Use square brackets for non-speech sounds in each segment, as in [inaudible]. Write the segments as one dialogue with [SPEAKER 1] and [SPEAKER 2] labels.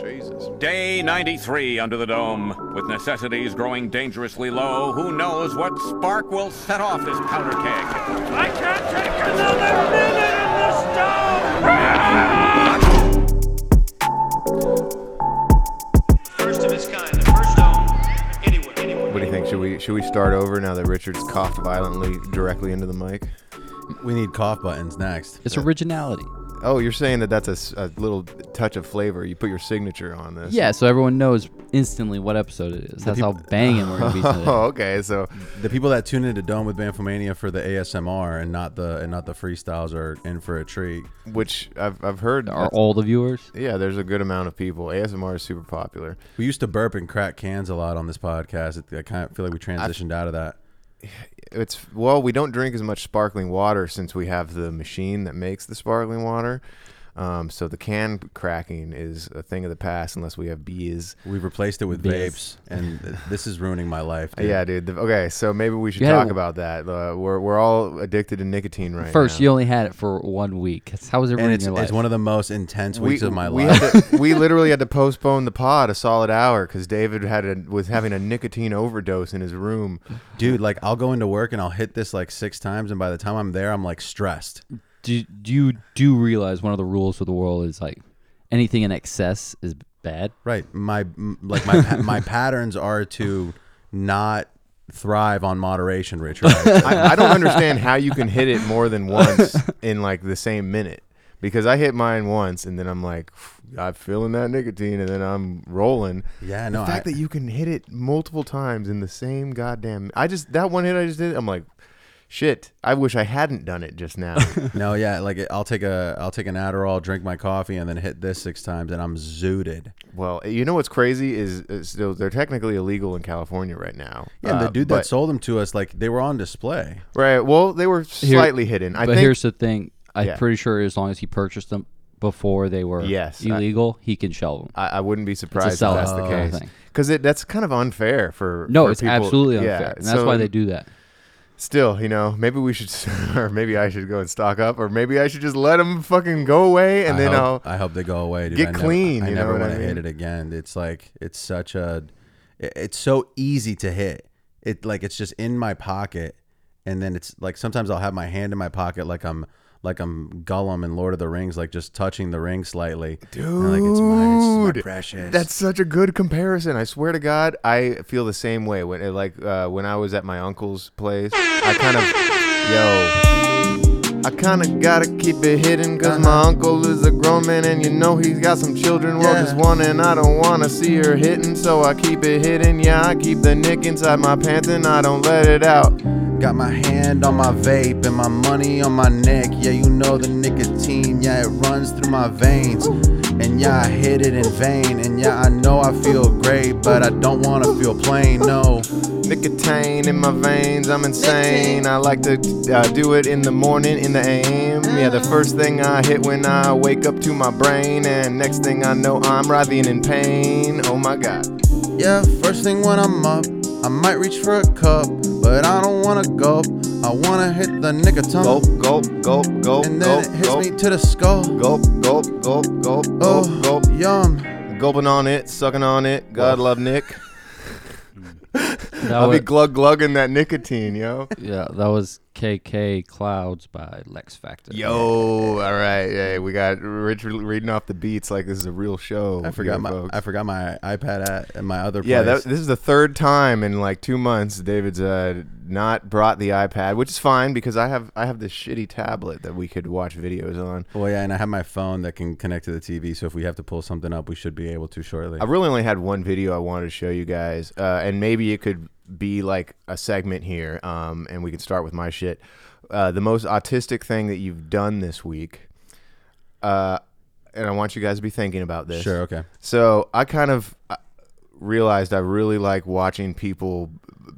[SPEAKER 1] Jesus.
[SPEAKER 2] Day 93 under the dome. With necessities growing dangerously low, who knows what spark will set off this powder keg?
[SPEAKER 3] I can't take another minute in this town!
[SPEAKER 4] First of its kind, the first dome anywhere. anywhere.
[SPEAKER 1] What do you think? Should we should we start over now that Richard's coughed violently directly into the mic?
[SPEAKER 5] We need cough buttons next.
[SPEAKER 6] It's originality.
[SPEAKER 1] Oh, you're saying that that's a s- a, little touch of flavor. You put your signature on this.
[SPEAKER 6] Yeah, so everyone knows instantly what episode it is. That's how banging we're gonna be
[SPEAKER 1] [laughs]
[SPEAKER 6] today. [laughs]
[SPEAKER 1] Oh, okay. So
[SPEAKER 5] The people that tune into Dome with Banfomania for the ASMR and not the and not the freestyles are in for a treat.
[SPEAKER 1] which I've I've heard.
[SPEAKER 6] Are all the viewers?
[SPEAKER 1] yeah, there's a good amount of people. ASMR is super popular.
[SPEAKER 5] We used to burp and crack cans a lot on this podcast. It- I kind of feel like we transitioned out of that.
[SPEAKER 1] It's well, we don't drink as much sparkling water since we have the machine that makes the sparkling water. Um, so the can cracking is a thing of the past unless we have bees.
[SPEAKER 5] We've replaced it with
[SPEAKER 6] Yes.
[SPEAKER 5] vapes, and th- this is ruining my life. Dude.
[SPEAKER 1] Yeah, dude. The- okay, so maybe we should
[SPEAKER 6] You had
[SPEAKER 1] talk
[SPEAKER 6] a-
[SPEAKER 1] about that. Uh, we're we're all addicted to nicotine right
[SPEAKER 6] First,
[SPEAKER 1] now.
[SPEAKER 6] you only had it for one week. How was
[SPEAKER 5] and
[SPEAKER 6] it ruining
[SPEAKER 5] it's,
[SPEAKER 6] your life?
[SPEAKER 5] it's one of the most intense
[SPEAKER 1] we,
[SPEAKER 5] weeks of my
[SPEAKER 1] we
[SPEAKER 5] life.
[SPEAKER 1] had to-
[SPEAKER 5] [laughs]
[SPEAKER 1] we literally had to postpone the pod a solid hour because David had a, was having a nicotine overdose in his room.
[SPEAKER 5] Dude, like I'll go into work and I'll hit this like six times, and by the time I'm there, I'm like stressed.
[SPEAKER 6] do, do you do realize one of the rules of the world is like anything in excess is bad?
[SPEAKER 5] Right. My m- like my pa- my patterns are to not thrive on moderation, Richard.
[SPEAKER 1] [laughs] I, I don't understand how you can hit it more than once in like the same minute because I hit mine once and then I'm like I'm feeling that nicotine and then I'm rolling.
[SPEAKER 5] Yeah,
[SPEAKER 1] the
[SPEAKER 5] no,
[SPEAKER 1] fact
[SPEAKER 5] I-
[SPEAKER 1] that you can hit it multiple times in the same goddamn. I just that one hit I just did. I'm like. Shit! I wish I hadn't done it just now.
[SPEAKER 5] no, yeah, like I'll take a I'll take an Adderall, drink my coffee, and then hit this six times, and I'm zooted.
[SPEAKER 1] well, you know what's crazy is, is they're they're technically illegal in California right now.
[SPEAKER 5] Yeah, and
[SPEAKER 1] Uh,
[SPEAKER 5] the dude
[SPEAKER 1] but-
[SPEAKER 5] that sold them to us, like they were on display.
[SPEAKER 1] Right. Well, they were slightly hidden. I
[SPEAKER 6] but
[SPEAKER 1] think.
[SPEAKER 6] here's the thing. I'm
[SPEAKER 1] Yeah.
[SPEAKER 6] pretty sure as long as he purchased them before they were
[SPEAKER 1] Yes, I-
[SPEAKER 6] illegal, he can sell them.
[SPEAKER 1] I, I wouldn't be surprised if
[SPEAKER 6] sell
[SPEAKER 1] that's
[SPEAKER 6] it
[SPEAKER 1] the
[SPEAKER 6] kind of
[SPEAKER 1] case
[SPEAKER 6] thing.
[SPEAKER 1] because that's kind of unfair for
[SPEAKER 6] No,
[SPEAKER 1] for
[SPEAKER 6] it's
[SPEAKER 1] people-
[SPEAKER 6] absolutely
[SPEAKER 1] yeah,
[SPEAKER 6] unfair. and that's
[SPEAKER 1] so
[SPEAKER 6] why they do that.
[SPEAKER 1] Still, you know, maybe we should, [laughs] or maybe I should go and stock up, or maybe I should just let them fucking go away, and
[SPEAKER 5] I
[SPEAKER 1] then
[SPEAKER 5] hope,
[SPEAKER 1] I'll.
[SPEAKER 5] I hope they go away. Dude.
[SPEAKER 1] get
[SPEAKER 5] I
[SPEAKER 1] clean,
[SPEAKER 5] Never,
[SPEAKER 1] you
[SPEAKER 5] I
[SPEAKER 1] know
[SPEAKER 5] never
[SPEAKER 1] what I
[SPEAKER 5] want to hit
[SPEAKER 1] mean?
[SPEAKER 5] it again. It's like it's such a, it- it's so easy to hit. It like it's just in my pocket, and then it's like sometimes I'll have my hand in my pocket, like I'm like I'm Gollum in Lord of the Rings, like just touching the ring slightly. Dude, like it's mine, it's my
[SPEAKER 1] Dude,
[SPEAKER 5] precious.
[SPEAKER 1] That's such a good comparison. I swear to God, I feel the same way. When it, like uh, when I was at my uncle's place, I kind of yo, I kind of gotta keep it hidden because my uncle is a grown man and you know he's got some children. Well,
[SPEAKER 5] Yeah.
[SPEAKER 1] just one and I don't wanna see her hitting, so I keep it hidden. Yeah, I keep the nick inside my pants and I don't let it out.
[SPEAKER 5] Got my hand on my vape and my money on my neck. Yeah, you know the nicotine. Yeah, it runs through my veins. And yeah, I hit it in vain. And yeah, I know I feel great, but I don't want to feel plain. No.
[SPEAKER 1] Nicotine in my veins, I'm insane. I like to uh, do it in the morning, in the AM. Yeah, the first thing I hit when I wake up to my brain, and next thing I know, I'm writhing in pain. Oh my god.
[SPEAKER 5] Yeah, first thing when I'm up, I might reach for a cup, but I don't want to gulp. I want to hit the nicotine.
[SPEAKER 1] Gulp, gulp, gulp, gulp,
[SPEAKER 5] And then
[SPEAKER 1] gulp,
[SPEAKER 5] it hits
[SPEAKER 1] gulp,
[SPEAKER 5] me to the skull.
[SPEAKER 1] gulp, gulp, gulp, gulp,
[SPEAKER 5] Oh,
[SPEAKER 1] gulp, gulp,
[SPEAKER 5] yum.
[SPEAKER 1] gulping on it, sucking on it. God love Nick.
[SPEAKER 6] That
[SPEAKER 1] I'll be
[SPEAKER 6] was,
[SPEAKER 1] glug glugging that nicotine, yo.
[SPEAKER 6] yeah, that was KK Clouds by Lex Factor.
[SPEAKER 1] Yo, all right, hey, we got Rich reading off the beats like this is a real show.
[SPEAKER 5] I forgot
[SPEAKER 1] here,
[SPEAKER 5] my
[SPEAKER 1] folks.
[SPEAKER 5] I forgot my iPad at, at my other place.
[SPEAKER 1] Yeah, that, this is the third time in like two months David's uh, not brought the iPad, which is fine because I have I have this shitty tablet that we could watch videos on.
[SPEAKER 5] Well, yeah, and I have my phone that can connect to the TV, so if we have to pull something up, we should be able to shortly.
[SPEAKER 1] I really only had one video I wanted to show you guys, uh, and maybe it could be like a segment here, um, and we could start with my shit. Uh, the most autistic thing that you've done this week, uh, and I want you guys to be thinking about this.
[SPEAKER 5] Sure, okay.
[SPEAKER 1] So I kind of uh, realized I really like watching people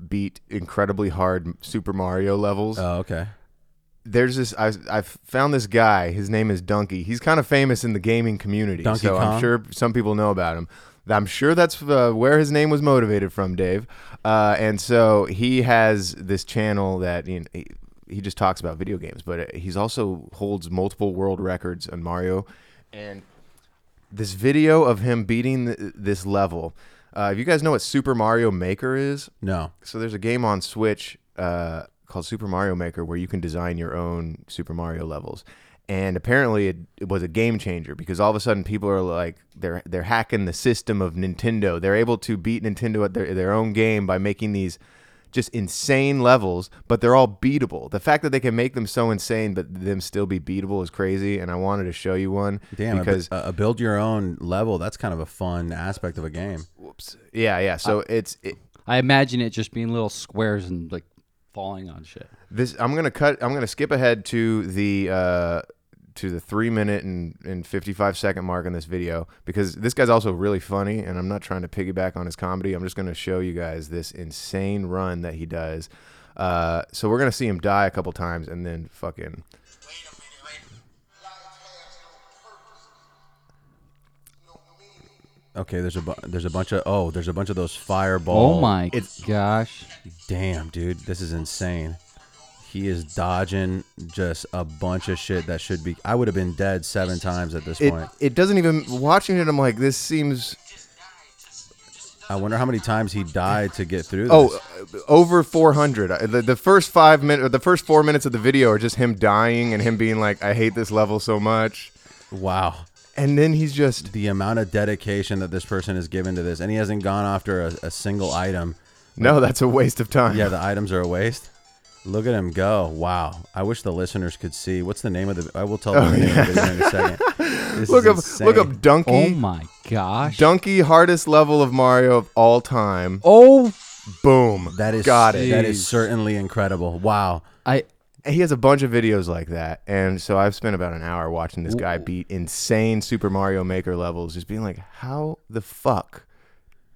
[SPEAKER 1] beat incredibly hard Super Mario levels.
[SPEAKER 5] Oh, okay.
[SPEAKER 1] There's this I I found this guy. His name is Donkey. He's kind of famous in the gaming community.
[SPEAKER 5] Donkey
[SPEAKER 1] so I'm
[SPEAKER 5] Kong?
[SPEAKER 1] sure some people know about him. I'm sure that's uh, where his name was motivated from, Dave. Uh, and so he has this channel that you know, he, uh, he just talks about video games, but he's also holds multiple world records on Mario and this video of him beating th- this level. Uh, if you guys know what Super Mario Maker is,
[SPEAKER 5] No.
[SPEAKER 1] so there's a game on Switch uh, called Super Mario Maker where you can design your own Super Mario levels. And apparently, it, it was a game changer because all of a sudden people are like they're they're hacking the system of Nintendo. They're able to beat Nintendo at their their own game by making these just insane levels, but they're all beatable. The fact that they can make them so insane but them still be beatable is crazy. And I wanted to show you one
[SPEAKER 5] Damn,
[SPEAKER 1] because
[SPEAKER 5] because a, a build your own level, that's kind of a fun aspect of a game.
[SPEAKER 1] yeah, yeah. So it's it,
[SPEAKER 6] I imagine it just being little squares and like falling on shit.
[SPEAKER 1] This I'm gonna cut. I'm gonna skip ahead to the uh, to the three minute and, and 55 second mark in this video because this guy's also really funny, and I'm not trying to piggyback on his comedy. I'm just gonna show you guys this insane run that he does. Uh, so we're gonna see him die a couple times, and then fucking.
[SPEAKER 7] Wait a minute, wait. Life has no purpose, no meaning.
[SPEAKER 5] Okay, there's a bu- there's a bunch of oh, there's a bunch of those fireballs.
[SPEAKER 6] Oh, my gosh.
[SPEAKER 5] Damn, dude, this is insane. He is dodging just a bunch of shit that should be. I would have been dead seven times at this
[SPEAKER 1] It,
[SPEAKER 5] point.
[SPEAKER 1] it doesn't even watching it. I'm like, this seems
[SPEAKER 5] I wonder how many times he died to get through. This.
[SPEAKER 1] oh uh, over 400. Uh, The, the first five minutes, the first four minutes of the video are just him dying and him being like, I hate this level so much,
[SPEAKER 5] wow!
[SPEAKER 1] and then he's just
[SPEAKER 5] The amount of dedication that this person has given to this, and he hasn't gone after a, a single item.
[SPEAKER 1] No, that's a waste of time. [laughs]
[SPEAKER 5] Yeah, the items are a waste. Look at him go! Wow! I wish the listeners could see. What's the name of the? I will tell them the name of the video in a second.
[SPEAKER 1] [laughs]
[SPEAKER 5] This
[SPEAKER 1] Oh, look
[SPEAKER 5] is
[SPEAKER 1] up, look
[SPEAKER 5] insane.
[SPEAKER 1] up, donkey,
[SPEAKER 6] Oh my gosh.
[SPEAKER 1] donkey, hardest level of Mario of all time.
[SPEAKER 6] oh,
[SPEAKER 1] Boom.
[SPEAKER 5] That is
[SPEAKER 1] got it.
[SPEAKER 5] That is certainly incredible. Wow.
[SPEAKER 6] I
[SPEAKER 1] He has a bunch of videos like that, and so I've spent about an hour watching this guy beat insane Super Mario Maker levels, just being like, "How the fuck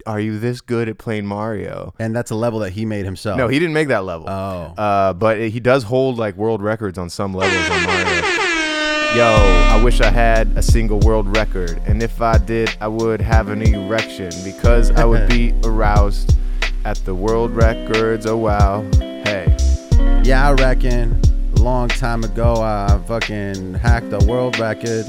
[SPEAKER 1] are you this good at playing Mario?"
[SPEAKER 5] And that's a level that he made himself.
[SPEAKER 1] No, he didn't make that level.
[SPEAKER 5] Oh.
[SPEAKER 1] Uh, but he does hold like world records on some levels on Mario. Yo, I wish I had a single world record. And if I did, I would have an erection because I would be aroused at the world records. Oh, wow. Hey.
[SPEAKER 5] Yeah, I reckon. A long time ago, I fucking hacked the world record.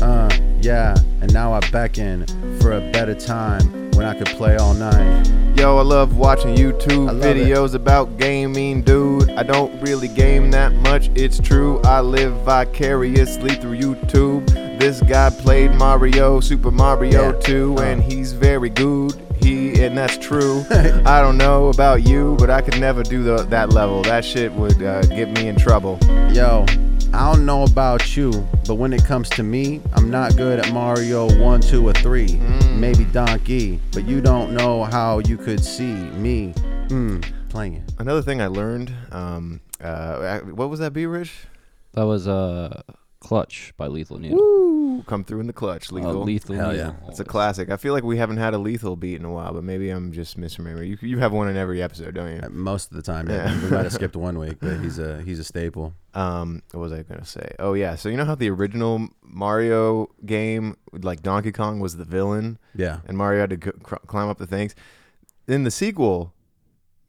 [SPEAKER 5] Uh, yeah, and now I beckon for a better time when I could play all night.
[SPEAKER 1] Yo, I love watching YouTube
[SPEAKER 5] I love it.
[SPEAKER 1] videos about gaming, dude. I don't really game that much, it's true. I live vicariously through YouTube. This guy played Mario, Super Mario
[SPEAKER 5] Yeah. Uh-huh.
[SPEAKER 1] 2, and he's very good. He and
[SPEAKER 5] [laughs]
[SPEAKER 1] that's true. I don't know about you, but I could never do the, that level. That shit would uh, get me in trouble.
[SPEAKER 5] Yo, I don't know about you, but when it comes to me, I'm not good at Mario 1, 2, or 3.
[SPEAKER 1] Mm.
[SPEAKER 5] Maybe Donkey, but you don't know how you could see me mm, playing it.
[SPEAKER 1] Another thing I learned, um, uh, what was that, B Rich?
[SPEAKER 6] that was a uh, clutch by Lethal Needle.
[SPEAKER 1] Woo! Come through in the clutch,
[SPEAKER 6] Uh,
[SPEAKER 1] legal.
[SPEAKER 6] lethal
[SPEAKER 5] Hell
[SPEAKER 6] Needle.
[SPEAKER 5] yeah.
[SPEAKER 1] It's a classic. I feel like we haven't had a lethal beat in a while, but maybe I'm just misremembering. You you have one in every episode, don't you?
[SPEAKER 5] Uh, Most of the time, yeah. we
[SPEAKER 1] [laughs]
[SPEAKER 5] might have skipped one week, but he's a he's a staple.
[SPEAKER 1] Um, what was I gonna say? Oh yeah, so you know how the original Mario game, like Donkey Kong, was the villain,
[SPEAKER 5] Yeah.
[SPEAKER 1] and Mario had to c- cr- climb up the things. In the sequel,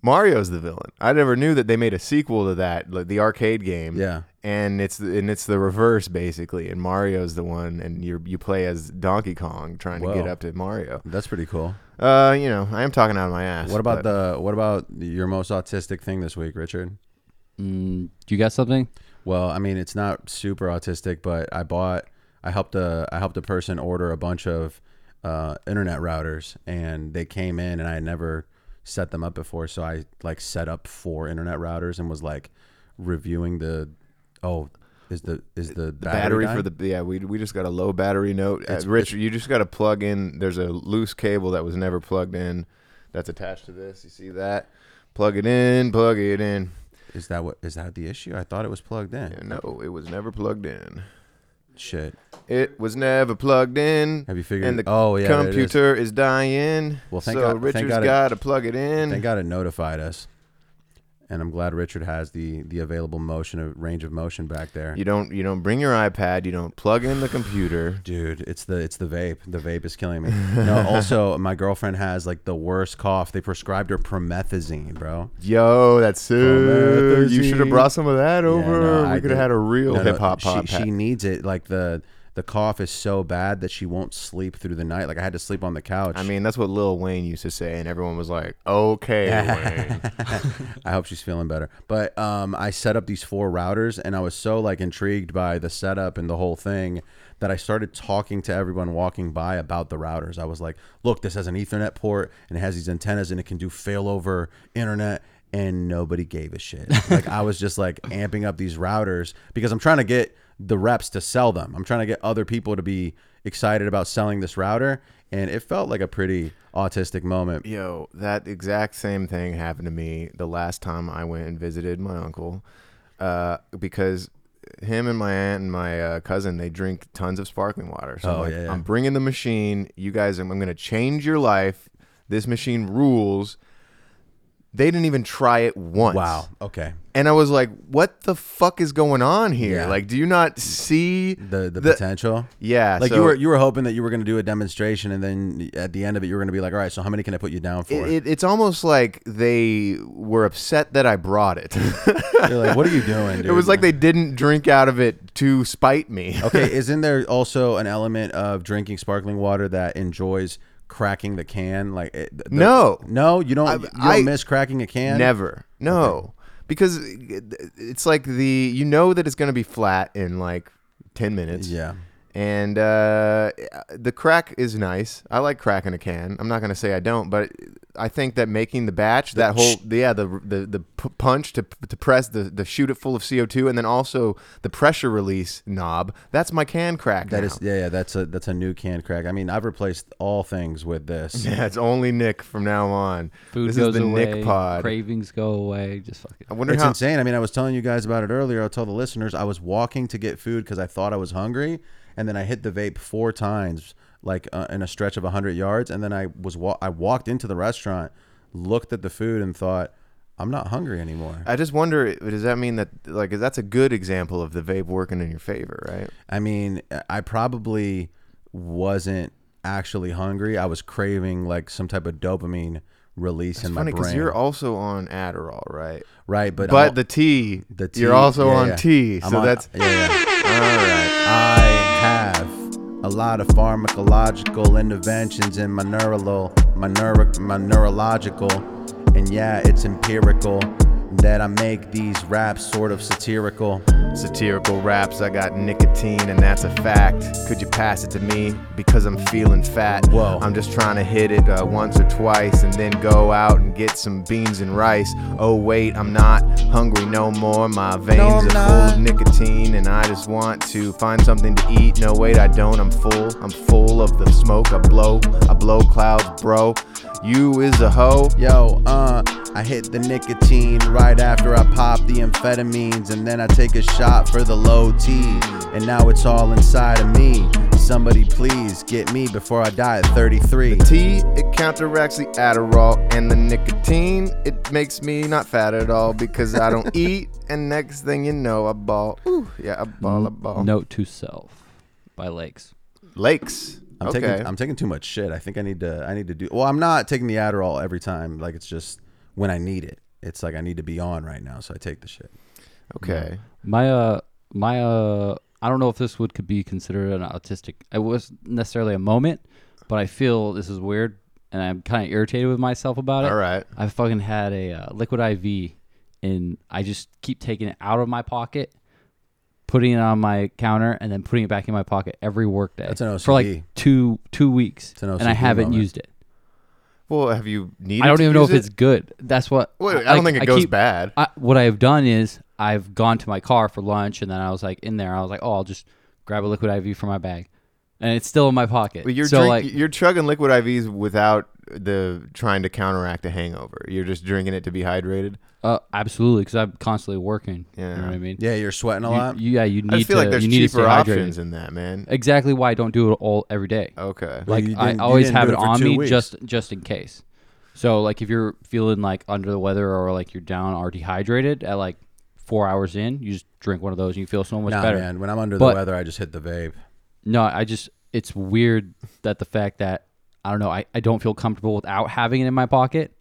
[SPEAKER 1] Mario's the villain. I never knew that they made a sequel to that, like the arcade game.
[SPEAKER 5] Yeah.
[SPEAKER 1] and it's and it's the reverse basically, and Mario's the one, and you you play as Donkey Kong trying to get
[SPEAKER 5] Whoa.
[SPEAKER 1] up to Mario.
[SPEAKER 5] That's pretty cool.
[SPEAKER 1] Uh, you know, I am talking out of my ass.
[SPEAKER 5] What about
[SPEAKER 1] but-
[SPEAKER 5] the what about your most autistic thing this week, Richard?
[SPEAKER 6] Mm, you got something?
[SPEAKER 5] Well, I mean, it's not super autistic, but I bought I helped a I helped a person order a bunch of uh, internet routers, and they came in, and I had never set them up before, so I like set up four internet routers and was like reviewing the oh is the is the
[SPEAKER 1] battery,
[SPEAKER 5] battery,
[SPEAKER 1] for
[SPEAKER 5] dying?
[SPEAKER 1] the yeah we, we just got a low battery note uh, rich you just got to plug in there's a loose cable that was never plugged in that's attached to this you see that plug it in plug it in
[SPEAKER 5] is that what is that the issue? I thought it was plugged in.
[SPEAKER 1] and no it was never plugged in
[SPEAKER 5] Shit.
[SPEAKER 1] it was never plugged in
[SPEAKER 5] Have you figured-
[SPEAKER 1] and the
[SPEAKER 5] oh, yeah, there it is.
[SPEAKER 1] computer is. dying
[SPEAKER 5] Well, thank
[SPEAKER 1] so
[SPEAKER 5] God- thank
[SPEAKER 1] richard's
[SPEAKER 5] God it-
[SPEAKER 1] got to plug it in
[SPEAKER 5] Thank God it notified us. And I'm glad Richard has the the available motion of range of motion back there.
[SPEAKER 1] you don't you don't bring your ipad you don't plug in the computer
[SPEAKER 5] Dude, it's the it's the vape. The vape is killing me.
[SPEAKER 1] [laughs]
[SPEAKER 5] No, also my girlfriend has like the worst cough. They prescribed her promethazine, bro.
[SPEAKER 1] yo that's it you should have
[SPEAKER 5] Promethazine.
[SPEAKER 1] brought some of that
[SPEAKER 5] Yeah,
[SPEAKER 1] over
[SPEAKER 5] no, I
[SPEAKER 1] we could have
[SPEAKER 5] did-
[SPEAKER 1] had a real
[SPEAKER 5] No, no,
[SPEAKER 1] hip-hop
[SPEAKER 5] She,
[SPEAKER 1] podcast
[SPEAKER 5] she needs it. Like the the cough is so bad that she won't sleep through the night. Like I had to sleep on the couch.
[SPEAKER 1] I mean, that's what Lil Wayne used to say, and everyone was like, "Okay, [laughs] Wayne."
[SPEAKER 5] I hope she's feeling better. But um, I set up these four routers, and I was so like intrigued by the setup and the whole thing that I started talking to everyone walking by about the routers. I was like, "Look, this has an Ethernet port, and it has these antennas, and it can do failover internet." And nobody gave a shit. [laughs] Like I was just like amping up these routers because I'm trying to get the reps to sell them. I'm trying to get other people to be excited about selling this router, and it felt like a pretty autistic moment.
[SPEAKER 1] Yo, that exact same thing happened to me the last time I went and visited my uncle, uh, because him and my aunt and my uh, cousin they drink tons of sparkling water. So I'm,
[SPEAKER 5] Oh,
[SPEAKER 1] like,
[SPEAKER 5] yeah, yeah.
[SPEAKER 1] I'm bringing the machine. You guys, I'm, I'm gonna change your life. This machine rules. They didn't even try it once.
[SPEAKER 5] Wow. Okay.
[SPEAKER 1] And I was like, what the fuck is going on here?
[SPEAKER 5] Yeah.
[SPEAKER 1] Like, do you not see
[SPEAKER 5] The the, potential.
[SPEAKER 1] Yeah.
[SPEAKER 5] Like you
[SPEAKER 1] so-
[SPEAKER 5] were you were hoping that you were going to do a demonstration, and then at the end of it, you were going to be like, all right, so how many can I put you down for?
[SPEAKER 1] It, it, it's almost like they were upset that I brought it. [laughs]
[SPEAKER 5] You're like, what are you doing?
[SPEAKER 1] it was
[SPEAKER 5] dude?"
[SPEAKER 1] like they didn't drink out of it to spite [laughs] me.
[SPEAKER 5] okay, isn't there also an element of drinking sparkling water that enjoys cracking the can? Like it, the-
[SPEAKER 1] No.
[SPEAKER 5] no, you don't.
[SPEAKER 1] I-
[SPEAKER 5] you don't
[SPEAKER 1] I-
[SPEAKER 5] miss cracking a can.
[SPEAKER 1] Never. No. Because uh, it's like the, you know that it's going to be flat in like 10 minutes.
[SPEAKER 5] Yeah.
[SPEAKER 1] And uh, the crack is nice. I like crack in a can. I'm not going to say I don't, but I think that making the batch, that whole, yeah, the, the, the p- punch to, to press, the, the shoot it full of CO2, and then also the pressure release knob, that's my can crack.
[SPEAKER 5] That
[SPEAKER 1] now.
[SPEAKER 5] is, yeah, yeah, that's a that's a new can crack. I mean, I've replaced all things with this.
[SPEAKER 1] [laughs] Yeah, it's only Nick from now on.
[SPEAKER 6] Food
[SPEAKER 1] this
[SPEAKER 6] goes
[SPEAKER 1] is the
[SPEAKER 6] away.
[SPEAKER 1] Nick Pod.
[SPEAKER 6] Cravings go away. Just fucking.
[SPEAKER 1] I wonder
[SPEAKER 5] It's
[SPEAKER 1] how.
[SPEAKER 5] insane. I mean, I was telling you guys about it earlier. I'll tell the listeners. I was walking to get food because I thought I was hungry, and then I hit the vape four times, like uh, in a stretch of hundred yards, and then I was wa- I walked into the restaurant, looked at the food, and thought, I'm not hungry anymore.
[SPEAKER 1] I just wonder. Does that mean that like that's a good example of the vape working in your favor, right?
[SPEAKER 5] I mean, I probably wasn't actually hungry. I was craving like some type of dopamine release in my
[SPEAKER 1] Funny because
[SPEAKER 5] brain.
[SPEAKER 1] you're also on Adderall, right?
[SPEAKER 5] right, but
[SPEAKER 1] But
[SPEAKER 5] I'm-
[SPEAKER 1] the tea,
[SPEAKER 5] the tea,
[SPEAKER 1] you're also
[SPEAKER 5] yeah,
[SPEAKER 1] on
[SPEAKER 5] yeah.
[SPEAKER 1] tea,
[SPEAKER 5] I'm
[SPEAKER 1] so
[SPEAKER 5] on-
[SPEAKER 1] that's
[SPEAKER 5] yeah, yeah. I have a lot of pharmacological interventions in my neurolo, my neuro, my neurological, and yeah, it's empirical that I make these raps sort of satirical.
[SPEAKER 1] satirical raps. I got nicotine, and that's a fact. Could you pass it to me because I'm feeling fat?
[SPEAKER 5] Whoa.
[SPEAKER 1] I'm just trying to hit it uh, once or twice, and then go out and get some beans and rice. Oh wait, I'm not hungry no more. My veins
[SPEAKER 5] No,
[SPEAKER 1] are
[SPEAKER 5] I'm
[SPEAKER 1] full
[SPEAKER 5] not.
[SPEAKER 1] of nicotine, and I just want to find something to eat. No wait, I don't. I'm full. I'm full of the smoke. I blow. I blow clouds, bro. You is a hoe.
[SPEAKER 5] Yo, uh, I hit the nicotine right after I pop the amphetamines, and then I take a shot for the low T, and now it's all inside of me. Somebody please get me before I die at 33.
[SPEAKER 1] tea, it counteracts the Adderall and the nicotine. It makes me not fat at all because I
[SPEAKER 6] [laughs]
[SPEAKER 1] don't eat. And next thing you know, I ball. Ooh, yeah, I ball, I ball.
[SPEAKER 6] Note to self by Lakes.
[SPEAKER 1] Lakes.
[SPEAKER 5] I'm
[SPEAKER 1] okay.
[SPEAKER 5] taking I'm taking too much shit. I think I need to I need to do well. I'm not taking the Adderall every time. Like it's just when I need it. It's like I need to be on right now, so I take the shit.
[SPEAKER 1] okay.
[SPEAKER 6] My uh, my uh, I don't know if this would could be considered an autistic. It was necessarily a moment, but I feel this is weird, and I'm kind of irritated with myself about it.
[SPEAKER 1] All right.
[SPEAKER 6] I fucking had a uh, liquid IV, and I just keep taking it out of my pocket, putting it on my counter, and then putting it back in my pocket every workday.
[SPEAKER 5] That's an
[SPEAKER 6] for
[SPEAKER 5] OCD.
[SPEAKER 6] like two two weeks,
[SPEAKER 5] an
[SPEAKER 6] and I
[SPEAKER 5] OCD
[SPEAKER 6] haven't
[SPEAKER 5] moment.
[SPEAKER 6] used it.
[SPEAKER 1] Well, have you needed?
[SPEAKER 6] I don't
[SPEAKER 1] to
[SPEAKER 6] even know
[SPEAKER 1] use
[SPEAKER 6] if
[SPEAKER 1] it?
[SPEAKER 6] it's good. That's what.
[SPEAKER 1] Wait, I don't
[SPEAKER 6] like,
[SPEAKER 1] think it goes
[SPEAKER 6] keep-
[SPEAKER 1] bad.
[SPEAKER 6] I, what I have done is I've gone to my car for lunch, and then I was like in there. I was like, oh, I'll just grab a liquid IV from my bag, and it's still in my pocket.
[SPEAKER 1] But you're
[SPEAKER 6] so
[SPEAKER 1] drink,
[SPEAKER 6] like,
[SPEAKER 1] you're chugging liquid IVs without the trying to counteract a hangover. You're just drinking it to be hydrated.
[SPEAKER 6] uh, absolutely, because I'm constantly working.
[SPEAKER 1] Yeah.
[SPEAKER 6] You know what I mean?
[SPEAKER 5] Yeah, you're sweating a
[SPEAKER 6] You-
[SPEAKER 5] lot.
[SPEAKER 6] you- yeah, you need
[SPEAKER 1] I just feel
[SPEAKER 6] to.
[SPEAKER 1] like there's
[SPEAKER 6] you need to stay
[SPEAKER 1] cheaper
[SPEAKER 6] hydrated.
[SPEAKER 1] options Oh, in that, man.
[SPEAKER 6] Exactly why I don't do it all every day.
[SPEAKER 1] Okay.
[SPEAKER 6] Like
[SPEAKER 5] you
[SPEAKER 6] I
[SPEAKER 5] didn't- you
[SPEAKER 6] always
[SPEAKER 5] didn't
[SPEAKER 6] have
[SPEAKER 5] do
[SPEAKER 6] it
[SPEAKER 5] it for
[SPEAKER 6] on
[SPEAKER 5] two
[SPEAKER 6] me
[SPEAKER 5] weeks.
[SPEAKER 6] just just in case. So like if you're feeling like under the weather or like you're down or dehydrated at like four hours in, you just drink one of those and you feel so much
[SPEAKER 5] nah,
[SPEAKER 6] better.
[SPEAKER 5] man. When I'm under
[SPEAKER 6] But-
[SPEAKER 5] the weather, I just hit the vape.
[SPEAKER 6] No, I just it's weird that the fact that I don't know, I, I don't feel comfortable without having it in my pocket.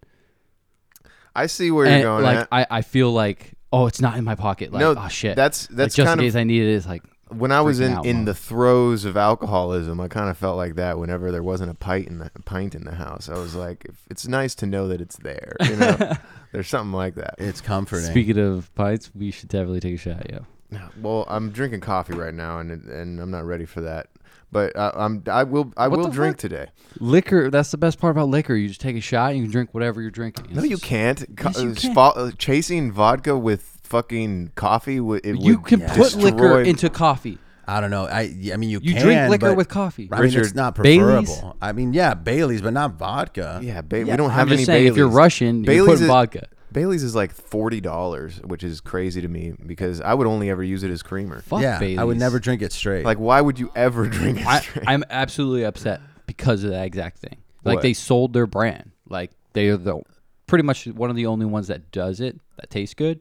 [SPEAKER 1] I see where
[SPEAKER 6] And
[SPEAKER 1] you're going.
[SPEAKER 6] like
[SPEAKER 1] at.
[SPEAKER 6] I, I feel like oh it's not in my pocket. Like
[SPEAKER 1] No,
[SPEAKER 6] oh shit.
[SPEAKER 1] that's-
[SPEAKER 6] Like,
[SPEAKER 1] that's
[SPEAKER 6] just
[SPEAKER 1] kind
[SPEAKER 6] in
[SPEAKER 1] of-
[SPEAKER 6] case I need it, it's like
[SPEAKER 1] when I was
[SPEAKER 6] freaking
[SPEAKER 1] in,
[SPEAKER 6] out
[SPEAKER 1] in
[SPEAKER 6] moment.
[SPEAKER 1] the throes of alcoholism, I kind of felt like that whenever there wasn't a pint in the pint in the house. I was like, if- it's nice to know that it's there. You
[SPEAKER 6] [laughs]
[SPEAKER 1] know, there's something like that.
[SPEAKER 5] It's comforting.
[SPEAKER 6] Speaking of pints, we should definitely take a shot. Yeah.
[SPEAKER 1] Well, I'm drinking coffee right now, and it- and I'm not ready for that. But I, I'm I will I
[SPEAKER 6] What
[SPEAKER 1] will
[SPEAKER 6] the
[SPEAKER 1] drink
[SPEAKER 6] fuck?
[SPEAKER 1] today.
[SPEAKER 6] Liquor. That's the best part about liquor. You just take a shot. and You can drink whatever you're drinking.
[SPEAKER 1] No,
[SPEAKER 6] It's
[SPEAKER 1] you
[SPEAKER 6] just-
[SPEAKER 1] can't. Co-
[SPEAKER 6] Yes, you
[SPEAKER 1] uh,
[SPEAKER 6] can.
[SPEAKER 1] fo- uh, chasing vodka with fucking coffee. Would, it
[SPEAKER 6] You
[SPEAKER 1] would
[SPEAKER 6] can put
[SPEAKER 1] destroy-
[SPEAKER 6] liquor into coffee.
[SPEAKER 5] I don't know. I I mean, you
[SPEAKER 6] You
[SPEAKER 5] can,
[SPEAKER 6] drink liquor
[SPEAKER 5] but-
[SPEAKER 6] with coffee.
[SPEAKER 5] I mean, it's
[SPEAKER 1] Richard,
[SPEAKER 5] not
[SPEAKER 6] Baileys?
[SPEAKER 5] preferable. I mean, yeah, Bailey's, but not vodka.
[SPEAKER 1] Yeah, ba-
[SPEAKER 6] Yeah,
[SPEAKER 1] we don't
[SPEAKER 6] I'm
[SPEAKER 1] have
[SPEAKER 6] just
[SPEAKER 1] any
[SPEAKER 6] saying,
[SPEAKER 1] Baileys.
[SPEAKER 6] if you're Russian, you're putting
[SPEAKER 1] is,
[SPEAKER 6] vodka.
[SPEAKER 1] Bailey's is like forty dollars, which is crazy to me because I would only ever use it as creamer.
[SPEAKER 6] Fuck
[SPEAKER 5] yeah. I would
[SPEAKER 6] Baileys.
[SPEAKER 5] never drink it straight.
[SPEAKER 1] Like, why would you ever [laughs] drink it?
[SPEAKER 6] I,
[SPEAKER 1] straight?
[SPEAKER 6] I'm absolutely upset because of that exact thing. Like
[SPEAKER 1] What?
[SPEAKER 6] they sold their brand. Like they are the pretty much one of the only ones that does it that tastes good.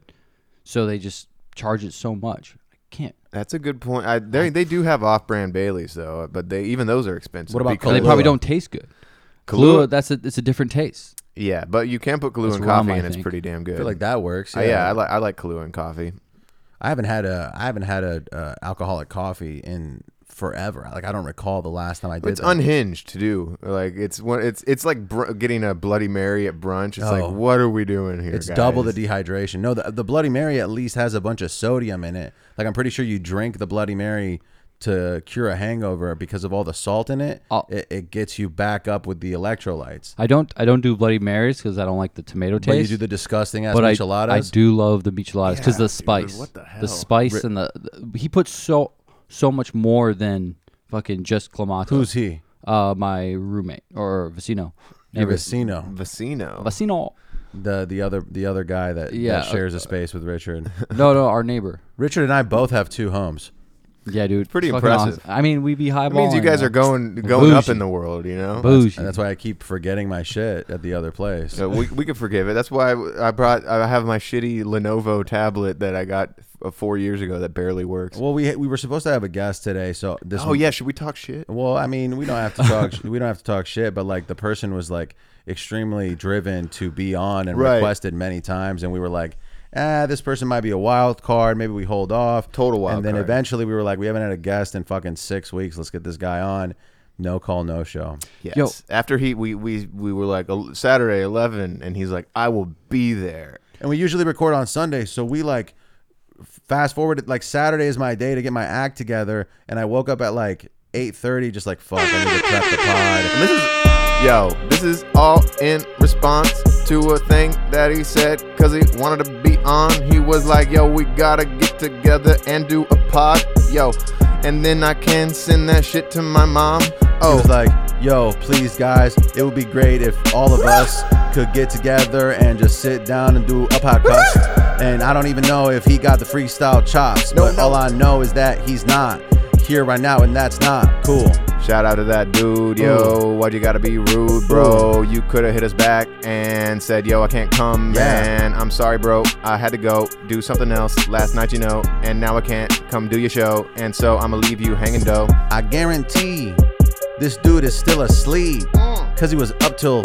[SPEAKER 6] So they just charge it so much. I can't.
[SPEAKER 1] That's a good point. I, they they do have off-brand Baileys though, but they even those are expensive.
[SPEAKER 5] What about
[SPEAKER 1] because-
[SPEAKER 6] So they probably
[SPEAKER 5] Kahlua.
[SPEAKER 6] don't taste good.
[SPEAKER 1] Kahlua-
[SPEAKER 6] Kahlua, that's a it's a different taste.
[SPEAKER 1] Yeah, but you can put Kahlua
[SPEAKER 6] That's
[SPEAKER 1] in
[SPEAKER 6] rum,
[SPEAKER 1] coffee,
[SPEAKER 6] I
[SPEAKER 1] and it's
[SPEAKER 6] think.
[SPEAKER 1] pretty damn good.
[SPEAKER 5] I feel like that works.
[SPEAKER 1] Uh,
[SPEAKER 5] Yeah,
[SPEAKER 1] yeah, I like I like Kahlua in coffee.
[SPEAKER 5] I haven't had a I haven't had a uh, alcoholic coffee in forever. Like I don't recall the last time I did.
[SPEAKER 1] It's
[SPEAKER 5] that.
[SPEAKER 1] unhinged to do. Like it's one. It's it's like br- getting a Bloody Mary at brunch. It's
[SPEAKER 5] Oh.
[SPEAKER 1] like what are we doing here?
[SPEAKER 5] It's double the
[SPEAKER 1] guys?
[SPEAKER 5] dehydration. No, the, the Bloody Mary at least has a bunch of sodium in it. Like I'm pretty sure you drink the Bloody Mary to cure a hangover because of all the salt in it.
[SPEAKER 6] Oh.
[SPEAKER 5] It, it gets you back up with the electrolytes.
[SPEAKER 6] I don't I don't do Bloody Marys because I don't like the tomato taste.
[SPEAKER 5] But you do the disgusting ass
[SPEAKER 6] but I,
[SPEAKER 5] micheladas.
[SPEAKER 6] I do love the micheladas because
[SPEAKER 1] Yeah,
[SPEAKER 6] the
[SPEAKER 1] dude,
[SPEAKER 6] spice,
[SPEAKER 1] what the hell?
[SPEAKER 6] spice and the, the- he puts so so much more than fucking just clamato.
[SPEAKER 5] Who's he?
[SPEAKER 6] Uh, my roommate or vecino.
[SPEAKER 5] Your
[SPEAKER 6] Neighbor.
[SPEAKER 5] vecino,
[SPEAKER 1] Vecino.
[SPEAKER 6] Vecino.
[SPEAKER 5] the the other the other guy that,
[SPEAKER 6] Yeah, uh,
[SPEAKER 5] that shares a space with Richard.
[SPEAKER 6] No, no, our neighbor.
[SPEAKER 5] Richard and I both have two homes.
[SPEAKER 6] Yeah, dude.
[SPEAKER 1] pretty
[SPEAKER 6] Fucking
[SPEAKER 1] impressive.
[SPEAKER 6] awesome. I mean, we be highballing.
[SPEAKER 1] It means you guys
[SPEAKER 6] uh,
[SPEAKER 1] are going going up
[SPEAKER 6] Bougie.
[SPEAKER 1] in the world. You know.
[SPEAKER 6] bougie.
[SPEAKER 5] And that's why I keep forgetting my shit at the other place.
[SPEAKER 1] So we we can forgive it. That's why I, I brought. I have my shitty Lenovo tablet that I got uh, four years ago that barely works.
[SPEAKER 5] Well, we we were supposed to have a guest today, so this
[SPEAKER 1] oh yeah, should we talk shit?
[SPEAKER 5] Well, I mean, we don't have to talk. sh- [laughs] we don't have to talk shit. But like, the person was like extremely driven to be on and
[SPEAKER 1] Right.
[SPEAKER 5] requested many times, and we were like, "Ah, this person might be a wild card. Maybe we hold off."
[SPEAKER 1] Total wild
[SPEAKER 5] And then
[SPEAKER 1] card.
[SPEAKER 5] eventually, we were like, "We haven't had a guest in fucking six weeks. Let's get this guy on." No call, no show.
[SPEAKER 1] Yes.
[SPEAKER 6] Yo.
[SPEAKER 1] After he we we we were like "Oh, Saturday eleven, and he's like, I will be there.
[SPEAKER 5] And we usually record on Sunday, so we like fast forward. Like Saturday is my day to get my act together, and I woke up at like eight thirty, just like fuck, I need to prep the pod.
[SPEAKER 1] And this is yo. This is all in response to a thing that he said because he wanted to be on. He was like, yo, we gotta get together and do a pod, yo. And then I can send that shit to my mom.
[SPEAKER 5] He
[SPEAKER 1] Oh,
[SPEAKER 5] was like, yo, please, guys, it would be great if all of us could get together and just sit down and do a podcast. And I don't even know if he got the freestyle chops,
[SPEAKER 1] No,
[SPEAKER 5] but
[SPEAKER 1] no.
[SPEAKER 5] all I know is that he's not here right now, and that's not cool.
[SPEAKER 1] Shout out to that dude, yo. Why'd you gotta be rude, bro? You could have hit us back and said, yo, I can't come,
[SPEAKER 5] Yeah.
[SPEAKER 1] man. I'm sorry, bro. I had to go do something else last night, you know, and now I can't come do your show. And so I'm gonna leave you hanging, though.
[SPEAKER 5] I guarantee this dude is still asleep
[SPEAKER 1] Mm.
[SPEAKER 5] because he was up till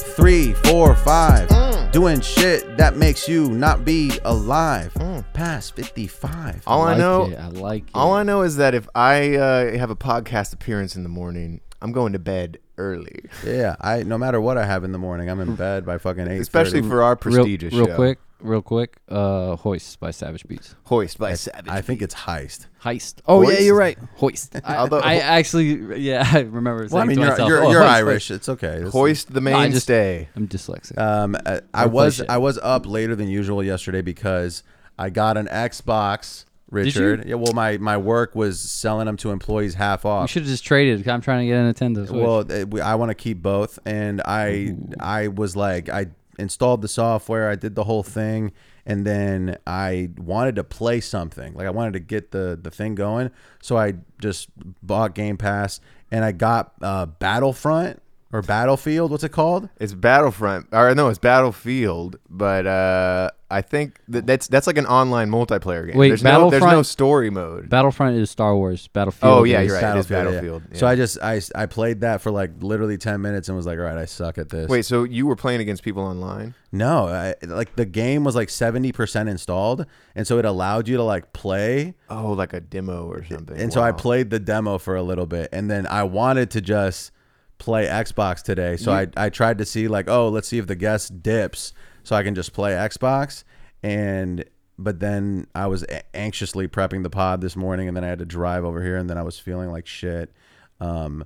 [SPEAKER 5] three, four, five,
[SPEAKER 1] Mm.
[SPEAKER 5] doing shit that makes you not be alive
[SPEAKER 1] Mm.
[SPEAKER 5] past 55.
[SPEAKER 1] All I,
[SPEAKER 6] like
[SPEAKER 1] know,
[SPEAKER 6] it, I like. It.
[SPEAKER 1] all I know is that if I uh, have a podcast appearance in the morning, I'm going to bed early,
[SPEAKER 5] Yeah, I no matter what I have in the morning, I'm in bed by fucking eight.
[SPEAKER 1] especially for our
[SPEAKER 6] real,
[SPEAKER 1] prestigious
[SPEAKER 6] real
[SPEAKER 1] show.
[SPEAKER 6] quick, real quick. Uh, hoist by Savage Beats.
[SPEAKER 1] Hoist by Savage.
[SPEAKER 5] I think it's heist.
[SPEAKER 6] Heist. Oh yeah,
[SPEAKER 1] Hoist?
[SPEAKER 6] you're right. Hoist.
[SPEAKER 1] [laughs]
[SPEAKER 6] I,
[SPEAKER 1] Although-
[SPEAKER 6] I actually, yeah, [laughs] I remember.
[SPEAKER 5] Well, I
[SPEAKER 6] saying
[SPEAKER 5] mean,
[SPEAKER 6] to
[SPEAKER 5] you're
[SPEAKER 6] myself,
[SPEAKER 5] you're,
[SPEAKER 6] "Oh,
[SPEAKER 5] you're
[SPEAKER 6] hoist,
[SPEAKER 5] Irish. It's okay. This is-
[SPEAKER 1] Hoist the
[SPEAKER 6] No, I just-
[SPEAKER 1] mainstay. Uh,
[SPEAKER 6] I'm dyslexic.
[SPEAKER 5] Um, I, I
[SPEAKER 6] Don't play
[SPEAKER 5] was
[SPEAKER 6] shit.
[SPEAKER 5] I was up later than usual yesterday because I got an Xbox.
[SPEAKER 6] you?
[SPEAKER 5] Richard. Yeah. Well, my my work was selling them to employees half
[SPEAKER 6] you
[SPEAKER 5] off.
[SPEAKER 6] should have just traded. 'cause I'm trying to get a Nintendo Switch.
[SPEAKER 5] Well, th- we- I want to keep both, and I I was like I installed the software, I did the whole thing, and then I wanted to play something. Like I wanted to get the the thing going, so I just bought Game Pass, and I got uh, Battlefront or Battlefield. What's it called?
[SPEAKER 1] It's Battlefront, or no, it's Battlefield. But uh, I think that that's that's like an online multiplayer game.
[SPEAKER 6] Wait,
[SPEAKER 1] there's no, there's no
[SPEAKER 6] Battlefront-
[SPEAKER 1] story mode.
[SPEAKER 6] Battlefront is Star Wars. Battlefield.
[SPEAKER 1] Oh, yeah,
[SPEAKER 6] is-
[SPEAKER 1] you're right. It is
[SPEAKER 5] yeah.
[SPEAKER 1] Battlefield,
[SPEAKER 5] So
[SPEAKER 1] yeah.
[SPEAKER 5] I just I I played that for like literally ten minutes and was like, all right, I suck at this.
[SPEAKER 1] Wait, so you were playing against people online?
[SPEAKER 5] No, I, like the game was like 70% installed. And so it allowed you to like play.
[SPEAKER 1] Oh, like a demo or something.
[SPEAKER 5] And so I
[SPEAKER 1] Wow.
[SPEAKER 5] played the demo for a little bit. And then I wanted to just play Xbox today. So I, I tried to see, like, oh, let's see if the guest dips so I can just play Xbox. And, but then I was a- anxiously prepping the pod this morning. And then I had to drive over here. And then I was feeling like shit. Um,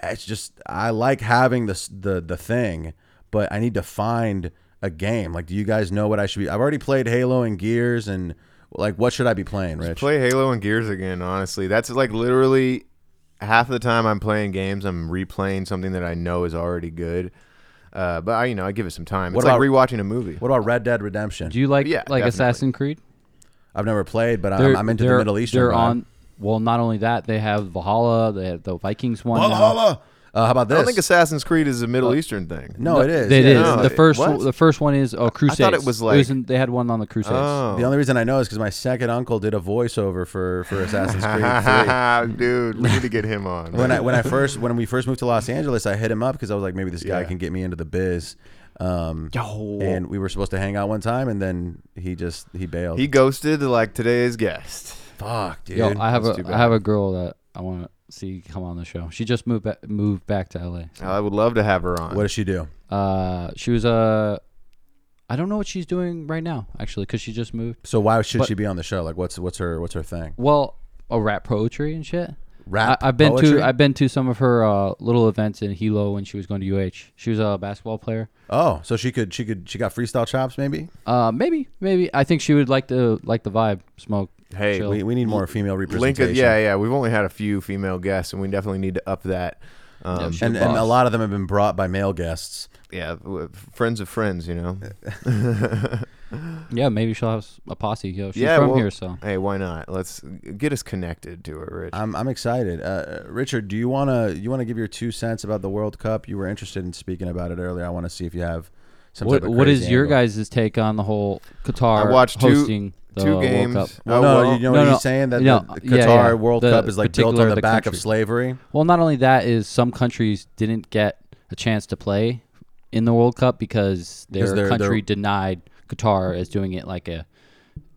[SPEAKER 5] it's just I like having this the the thing, but I need to find a game. Like, do you guys know what I should be? I've already played Halo and Gears, and like, what should I be playing, Rich?
[SPEAKER 1] Play Halo and Gears again, honestly. That's like literally half the time I'm playing games, I'm replaying something that I know is already good. Uh, but I, you know, I give it some time.
[SPEAKER 5] What
[SPEAKER 1] it's
[SPEAKER 5] about-
[SPEAKER 1] like rewatching a movie.
[SPEAKER 5] what about Red Dead Redemption?
[SPEAKER 6] Do you like
[SPEAKER 1] Yeah,
[SPEAKER 6] like
[SPEAKER 1] definitely. Um,
[SPEAKER 6] Assassin's Creed?
[SPEAKER 5] I've never played, but I'm,
[SPEAKER 6] They're-
[SPEAKER 5] I'm into the
[SPEAKER 6] they're-
[SPEAKER 5] Middle Eastern.
[SPEAKER 6] They're
[SPEAKER 5] vibe.
[SPEAKER 6] on. Well, not only that, they have Valhalla. They have the Vikings one. now.
[SPEAKER 5] Valhalla. Uh, how about
[SPEAKER 1] I
[SPEAKER 5] this?
[SPEAKER 1] don't think Assassin's Creed is a Middle Eastern thing.
[SPEAKER 5] no, it is.
[SPEAKER 6] It
[SPEAKER 5] yeah.
[SPEAKER 6] is
[SPEAKER 1] No,
[SPEAKER 6] Oh, the
[SPEAKER 1] it-
[SPEAKER 6] first.
[SPEAKER 1] what?
[SPEAKER 6] The first one is oh, Crusades.
[SPEAKER 1] was
[SPEAKER 6] It
[SPEAKER 1] like-
[SPEAKER 6] in- they had one on the Crusades.
[SPEAKER 1] Oh.
[SPEAKER 5] The only reason I know is because my second uncle did a voiceover for
[SPEAKER 1] [laughs]
[SPEAKER 5] for Assassin's Creed 3.
[SPEAKER 1] Dude, we need to get him on.
[SPEAKER 5] when I when I first when we first moved to Los Angeles, I hit him up because I was like, maybe this guy
[SPEAKER 1] Yeah.
[SPEAKER 5] can get me into the biz. Um, and we were supposed to hang out one time, and then he just he bailed.
[SPEAKER 1] he ghosted like today's guest.
[SPEAKER 5] fuck, dude.
[SPEAKER 6] Yo, I have
[SPEAKER 1] that's
[SPEAKER 6] a
[SPEAKER 1] too
[SPEAKER 6] I have a girl that I want to see come on the show. She just moved back moved back to L.A.
[SPEAKER 1] I would love to have her on.
[SPEAKER 5] what does she do?
[SPEAKER 6] Uh, she was Uh, I don't know what she's doing right now actually because she just moved.
[SPEAKER 5] So why should she be on the show? Like, what's what's her what's her thing?
[SPEAKER 6] Well, a rap poetry and shit.
[SPEAKER 5] Rap
[SPEAKER 6] I, I've been
[SPEAKER 5] poetry?
[SPEAKER 6] to I've been to some of her uh, little events in Hilo when she was going to UH. She was a basketball player.
[SPEAKER 5] Oh, so she could she could she got freestyle chops maybe?
[SPEAKER 6] Uh, maybe maybe I think she would like the like the vibe. Smoke.
[SPEAKER 1] Hey,
[SPEAKER 6] chill.
[SPEAKER 5] We, we need more female
[SPEAKER 1] Link,
[SPEAKER 5] representation.
[SPEAKER 1] it- yeah, yeah. We've only had a few female guests, and we definitely need to up that.
[SPEAKER 6] Yeah,
[SPEAKER 1] Um,
[SPEAKER 6] she
[SPEAKER 5] And, and a
[SPEAKER 6] boss.
[SPEAKER 5] lot of them have been brought by male guests.
[SPEAKER 1] yeah, w friends of friends, you know.
[SPEAKER 6] Yeah, maybe she'll have s- a posse. Yo, she's
[SPEAKER 1] yeah,
[SPEAKER 6] from
[SPEAKER 1] well,
[SPEAKER 6] here, so
[SPEAKER 1] hey, why not? Let's get us connected to her, Rich.
[SPEAKER 5] I'm, I'm excited. Uh, Richard, do you wanna you wanna give your two cents about the World Cup? You were interested in speaking about it earlier. I want to see if you have some.
[SPEAKER 6] what
[SPEAKER 5] type of
[SPEAKER 6] what is
[SPEAKER 5] crazy
[SPEAKER 6] your
[SPEAKER 5] angle.
[SPEAKER 6] guys' take on the whole Qatar
[SPEAKER 1] I watched two-
[SPEAKER 6] hosting the
[SPEAKER 1] two
[SPEAKER 6] World
[SPEAKER 1] games.
[SPEAKER 6] Cup?
[SPEAKER 5] Well,
[SPEAKER 1] Oh,
[SPEAKER 5] no,
[SPEAKER 1] well,
[SPEAKER 5] you know
[SPEAKER 6] no,
[SPEAKER 5] what
[SPEAKER 6] no.
[SPEAKER 5] he's saying that
[SPEAKER 6] No,
[SPEAKER 5] the
[SPEAKER 6] yeah,
[SPEAKER 5] Qatar
[SPEAKER 6] yeah.
[SPEAKER 5] World
[SPEAKER 6] The
[SPEAKER 5] Cup is like built on
[SPEAKER 6] particular-
[SPEAKER 5] the,
[SPEAKER 6] the
[SPEAKER 5] back of
[SPEAKER 6] country.
[SPEAKER 5] slavery.
[SPEAKER 6] Well, not only that is some countries didn't get a chance to play in the World Cup because their
[SPEAKER 5] Because they're-
[SPEAKER 6] country
[SPEAKER 5] they're-
[SPEAKER 6] denied Qatar as doing it like a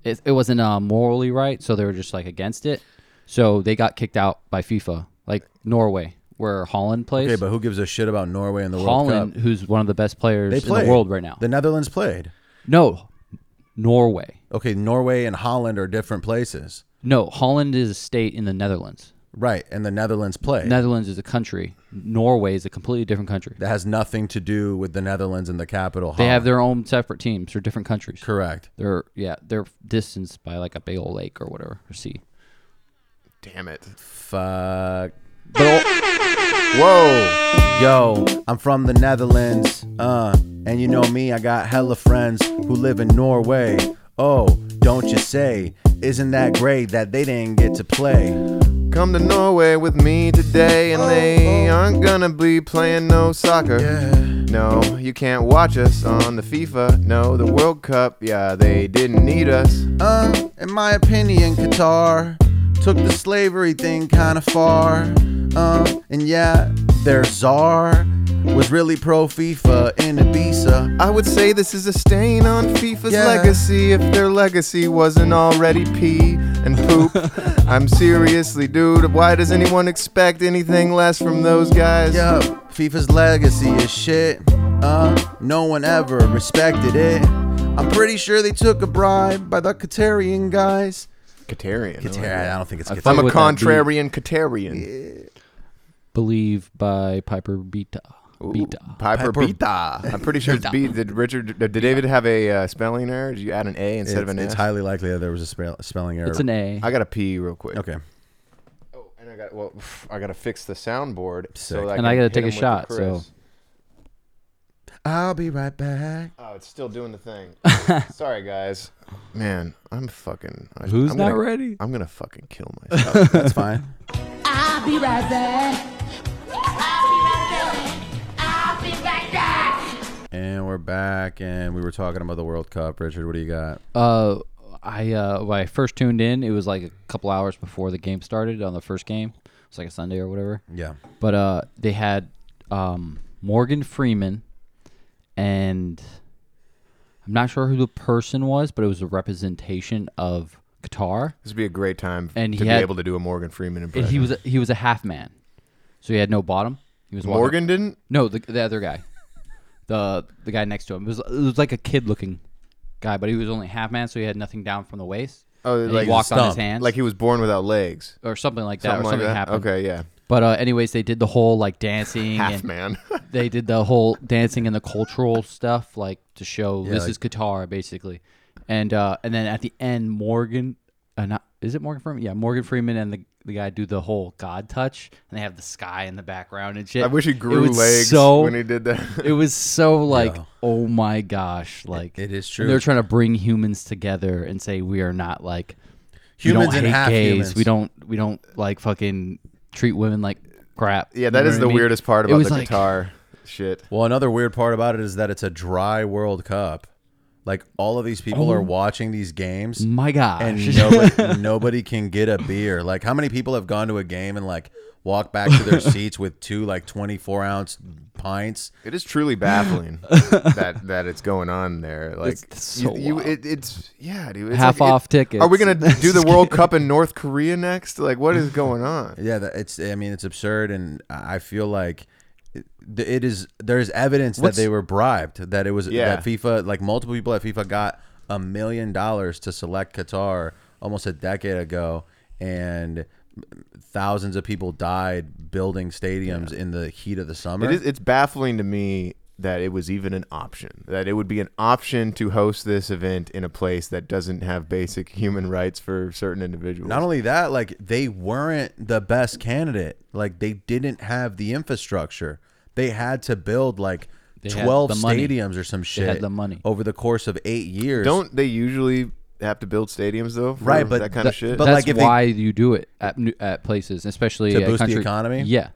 [SPEAKER 6] it, it wasn't uh, morally right, so they were just like against it. So they got kicked out by FIFA, like Norway, where Holland plays.
[SPEAKER 5] Okay, but who gives a shit about Norway and the World
[SPEAKER 6] Holland,
[SPEAKER 5] Cup?
[SPEAKER 6] who's one of the best players
[SPEAKER 5] They
[SPEAKER 6] in
[SPEAKER 5] played
[SPEAKER 6] the world right now.
[SPEAKER 5] The Netherlands played.
[SPEAKER 6] no, Norway.
[SPEAKER 5] Okay, Norway and Holland are different places,
[SPEAKER 6] No, Holland is a state in the Netherlands.
[SPEAKER 5] right? And the Netherlands played.
[SPEAKER 6] Netherlands is a country. Norway is a completely different country.
[SPEAKER 5] that has nothing to do with the Netherlands and the capital.
[SPEAKER 6] They have
[SPEAKER 5] Holland.
[SPEAKER 6] their own separate teams. They're different countries.
[SPEAKER 5] correct.
[SPEAKER 6] They're yeah, they're distanced by like a big old lake or whatever or sea.
[SPEAKER 1] Damn it!
[SPEAKER 5] Fuck.
[SPEAKER 1] Whoa!
[SPEAKER 5] Yo, I'm from the Netherlands, uh, and you know me, I got hella friends who live in Norway. Oh, don't you say, isn't that great that they didn't get to play?
[SPEAKER 1] Come to Norway with me today, and they aren't gonna be playing no soccer. No, you can't watch us on the FIFA. No, the World Cup. Yeah, they didn't need us.
[SPEAKER 5] Uh, in my opinion, Qatar took the slavery thing kind of far. Uh, and yeah, their czar was really pro FIFA in Ibiza.
[SPEAKER 1] I would say this is a stain on FIFA's
[SPEAKER 5] Yeah.
[SPEAKER 1] legacy if their legacy wasn't already pee
[SPEAKER 5] [laughs]
[SPEAKER 1] and poop. I'm seriously, dude, why does anyone expect anything less from those guys?
[SPEAKER 5] Yeah, FIFA's legacy is shit. Uh, no one ever respected it. I'm pretty sure they took a bribe by the Qatarian guys.
[SPEAKER 1] Qatarian. I like
[SPEAKER 5] Qatar,
[SPEAKER 1] that.
[SPEAKER 5] I don't think it's
[SPEAKER 6] I
[SPEAKER 5] Qatar.
[SPEAKER 1] I'm a
[SPEAKER 6] Would that be-
[SPEAKER 1] contrarian Qatarian.
[SPEAKER 6] Believe by Piper Beta. Beta.
[SPEAKER 1] Piper,
[SPEAKER 5] Piper-
[SPEAKER 1] Bita. I'm pretty sure it's B. Did Richard? Did David have a uh, spelling error? Did you add an A
[SPEAKER 5] It's,
[SPEAKER 1] instead of an
[SPEAKER 5] it's
[SPEAKER 1] S?
[SPEAKER 5] highly likely that there was a spell, spelling error.
[SPEAKER 6] It's an A.
[SPEAKER 1] I got to pee real quick.
[SPEAKER 5] okay.
[SPEAKER 1] Oh, and I got well, pff, I got to fix the soundboard.
[SPEAKER 5] Sick.
[SPEAKER 1] So I
[SPEAKER 6] And I
[SPEAKER 1] got to
[SPEAKER 6] gotta take a shot, so-
[SPEAKER 5] I'll be right back.
[SPEAKER 1] Oh, it's still doing the
[SPEAKER 6] [laughs]
[SPEAKER 1] thing. Sorry, guys. Man, I'm fucking. I,
[SPEAKER 6] Who's
[SPEAKER 1] I'm
[SPEAKER 6] not
[SPEAKER 1] gonna,
[SPEAKER 6] ready?
[SPEAKER 1] I'm gonna fucking kill
[SPEAKER 6] [laughs]
[SPEAKER 1] myself.
[SPEAKER 5] That's fine. [laughs]
[SPEAKER 8] I'll be right back. I'll be right back.
[SPEAKER 5] And we're back, and we were talking about the World Cup. Richard, what do you got?
[SPEAKER 6] Uh, I uh, when I first tuned in, it was like a couple hours before the game started on the first game. It was like a Sunday or whatever.
[SPEAKER 5] Yeah.
[SPEAKER 6] But uh, they had um, Morgan Freeman, and I'm not sure who the person was, but it was a representation of Qatar,
[SPEAKER 1] This would be a great time
[SPEAKER 6] And
[SPEAKER 1] to
[SPEAKER 6] he
[SPEAKER 1] be
[SPEAKER 6] had-
[SPEAKER 1] able to do a Morgan Freeman
[SPEAKER 6] and
[SPEAKER 1] impression.
[SPEAKER 6] he was a, he was a half man, so he had no bottom. He was walking-
[SPEAKER 1] Morgan didn't.
[SPEAKER 6] No, the, the other guy, the the guy next to him. It was it was like a kid looking guy, but he was only half man, so he had nothing down from the waist.
[SPEAKER 1] Oh,
[SPEAKER 6] And
[SPEAKER 1] like
[SPEAKER 6] he walked on his
[SPEAKER 5] stump.
[SPEAKER 6] hands,
[SPEAKER 1] Like he was born without legs.
[SPEAKER 6] or something like that,
[SPEAKER 1] Something
[SPEAKER 6] or
[SPEAKER 1] like
[SPEAKER 6] something
[SPEAKER 1] that.
[SPEAKER 6] happened.
[SPEAKER 1] Okay, yeah.
[SPEAKER 6] But uh, anyways, they did the whole like dancing.
[SPEAKER 1] Half
[SPEAKER 6] and
[SPEAKER 1] man. [laughs]
[SPEAKER 6] They did the whole dancing and the cultural stuff, like to show this
[SPEAKER 5] like-
[SPEAKER 6] is Qatar basically, and uh, and then at the end, Morgan, uh, not, is it Morgan Freeman? Yeah, Morgan Freeman and the the guy do the whole God touch, and they have the sky in the background and shit.
[SPEAKER 1] I wish he
[SPEAKER 6] It
[SPEAKER 1] grew
[SPEAKER 6] was
[SPEAKER 1] legs
[SPEAKER 6] so-
[SPEAKER 1] when he did that.
[SPEAKER 6] it
[SPEAKER 5] [laughs]
[SPEAKER 6] was so like,
[SPEAKER 5] Yo.
[SPEAKER 6] oh my gosh, like
[SPEAKER 5] it is
[SPEAKER 6] and
[SPEAKER 5] true.
[SPEAKER 6] They're trying to bring humans together and say we are not like
[SPEAKER 5] Humans
[SPEAKER 6] we don't
[SPEAKER 5] and
[SPEAKER 6] hate
[SPEAKER 5] half
[SPEAKER 6] gays.
[SPEAKER 5] humans.
[SPEAKER 6] We don't we don't like fucking treat women like crap.
[SPEAKER 1] [laughs] yeah, that
[SPEAKER 6] You know
[SPEAKER 1] is
[SPEAKER 6] what
[SPEAKER 1] the
[SPEAKER 6] I mean?
[SPEAKER 1] weirdest part
[SPEAKER 6] it
[SPEAKER 1] about
[SPEAKER 6] was
[SPEAKER 1] the
[SPEAKER 6] like,
[SPEAKER 1] guitar shit.
[SPEAKER 5] Well, another weird part about it is that it's a dry World Cup. Like all of these people
[SPEAKER 6] Oh.
[SPEAKER 5] are watching these games,
[SPEAKER 6] My
[SPEAKER 1] Ah,
[SPEAKER 6] gosh,
[SPEAKER 5] and
[SPEAKER 1] [laughs]
[SPEAKER 5] nobody, nobody can get a beer. Like how many people have gone to a game and like walk back to
[SPEAKER 1] [laughs]
[SPEAKER 5] their seats with two like twenty four ounce pints?
[SPEAKER 1] It is truly
[SPEAKER 6] [laughs]
[SPEAKER 1] baffling that that it's going on there. Like
[SPEAKER 6] It's so
[SPEAKER 1] you, you
[SPEAKER 6] wild.
[SPEAKER 1] it, it's yeah, dude. It's
[SPEAKER 6] Half
[SPEAKER 1] like, it-
[SPEAKER 6] off tickets.
[SPEAKER 1] Are we
[SPEAKER 6] [laughs]
[SPEAKER 1] gonna do the World Cup in North Korea next? Like, what is going
[SPEAKER 6] [laughs]
[SPEAKER 1] on?
[SPEAKER 5] Yeah, that, it's. I mean, it's absurd, and I I feel like it- it is. There is evidence
[SPEAKER 1] What's-
[SPEAKER 5] that they were bribed. That it was
[SPEAKER 1] Yeah.
[SPEAKER 5] that FIFA, like multiple people at FIFA, got a million dollars to select Qatar almost a decade ago, and thousands of people died building stadiums in the heat of the summer.
[SPEAKER 1] It is, it's baffling to me that it was even an option. That it would be an option to host this event in a place that doesn't have basic human rights for certain individuals.
[SPEAKER 5] Not only that, like they weren't the best candidate. Like they didn't have the infrastructure. They had to build like
[SPEAKER 6] had
[SPEAKER 5] twelve
[SPEAKER 6] the money.
[SPEAKER 5] stadiums or some shit.
[SPEAKER 6] had the money.
[SPEAKER 5] over the course of eight years.
[SPEAKER 1] don't they usually have to build stadiums though? For
[SPEAKER 5] Right, but
[SPEAKER 1] that kind
[SPEAKER 5] the-
[SPEAKER 1] of shit.
[SPEAKER 5] but
[SPEAKER 6] that's
[SPEAKER 5] like, if they-
[SPEAKER 6] why you do it at new- at places, especially
[SPEAKER 5] To
[SPEAKER 6] a
[SPEAKER 5] boost the
[SPEAKER 6] country-
[SPEAKER 5] economy?
[SPEAKER 6] Yeah,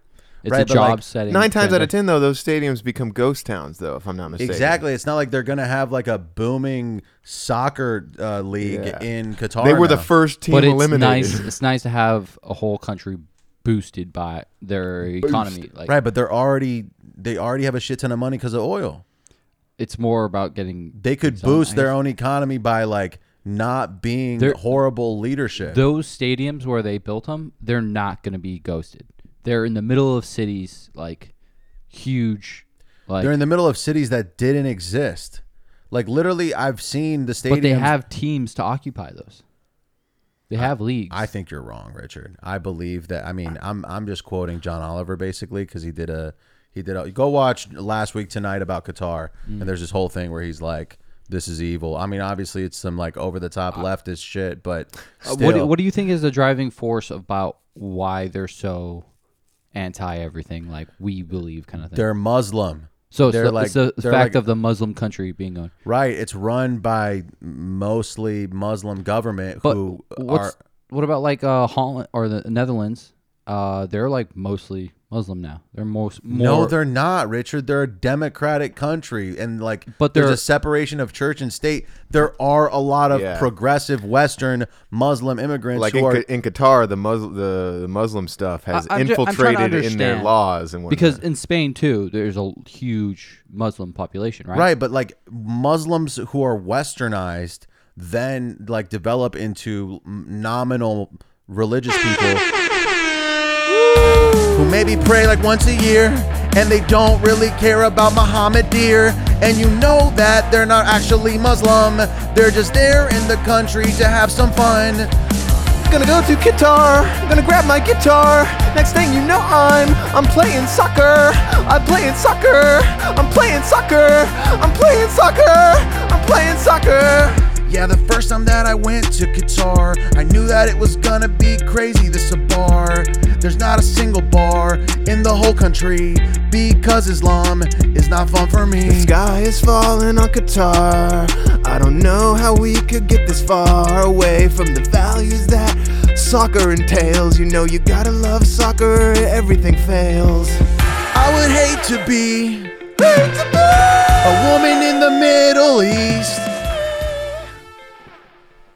[SPEAKER 6] it's
[SPEAKER 5] Right,
[SPEAKER 6] a
[SPEAKER 5] but, like,
[SPEAKER 6] job setting.
[SPEAKER 1] Nine times out of
[SPEAKER 6] agenda.
[SPEAKER 1] ten, though, those stadiums become ghost towns, though, if I'm not mistaken.
[SPEAKER 5] exactly. It's not like they're gonna have like a booming soccer uh, league
[SPEAKER 1] Yeah.
[SPEAKER 5] in Qatar.
[SPEAKER 1] They were the
[SPEAKER 5] now.
[SPEAKER 1] first team
[SPEAKER 6] But it's
[SPEAKER 1] eliminated. [laughs]
[SPEAKER 6] nice. It's nice to have a whole country boosted by their economy. Like
[SPEAKER 5] right, but they're already they already have a shit ton of money because of oil.
[SPEAKER 6] it's more about getting
[SPEAKER 5] They could
[SPEAKER 6] some-
[SPEAKER 5] boost
[SPEAKER 6] I
[SPEAKER 5] their
[SPEAKER 6] guess-
[SPEAKER 5] own economy by like not being
[SPEAKER 6] They're-
[SPEAKER 5] horrible leadership.
[SPEAKER 6] those stadiums where they built them, they're not going to be ghosted. They're in the middle of cities, like huge, like
[SPEAKER 5] They're in the middle of cities that didn't exist. Like literally, I've seen the stadiums.
[SPEAKER 6] but they have teams to occupy those. They have leagues.
[SPEAKER 5] I think you're wrong, Richard. I believe that. I mean, I'm I'm just quoting John Oliver basically because he did a he did a go watch last week tonight about Qatar and there's this whole thing where he's like, "This is evil." I mean, obviously it's some like over the top leftist shit, but
[SPEAKER 6] Uh,
[SPEAKER 5] still,
[SPEAKER 6] what do, what do you think is the driving force about why they're so anti everything, like we believe kind of thing?
[SPEAKER 5] they're Muslim.
[SPEAKER 6] so it's
[SPEAKER 5] they're
[SPEAKER 6] the, it's the
[SPEAKER 5] they're
[SPEAKER 6] fact
[SPEAKER 5] like-
[SPEAKER 6] of the Muslim country being on.
[SPEAKER 5] right. It's run by mostly Muslim government
[SPEAKER 6] But
[SPEAKER 5] who are
[SPEAKER 6] what's, what about like uh, Holland or the Netherlands? Uh, they're like mostly Muslim now. They're most more
[SPEAKER 5] No, they're not, Richard. They're a democratic country, and like,
[SPEAKER 6] But
[SPEAKER 5] there's
[SPEAKER 6] they're-
[SPEAKER 5] a separation of church and state. There are a lot of
[SPEAKER 1] Yeah.
[SPEAKER 5] progressive Western Muslim immigrants
[SPEAKER 1] like in,
[SPEAKER 5] who are.
[SPEAKER 1] Q- in Qatar, the Muslim the, the Muslim stuff has
[SPEAKER 6] I- I'm ju- I'm trying to
[SPEAKER 1] infiltrated in their
[SPEAKER 6] understand.
[SPEAKER 1] laws and whatnot.
[SPEAKER 6] because in Spain too, there's a huge Muslim population, right?
[SPEAKER 5] Right, but like Muslims who are westernized then like develop into m- nominal religious people who maybe pray like once a year and they don't really care about Muhammad dear and you know that they're not actually Muslim they're just there in the country to have some fun
[SPEAKER 1] gonna go to Qatar, gonna grab my guitar. Next thing you know, I'm I'm playing soccer. I'm playing soccer. I'm playing soccer. I'm playing soccer. I'm playing soccer.
[SPEAKER 5] yeah the first time that I went to Qatar I knew that it was gonna be crazy this a bar there's not a single bar in the whole country because Islam is not fun for me
[SPEAKER 1] Sky is falling on Qatar. I don't know how we could get this far away from the values that soccer entails. You know, you gotta love soccer, everything fails.
[SPEAKER 5] I would hate to be A woman in the Middle East.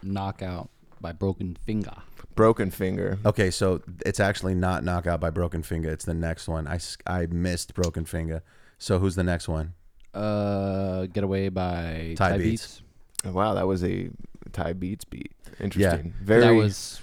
[SPEAKER 6] Knockout by Broken Finger.
[SPEAKER 1] Broken finger.
[SPEAKER 5] Okay, so it's actually not Knockout by Broken Finger. It's the next one. I, s- I missed Broken Finger. So who's the next one?
[SPEAKER 6] Uh, Getaway by
[SPEAKER 5] Ty
[SPEAKER 6] Ty,
[SPEAKER 5] Beats.
[SPEAKER 6] Beats.
[SPEAKER 1] Wow, that was a Thai beats beat.
[SPEAKER 5] Yeah.
[SPEAKER 1] Interesting. Very.
[SPEAKER 6] That was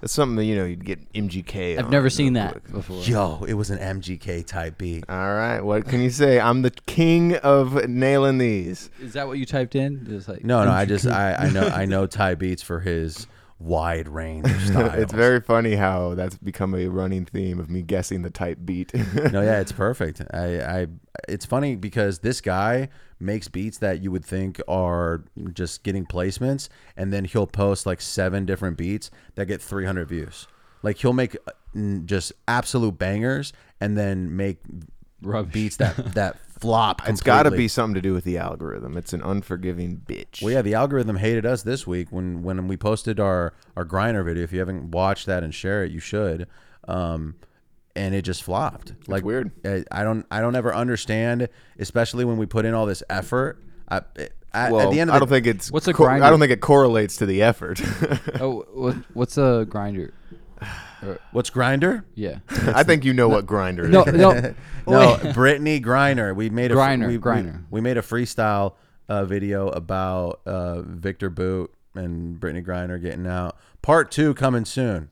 [SPEAKER 1] that's something that you know you'd get MGK.
[SPEAKER 6] I've
[SPEAKER 1] on
[SPEAKER 6] never
[SPEAKER 1] real
[SPEAKER 6] seen that
[SPEAKER 1] quick.
[SPEAKER 6] before.
[SPEAKER 5] Yo, it was an MGK type beat.
[SPEAKER 1] All right, what can you say? I'm the king of nailing these.
[SPEAKER 6] Is that what you typed in? It was like
[SPEAKER 5] No, no, I just I, I know
[SPEAKER 1] [laughs]
[SPEAKER 5] I know Ty Beats for his wide range of styles.
[SPEAKER 1] [laughs] It's very funny how that's become a running theme of me guessing the type beat. [laughs]
[SPEAKER 5] no, yeah, it's perfect. I, I, it's funny because this guy makes beats that you would think are just getting placements, and then he'll post like seven different beats that get 300 views. Like he'll make uh, n- just absolute bangers, and then make
[SPEAKER 6] Rubbish.
[SPEAKER 5] beats that
[SPEAKER 1] [laughs]
[SPEAKER 5] that flop. Completely.
[SPEAKER 1] it's got to be something to do with the algorithm. It's an unforgiving bitch.
[SPEAKER 5] Well, yeah, the algorithm hated us this week when when we posted our our grinder video. If you haven't watched that and share it, you should. Um, and it just flopped. like
[SPEAKER 1] weird.
[SPEAKER 5] I, I don't I don't ever understand, especially when we put in all this effort. I, it- at,
[SPEAKER 1] Well,
[SPEAKER 5] at the end of
[SPEAKER 1] I
[SPEAKER 5] the,
[SPEAKER 1] don't think it's
[SPEAKER 6] What's a
[SPEAKER 1] cor- I
[SPEAKER 6] grinder?
[SPEAKER 1] don't think it correlates to the effort. [laughs]
[SPEAKER 6] Oh, what, what's a grinder?
[SPEAKER 5] what's grinder?
[SPEAKER 1] [laughs]
[SPEAKER 6] Yeah.
[SPEAKER 1] I think you know what grinder is.
[SPEAKER 6] No, no.
[SPEAKER 1] Oh,
[SPEAKER 5] No, Brittany Griner. We made a
[SPEAKER 6] Griner,
[SPEAKER 5] We, we-
[SPEAKER 6] Griner.
[SPEAKER 5] We, made a freestyle uh, video about uh, Victor Boot and Brittany Griner getting out. Part two coming soon.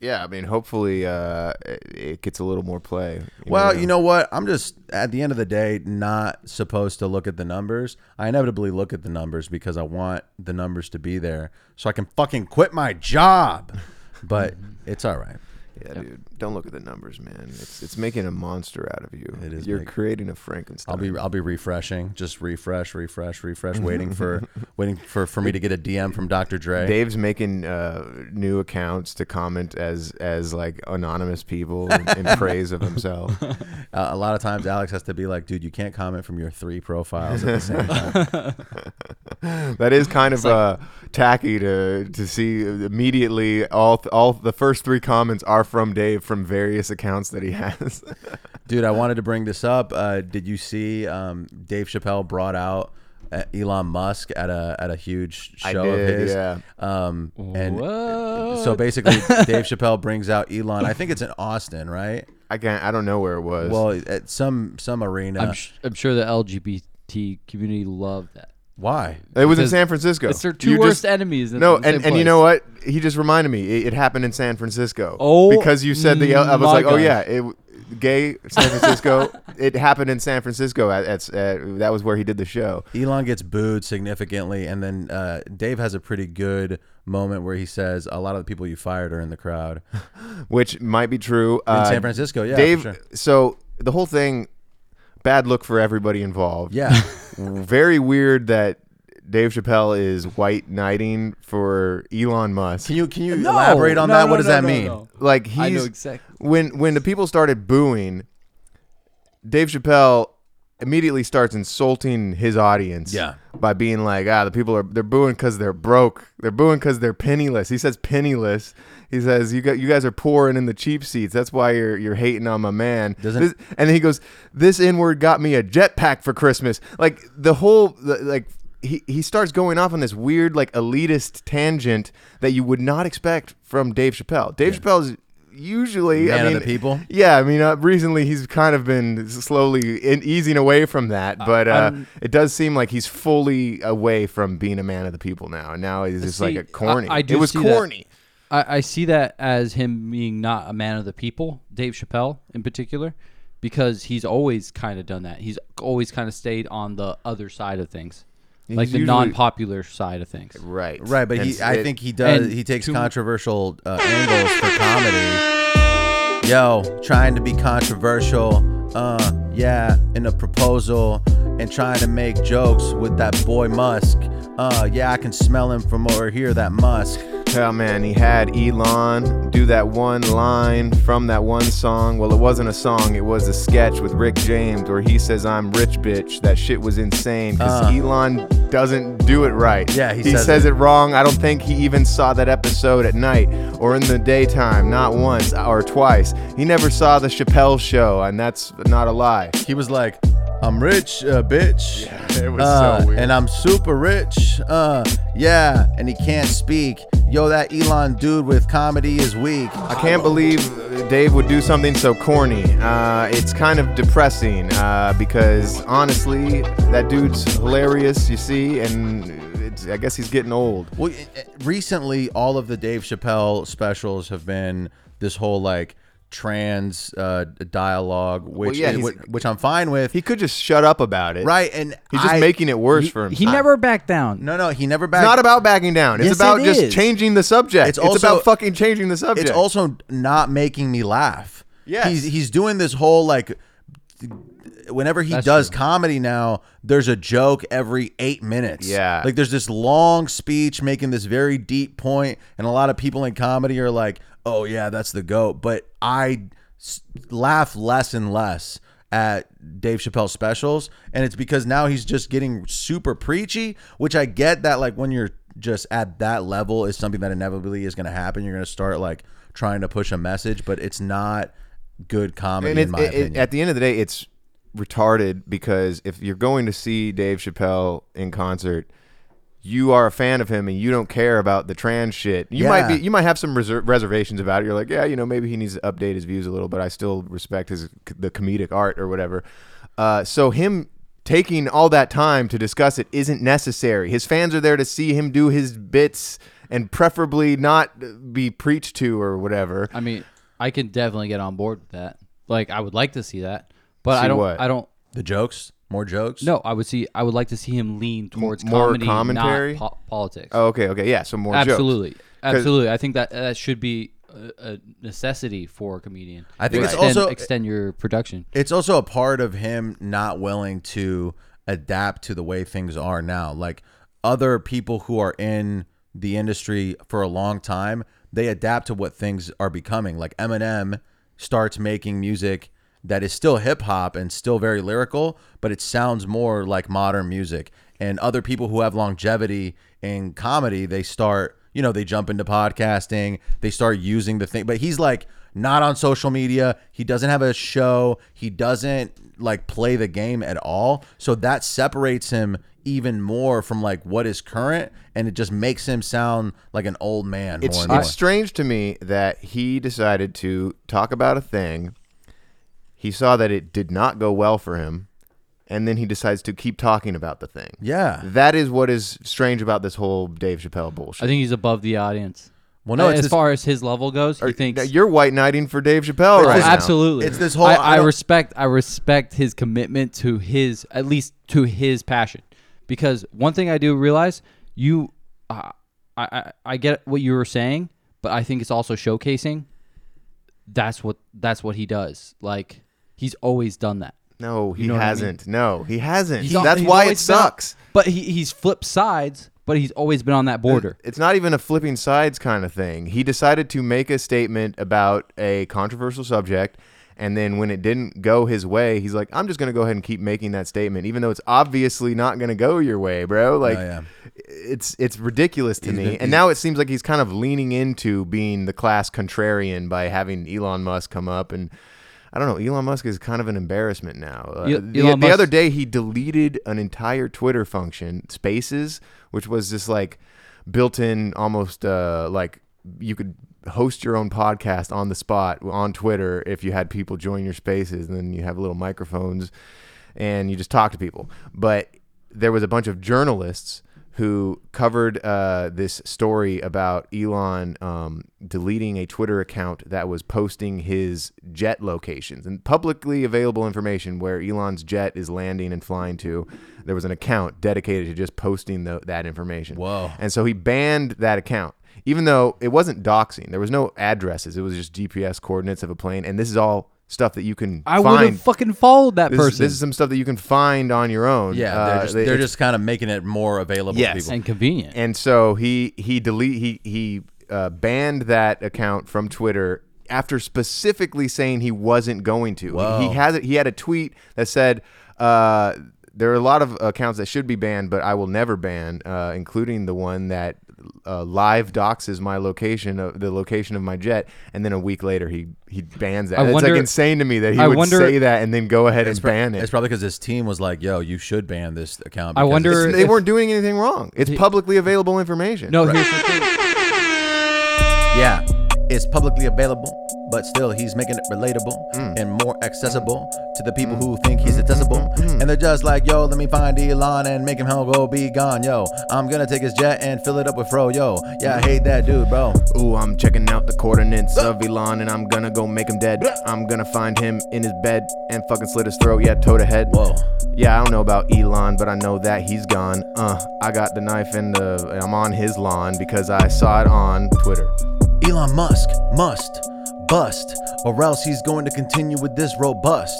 [SPEAKER 1] Yeah, I mean, hopefully uh, it, it gets a little more play.
[SPEAKER 5] Well, you know what? I'm just at the end of the day not supposed to look at the numbers. I inevitably look at the numbers because I want the numbers to be there so I can fucking quit my job. But it's all right.
[SPEAKER 1] yeah, dude, don't look at the numbers, man. It's it's making a monster out of you. It
[SPEAKER 5] is
[SPEAKER 1] You're
[SPEAKER 5] make-
[SPEAKER 1] creating a Frankenstein.
[SPEAKER 5] I'll be I'll be refreshing, just refresh, refresh, refresh, waiting for waiting for for me to get a DM from Dr. Dre.
[SPEAKER 1] Dave's making uh, new accounts to comment as as like anonymous people
[SPEAKER 5] [laughs]
[SPEAKER 1] in, in praise of himself.
[SPEAKER 5] Uh, a lot of times Alex has to be like, "Dude, you can't comment from your three profiles at the same time."
[SPEAKER 1] That is kind of uh, tacky to to see immediately. All th- all the first three comments are from Dave from various accounts that he has. [laughs]
[SPEAKER 5] Dude, I wanted to bring this up. Uh, did you see um, Dave Chappelle brought out uh, Elon Musk at a at a huge show
[SPEAKER 1] I
[SPEAKER 5] of
[SPEAKER 1] did,
[SPEAKER 5] his?
[SPEAKER 1] yeah.
[SPEAKER 5] Um, and
[SPEAKER 6] What?
[SPEAKER 5] so
[SPEAKER 1] [laughs]
[SPEAKER 5] basically, Dave Chappelle brings out Elon. I think it's in Austin, right?
[SPEAKER 1] I can't. I don't know where it was.
[SPEAKER 5] Well, at some some arena.
[SPEAKER 6] I'm, sh- I'm sure the LGBT community loved that.
[SPEAKER 5] Why?
[SPEAKER 1] it was in
[SPEAKER 6] because
[SPEAKER 1] San Francisco.
[SPEAKER 6] It's their 2
[SPEAKER 1] You
[SPEAKER 6] worst
[SPEAKER 1] just-
[SPEAKER 6] enemies. In
[SPEAKER 1] No,
[SPEAKER 6] the same
[SPEAKER 1] and, and you
[SPEAKER 6] place.
[SPEAKER 1] know what? He just reminded me. It, it happened in San Francisco.
[SPEAKER 6] Oh
[SPEAKER 1] because you said the. I was
[SPEAKER 6] my
[SPEAKER 1] like, oh
[SPEAKER 6] gosh.
[SPEAKER 1] yeah, it, gay San
[SPEAKER 6] [laughs]
[SPEAKER 1] Francisco. it happened in San Francisco. At, at, at that was where he did the show.
[SPEAKER 5] Elon gets booed significantly, and then uh, Dave has a pretty good moment where he says, "A lot of the people you fired are in the crowd."
[SPEAKER 1] which might be true. In
[SPEAKER 5] San Francisco, yeah, for
[SPEAKER 1] Uh, Dave.
[SPEAKER 5] sure.
[SPEAKER 1] So the whole thing, bad look for everybody involved. [laughs]
[SPEAKER 5] Yeah.
[SPEAKER 1] Very weird that Dave Chappelle is white knighting for Elon Musk.
[SPEAKER 5] Can you can you elaborate on
[SPEAKER 6] No,
[SPEAKER 5] that?
[SPEAKER 6] no,
[SPEAKER 5] what does
[SPEAKER 6] no,
[SPEAKER 5] that
[SPEAKER 6] no,
[SPEAKER 5] mean?
[SPEAKER 6] no.
[SPEAKER 1] like he's
[SPEAKER 6] I know exactly.
[SPEAKER 1] when when the people started booing, Dave Chappelle immediately starts insulting his audience.
[SPEAKER 5] Yeah.
[SPEAKER 1] By being like, ah, the people are they're booing because they're broke. They're booing because they're penniless. He says penniless. He says you got you guys are poor and in the cheap seats. That's why you're you're hating on my man.
[SPEAKER 5] Doesn't-
[SPEAKER 1] This- and then he goes, this N word got me a jetpack for Christmas. Like the whole the, like. He, he starts going off on this weird like elitist tangent that you would not expect from Dave Chappelle. Dave Chappelle is usually I
[SPEAKER 5] Man of
[SPEAKER 1] mean,
[SPEAKER 5] the people?
[SPEAKER 1] yeah, I mean, uh, recently he's kind of been slowly in, easing away from that, but uh, it does seem like he's fully away from being a man of the people now. And now he's just like
[SPEAKER 6] See,
[SPEAKER 1] a corny.
[SPEAKER 6] I- I do
[SPEAKER 1] it was
[SPEAKER 6] see that.
[SPEAKER 1] corny.
[SPEAKER 6] I, I see that as him being not a man of the people, Dave Chappelle in particular, because he's always kind of done that. He's always kind of stayed on the other side of things, like the
[SPEAKER 1] usually-
[SPEAKER 6] non-popular side of things.
[SPEAKER 1] Right.
[SPEAKER 5] Right, but
[SPEAKER 1] And
[SPEAKER 5] he, I
[SPEAKER 1] it-
[SPEAKER 5] think he does.
[SPEAKER 6] and
[SPEAKER 5] He takes
[SPEAKER 6] to-
[SPEAKER 5] controversial uh, angles for comedy. Yo, trying to be controversial. Uh, yeah, in a proposal and trying to make jokes with that boy Musk. Uh, yeah, I can smell him from over here. That Musk.
[SPEAKER 1] Oh man, he had Elon do that one line from that one song. Well, it wasn't a song, it was a sketch with Rick James where he says, I'm rich, bitch. That shit was insane because Elon doesn't do it right.
[SPEAKER 5] Uh. Yeah, he
[SPEAKER 1] he
[SPEAKER 5] says
[SPEAKER 1] says, it. wrong. I don't think he even saw that episode at night or in the daytime, not once or twice. He never saw the Chappelle show, and that's not a lie. [laughs]
[SPEAKER 5] He was like, I'm rich, uh, bitch.
[SPEAKER 1] it was so
[SPEAKER 5] Uh,
[SPEAKER 1] weird.
[SPEAKER 5] And I'm super rich. Uh, yeah, and he can't speak. Yo, that Elon dude with comedy is weak.
[SPEAKER 1] I can't believe Dave would do something so corny. Uh, it's kind of depressing uh, because honestly, that dude's hilarious, you see, and it's, I guess he's getting old.
[SPEAKER 5] Well, it- it- recently, all of the Dave Chappelle specials have been this whole like trans uh, dialogue, which
[SPEAKER 1] yeah, he's-
[SPEAKER 5] which, which I'm fine with.
[SPEAKER 1] He could just shut up about
[SPEAKER 5] [laughs]
[SPEAKER 1] it.
[SPEAKER 5] right, and
[SPEAKER 1] He's just
[SPEAKER 5] I-
[SPEAKER 1] making it worse
[SPEAKER 6] He,
[SPEAKER 1] for him. Uh,
[SPEAKER 6] he never backed down.
[SPEAKER 5] No, no, he never
[SPEAKER 1] It's
[SPEAKER 5] backed.
[SPEAKER 1] not about backing down. It's
[SPEAKER 6] Yes,
[SPEAKER 1] about
[SPEAKER 6] it
[SPEAKER 1] just
[SPEAKER 6] is.
[SPEAKER 1] changing the subject.
[SPEAKER 5] It's
[SPEAKER 1] It's,
[SPEAKER 5] also-
[SPEAKER 1] about fucking changing the subject.
[SPEAKER 5] It's also not making me laugh.
[SPEAKER 1] Yes.
[SPEAKER 5] He's he's doing this whole like whenever he does comedy now, there's a joke every 8 minutes.
[SPEAKER 1] Yeah.
[SPEAKER 5] Like there's this long speech making this very deep point and a lot of people in comedy are like, "Oh yeah, that's the goat." But I s- laugh less and less at Dave Chappelle specials and it's because now he's just getting super preachy, which I get that like when you're just at that level is something that inevitably is going to happen. You're going to start like trying to push a message, but it's not good comedy
[SPEAKER 1] and
[SPEAKER 5] in
[SPEAKER 1] it's,
[SPEAKER 5] my
[SPEAKER 1] it- it-
[SPEAKER 5] opinion.
[SPEAKER 1] at the end of the day, it's retarded because if you're going to see Dave Chappelle in concert, you are a fan of him and you don't care about the trans shit. You might
[SPEAKER 5] Yeah.
[SPEAKER 1] be, you might have some reser- reservations about it. You're like, yeah, you know, maybe he needs to update his views a little, but I still respect his the comedic art or whatever. Uh, so him taking all that time to discuss it isn't necessary. His fans are there to see him do his bits and preferably not be preached to or whatever.
[SPEAKER 6] I mean, I can definitely get on board with that. Like, I would like to see that, but
[SPEAKER 1] See
[SPEAKER 6] I don't.
[SPEAKER 1] what?
[SPEAKER 6] I don't.
[SPEAKER 5] the jokes, more jokes.
[SPEAKER 6] No, I would see. I would like to see him lean towards
[SPEAKER 1] more
[SPEAKER 6] comedy,
[SPEAKER 1] commentary?
[SPEAKER 6] not po- politics.
[SPEAKER 1] Oh, okay, okay, yeah. So more jokes.
[SPEAKER 6] absolutely, absolutely. I think that that should be a, a necessity for a comedian.
[SPEAKER 5] I think
[SPEAKER 6] To
[SPEAKER 5] it's
[SPEAKER 6] extend-
[SPEAKER 5] also-
[SPEAKER 6] extend your production.
[SPEAKER 5] it's also a part of him not willing to adapt to the way things are now. Like other people who are in the industry for a long time, they adapt to what things are becoming. Like Eminem starts making music that is still hip hop and still very lyrical, but it sounds more like modern music. And other people who have longevity in comedy, they start, you know, they jump into podcasting, they start using the thing. But he's like, not on social media. He doesn't have a show. He doesn't like play the game at all. So that separates him even more from like what is current and it just makes him sound like an old man
[SPEAKER 1] It's,
[SPEAKER 5] more and
[SPEAKER 1] it's strange to me that he decided to talk about a thing. He saw that it did not go well for him, and then he decides to keep talking about the thing.
[SPEAKER 5] more. Yeah.
[SPEAKER 1] That is what is strange about this whole Dave Chappelle bullshit.
[SPEAKER 6] I think he's above the audience.
[SPEAKER 5] Well, no,
[SPEAKER 6] Uh,
[SPEAKER 5] it's
[SPEAKER 6] as
[SPEAKER 5] this-
[SPEAKER 6] far as his level goes, he thinks
[SPEAKER 1] Now, you're white knighting for Dave Chappelle right
[SPEAKER 6] Oh,
[SPEAKER 1] now.
[SPEAKER 6] absolutely.
[SPEAKER 5] It's this whole-
[SPEAKER 6] I,
[SPEAKER 5] I
[SPEAKER 6] I,
[SPEAKER 5] don't-
[SPEAKER 6] respect. I respect his commitment to his, at least to his passion, because one thing I do realize, you, uh, I, I, I get what you were saying, but I think it's also showcasing. That's what that's what he does. Like he's always done that.
[SPEAKER 1] No, he
[SPEAKER 6] know what I mean?
[SPEAKER 1] hasn't. No, he hasn't.
[SPEAKER 6] He's-
[SPEAKER 1] That's
[SPEAKER 6] he's
[SPEAKER 1] why it
[SPEAKER 6] always been-
[SPEAKER 1] sucks. Uh,
[SPEAKER 6] but he, he's flipped sides. But he's always been on that border.
[SPEAKER 1] It's not even a flipping sides kind of thing. He decided to make a statement about a controversial subject, and then when it didn't go his way, he's like, "I'm just gonna go ahead and keep making that statement, even though it's obviously not gonna go your way, bro." Like,
[SPEAKER 5] yeah.
[SPEAKER 1] it's it's ridiculous to me.
[SPEAKER 5] been-
[SPEAKER 1] and now it seems like he's kind of leaning into being the class contrarian by having Elon Musk come up and. I don't know. Elon Musk is kind of an embarrassment now. Uh,
[SPEAKER 6] E-
[SPEAKER 1] the- the
[SPEAKER 6] Elon Musk-
[SPEAKER 1] other day he deleted an entire Twitter function, Spaces, which was just like built-in, almost uh, like you could host your own podcast on the spot on Twitter if you had people join your Spaces, and then you have little microphones and you just talk to people. But there was a bunch of journalists who covered uh, this story about Elon um, deleting a Twitter account that was posting his jet locations and publicly available information where Elon's jet is landing and flying to. There was an account dedicated to just posting tho- that information.
[SPEAKER 5] Whoa.
[SPEAKER 1] And so he banned that account. Even though it wasn't doxing, there was no addresses. It was just GPS coordinates of a plane, and this is all stuff that you can
[SPEAKER 6] I would
[SPEAKER 1] find
[SPEAKER 6] have fucking followed that
[SPEAKER 1] this, is-
[SPEAKER 6] person.
[SPEAKER 1] this is some stuff that you can find on your own.
[SPEAKER 5] Yeah,
[SPEAKER 1] Uh,
[SPEAKER 5] they're just,
[SPEAKER 1] they-
[SPEAKER 5] they're
[SPEAKER 1] it's-
[SPEAKER 5] just kind of making it more available
[SPEAKER 1] Yes.
[SPEAKER 5] to people.
[SPEAKER 6] and convenient.
[SPEAKER 1] And so he he delete he he uh, banned that account from Twitter after specifically saying he wasn't going to.
[SPEAKER 5] Whoa.
[SPEAKER 1] He has it. He had a tweet that said. Uh, there are a lot of accounts that should be banned, but I will never ban, uh, including the one that uh, live doxes my location of the location of my jet, and then a week later he he bans that.
[SPEAKER 6] I
[SPEAKER 1] it's
[SPEAKER 6] wonder-
[SPEAKER 1] like insane to me that he
[SPEAKER 6] I
[SPEAKER 1] would
[SPEAKER 6] wonder-
[SPEAKER 1] say that and then go ahead and
[SPEAKER 5] It's prob-
[SPEAKER 1] ban it.
[SPEAKER 5] It's probably because his team was like, "Yo, you should ban this account."
[SPEAKER 6] I
[SPEAKER 5] because
[SPEAKER 6] wonder
[SPEAKER 5] it's-
[SPEAKER 1] It's- they
[SPEAKER 6] if-
[SPEAKER 1] weren't doing anything wrong. It's publicly available information.
[SPEAKER 6] No, here's the thing.
[SPEAKER 5] Yeah, it's publicly available, but still he's making it relatable and more accessible to the people who think he's accessible. And they're just like, yo, let me find Elon and make him hell go be gone. Yo, I'm gonna take his jet and fill it up with fro. Yo, yeah, I hate that dude, bro.
[SPEAKER 1] Ooh, I'm checking out the coordinates of Elon and I'm gonna go make him dead. I'm gonna find him in his bed and fucking slit his throat. Yeah, toe to head.
[SPEAKER 5] Whoa.
[SPEAKER 1] Yeah, I don't know about Elon, but I know that he's gone. Uh, I got the knife and the I'm on his lawn because I saw it on Twitter.
[SPEAKER 5] Elon Musk must bust, or else he's going to continue with this robust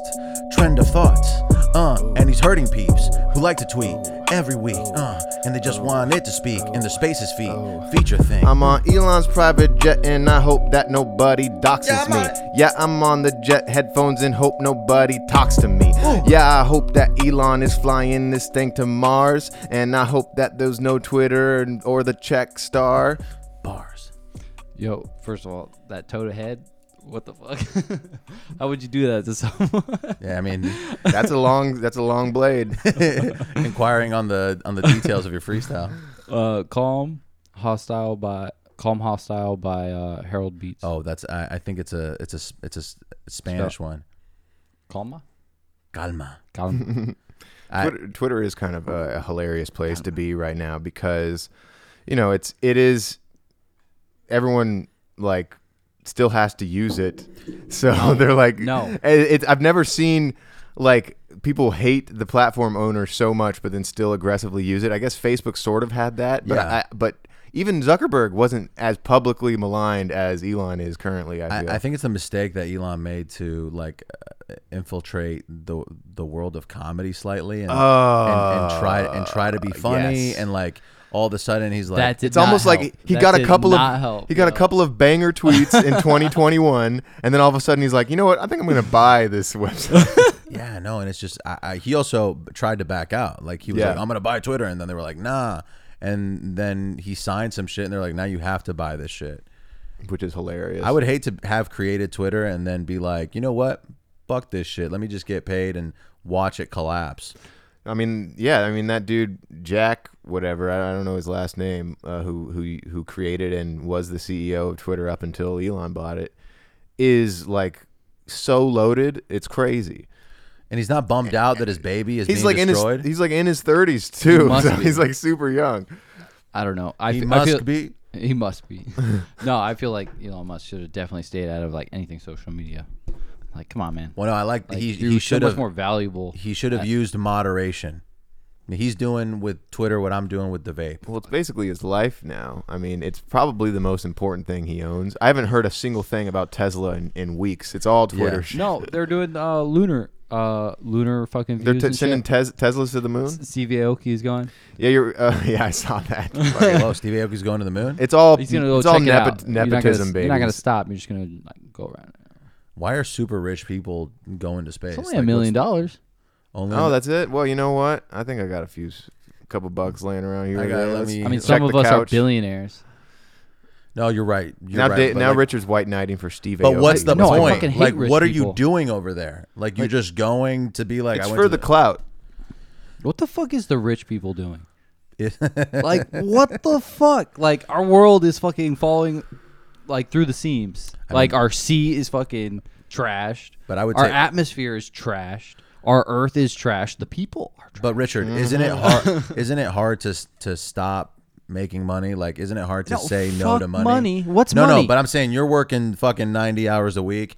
[SPEAKER 5] trend of thoughts. Uh, and he's hurting peeps who like to tweet every week. Uh, and they just want it to speak in the spaces feed feature thing.
[SPEAKER 1] I'm on Elon's private jet and I hope that nobody doxes
[SPEAKER 5] Yeah, I'm
[SPEAKER 1] me.
[SPEAKER 5] on it.
[SPEAKER 1] Yeah, I'm on the jet headphones and hope nobody talks to me. Yeah, I hope that Elon is flying this thing to Mars and I hope that there's no Twitter and- or the check star.
[SPEAKER 5] bars.
[SPEAKER 6] Yo, first of all, that toe to head. What the fuck? [laughs] How would you do that
[SPEAKER 1] [laughs]
[SPEAKER 6] to someone?
[SPEAKER 5] Yeah, I mean,
[SPEAKER 1] That's a long [laughs] that's a long blade.
[SPEAKER 5] inquiring on the on the details of your freestyle.
[SPEAKER 6] uh, calm, hostile by calm hostile by uh, Harold Beats.
[SPEAKER 5] Oh, that's I, I think it's a it's a s- it's a s- Spanish one.
[SPEAKER 6] Calma.
[SPEAKER 5] Calma.
[SPEAKER 1] [laughs]
[SPEAKER 6] Calm.
[SPEAKER 5] I-
[SPEAKER 1] Twitter, Twitter is kind of a, a hilarious place to be right now because, you know, it's it is everyone like still has to use it, so [laughs] they're like
[SPEAKER 6] No.
[SPEAKER 1] It, it's- I've never seen like people hate the platform owner so much, but then still aggressively use it. I guess Facebook sort of had that, but
[SPEAKER 5] Yeah.
[SPEAKER 1] I, but even Zuckerberg wasn't as publicly maligned as Elon is currently. I feel.
[SPEAKER 5] I, I think it's a mistake that Elon made to like uh, infiltrate the the world of comedy slightly and, and, and try and try to be funny
[SPEAKER 1] Uh, yes.
[SPEAKER 5] and like all of a sudden he's like
[SPEAKER 6] That did
[SPEAKER 1] It's almost
[SPEAKER 6] not
[SPEAKER 1] like
[SPEAKER 6] help.
[SPEAKER 1] he
[SPEAKER 6] That
[SPEAKER 1] got a
[SPEAKER 6] did
[SPEAKER 1] couple
[SPEAKER 6] not
[SPEAKER 1] of
[SPEAKER 6] help,
[SPEAKER 1] he got a
[SPEAKER 6] yo.
[SPEAKER 1] couple of banger tweets
[SPEAKER 6] [laughs]
[SPEAKER 1] in 2021, and then all of a sudden he's like, you know what? I think I'm gonna buy
[SPEAKER 6] [laughs]
[SPEAKER 1] this website.
[SPEAKER 5] yeah no and it's just I, I, he also b- tried to back out like he was
[SPEAKER 1] Yeah.
[SPEAKER 5] like I'm gonna buy Twitter and then they were like nah and then he signed some shit and they're like now you have to buy this shit
[SPEAKER 1] Which is hilarious.
[SPEAKER 5] I would hate to have created Twitter and then be like you know what fuck this shit let me just get paid and watch it collapse
[SPEAKER 1] I mean, yeah. I mean, that dude Jack, whatever. I, I don't know his last name. Uh, who who who created and was the CEO of Twitter up until Elon bought it. Is like so loaded. It's crazy.
[SPEAKER 5] and he's not bummed out that his baby is being
[SPEAKER 1] He's like
[SPEAKER 5] destroyed.
[SPEAKER 1] in his he's like in his 30s too.
[SPEAKER 6] must
[SPEAKER 1] [laughs] so
[SPEAKER 6] be.
[SPEAKER 1] he's like super young.
[SPEAKER 6] I don't know. I
[SPEAKER 5] he
[SPEAKER 6] fe- I
[SPEAKER 5] must
[SPEAKER 6] feel-
[SPEAKER 5] be.
[SPEAKER 6] [laughs] He
[SPEAKER 1] [laughs]
[SPEAKER 6] must be. no, I feel like Elon Musk should have definitely stayed out of like anything social media. Like, come on, man.
[SPEAKER 5] Well, no, I like, he.
[SPEAKER 6] you're
[SPEAKER 5] He
[SPEAKER 6] so
[SPEAKER 5] should
[SPEAKER 6] much
[SPEAKER 5] have.
[SPEAKER 6] more valuable.
[SPEAKER 5] he should have used moderation. I mean, he's doing with Twitter what I'm doing with the
[SPEAKER 1] [laughs]
[SPEAKER 5] vape.
[SPEAKER 1] Well, it's basically his life now. I mean, it's probably the most important thing he owns. I haven't heard a single thing about Tesla in, in weeks. It's all Twitter
[SPEAKER 5] Yeah.
[SPEAKER 1] shit.
[SPEAKER 6] No, they're doing uh, lunar, uh, lunar fucking
[SPEAKER 1] They're
[SPEAKER 6] views
[SPEAKER 1] t-
[SPEAKER 6] and
[SPEAKER 1] sending
[SPEAKER 6] shit.
[SPEAKER 1] tes- Teslas to the moon.
[SPEAKER 6] Steve Aoki's gone.
[SPEAKER 1] Yeah, you're. Uh, [laughs] yeah, I saw
[SPEAKER 6] [laughs]
[SPEAKER 1] that. Fucking-
[SPEAKER 5] Whoa, Steve Aoki's going to the moon.
[SPEAKER 1] it's all.
[SPEAKER 6] He's gonna go
[SPEAKER 1] it's
[SPEAKER 6] check
[SPEAKER 1] all
[SPEAKER 6] it
[SPEAKER 1] nepo-
[SPEAKER 6] out. You're not gonna-
[SPEAKER 1] nepotism, baby.
[SPEAKER 6] You're not gonna stop. You're just gonna like go around.
[SPEAKER 5] Why are super rich people going to space?
[SPEAKER 6] It's only
[SPEAKER 5] Like,
[SPEAKER 6] a million
[SPEAKER 5] what's-
[SPEAKER 6] dollars.
[SPEAKER 5] Only
[SPEAKER 1] Oh, that's it. Well, you know what? I think I got a few, s- couple bucks laying around here.
[SPEAKER 5] I
[SPEAKER 1] or
[SPEAKER 5] gotta
[SPEAKER 1] there.
[SPEAKER 5] let
[SPEAKER 1] Let's
[SPEAKER 5] me-
[SPEAKER 6] I mean,
[SPEAKER 1] check
[SPEAKER 6] some of
[SPEAKER 1] the
[SPEAKER 6] us are
[SPEAKER 1] couch.
[SPEAKER 6] billionaires.
[SPEAKER 5] no. You're right. You're
[SPEAKER 1] Now,
[SPEAKER 5] right,
[SPEAKER 1] Da-
[SPEAKER 5] but,
[SPEAKER 1] now
[SPEAKER 5] like-
[SPEAKER 1] Richard's white knighting for Steve.
[SPEAKER 5] But
[SPEAKER 1] Aoki.
[SPEAKER 5] what's the
[SPEAKER 6] No, I
[SPEAKER 5] point?
[SPEAKER 6] fucking hate
[SPEAKER 5] like,
[SPEAKER 6] rich
[SPEAKER 5] what are
[SPEAKER 6] people.
[SPEAKER 5] you doing over there? Like, you're just going to be like,
[SPEAKER 1] It's
[SPEAKER 5] I went
[SPEAKER 1] for
[SPEAKER 5] to [laughs]
[SPEAKER 1] the clout.
[SPEAKER 6] What the fuck is the rich people [laughs] doing?
[SPEAKER 5] the
[SPEAKER 6] Like, what the fuck? Like, our world is fucking falling, like through the seams. like, our sea is fucking trashed.
[SPEAKER 5] But I would
[SPEAKER 6] our
[SPEAKER 5] say-
[SPEAKER 6] atmosphere is trashed. Our Earth is trashed. The people are. Trashed.
[SPEAKER 5] But Richard, isn't it
[SPEAKER 6] Mm-hmm.
[SPEAKER 5] hard? [laughs] Isn't it hard to s- to stop making money? Like, isn't it hard to
[SPEAKER 6] No,
[SPEAKER 5] say no
[SPEAKER 6] fuck
[SPEAKER 5] to money?
[SPEAKER 6] money. What's
[SPEAKER 5] no,
[SPEAKER 6] money?
[SPEAKER 5] no? But I'm saying you're working fucking ninety hours a week.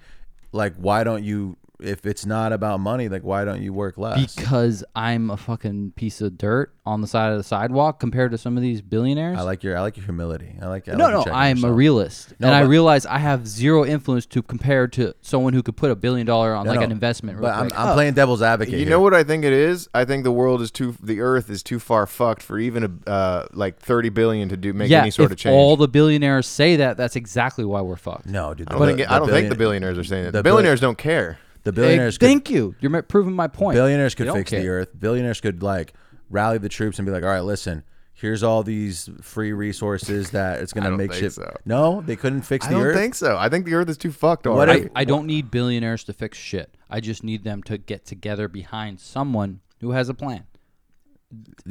[SPEAKER 5] Like, why don't you? If it's not about money, like, why don't you work less?
[SPEAKER 6] Because I'm a fucking piece of dirt on the side of the sidewalk compared to some of these billionaires.
[SPEAKER 5] I like your I like your humility. I like I
[SPEAKER 6] no,
[SPEAKER 5] like you
[SPEAKER 6] no,
[SPEAKER 5] checking
[SPEAKER 6] I'm a
[SPEAKER 5] yourself.
[SPEAKER 6] realist,
[SPEAKER 5] No,
[SPEAKER 6] and I
[SPEAKER 5] but-
[SPEAKER 6] realize I have zero influence to compare to someone who could put a billion dollar on
[SPEAKER 5] No,
[SPEAKER 6] like
[SPEAKER 5] no,
[SPEAKER 6] an investment. real
[SPEAKER 5] But I'm,
[SPEAKER 6] quick.
[SPEAKER 5] I'm playing devil's advocate.
[SPEAKER 1] You
[SPEAKER 5] here.
[SPEAKER 1] know what I think it is? I think the world is too, the Earth is too far fucked for even a uh, like thirty billion to do make
[SPEAKER 6] yeah,
[SPEAKER 1] any sort
[SPEAKER 6] if
[SPEAKER 1] of change.
[SPEAKER 6] all the billionaires say that, that's exactly why we're fucked.
[SPEAKER 5] No, dude.
[SPEAKER 1] I don't, think, I don't think the billionaires are saying that.
[SPEAKER 5] the
[SPEAKER 1] The
[SPEAKER 5] bill-
[SPEAKER 1] billionaires don't care.
[SPEAKER 5] The billionaires.
[SPEAKER 6] Hey,
[SPEAKER 5] could-
[SPEAKER 6] thank you. You're ma- proving my point.
[SPEAKER 5] Billionaires
[SPEAKER 6] They
[SPEAKER 5] could
[SPEAKER 6] don't
[SPEAKER 5] fix
[SPEAKER 6] care.
[SPEAKER 5] the earth. Billionaires could like rally the troops and be like, "All right, listen, here's all these free
[SPEAKER 6] [laughs]
[SPEAKER 5] resources that it's going
[SPEAKER 1] I
[SPEAKER 5] to
[SPEAKER 1] don't
[SPEAKER 5] make
[SPEAKER 1] think
[SPEAKER 5] shit.
[SPEAKER 1] so.
[SPEAKER 5] No, they couldn't fix
[SPEAKER 1] I
[SPEAKER 5] the
[SPEAKER 1] don't
[SPEAKER 5] earth.
[SPEAKER 1] think so. I think the Earth is too fucked
[SPEAKER 5] What
[SPEAKER 1] already.
[SPEAKER 5] if-
[SPEAKER 6] I don't need billionaires to fix shit. I just need them to get together behind someone who has a plan.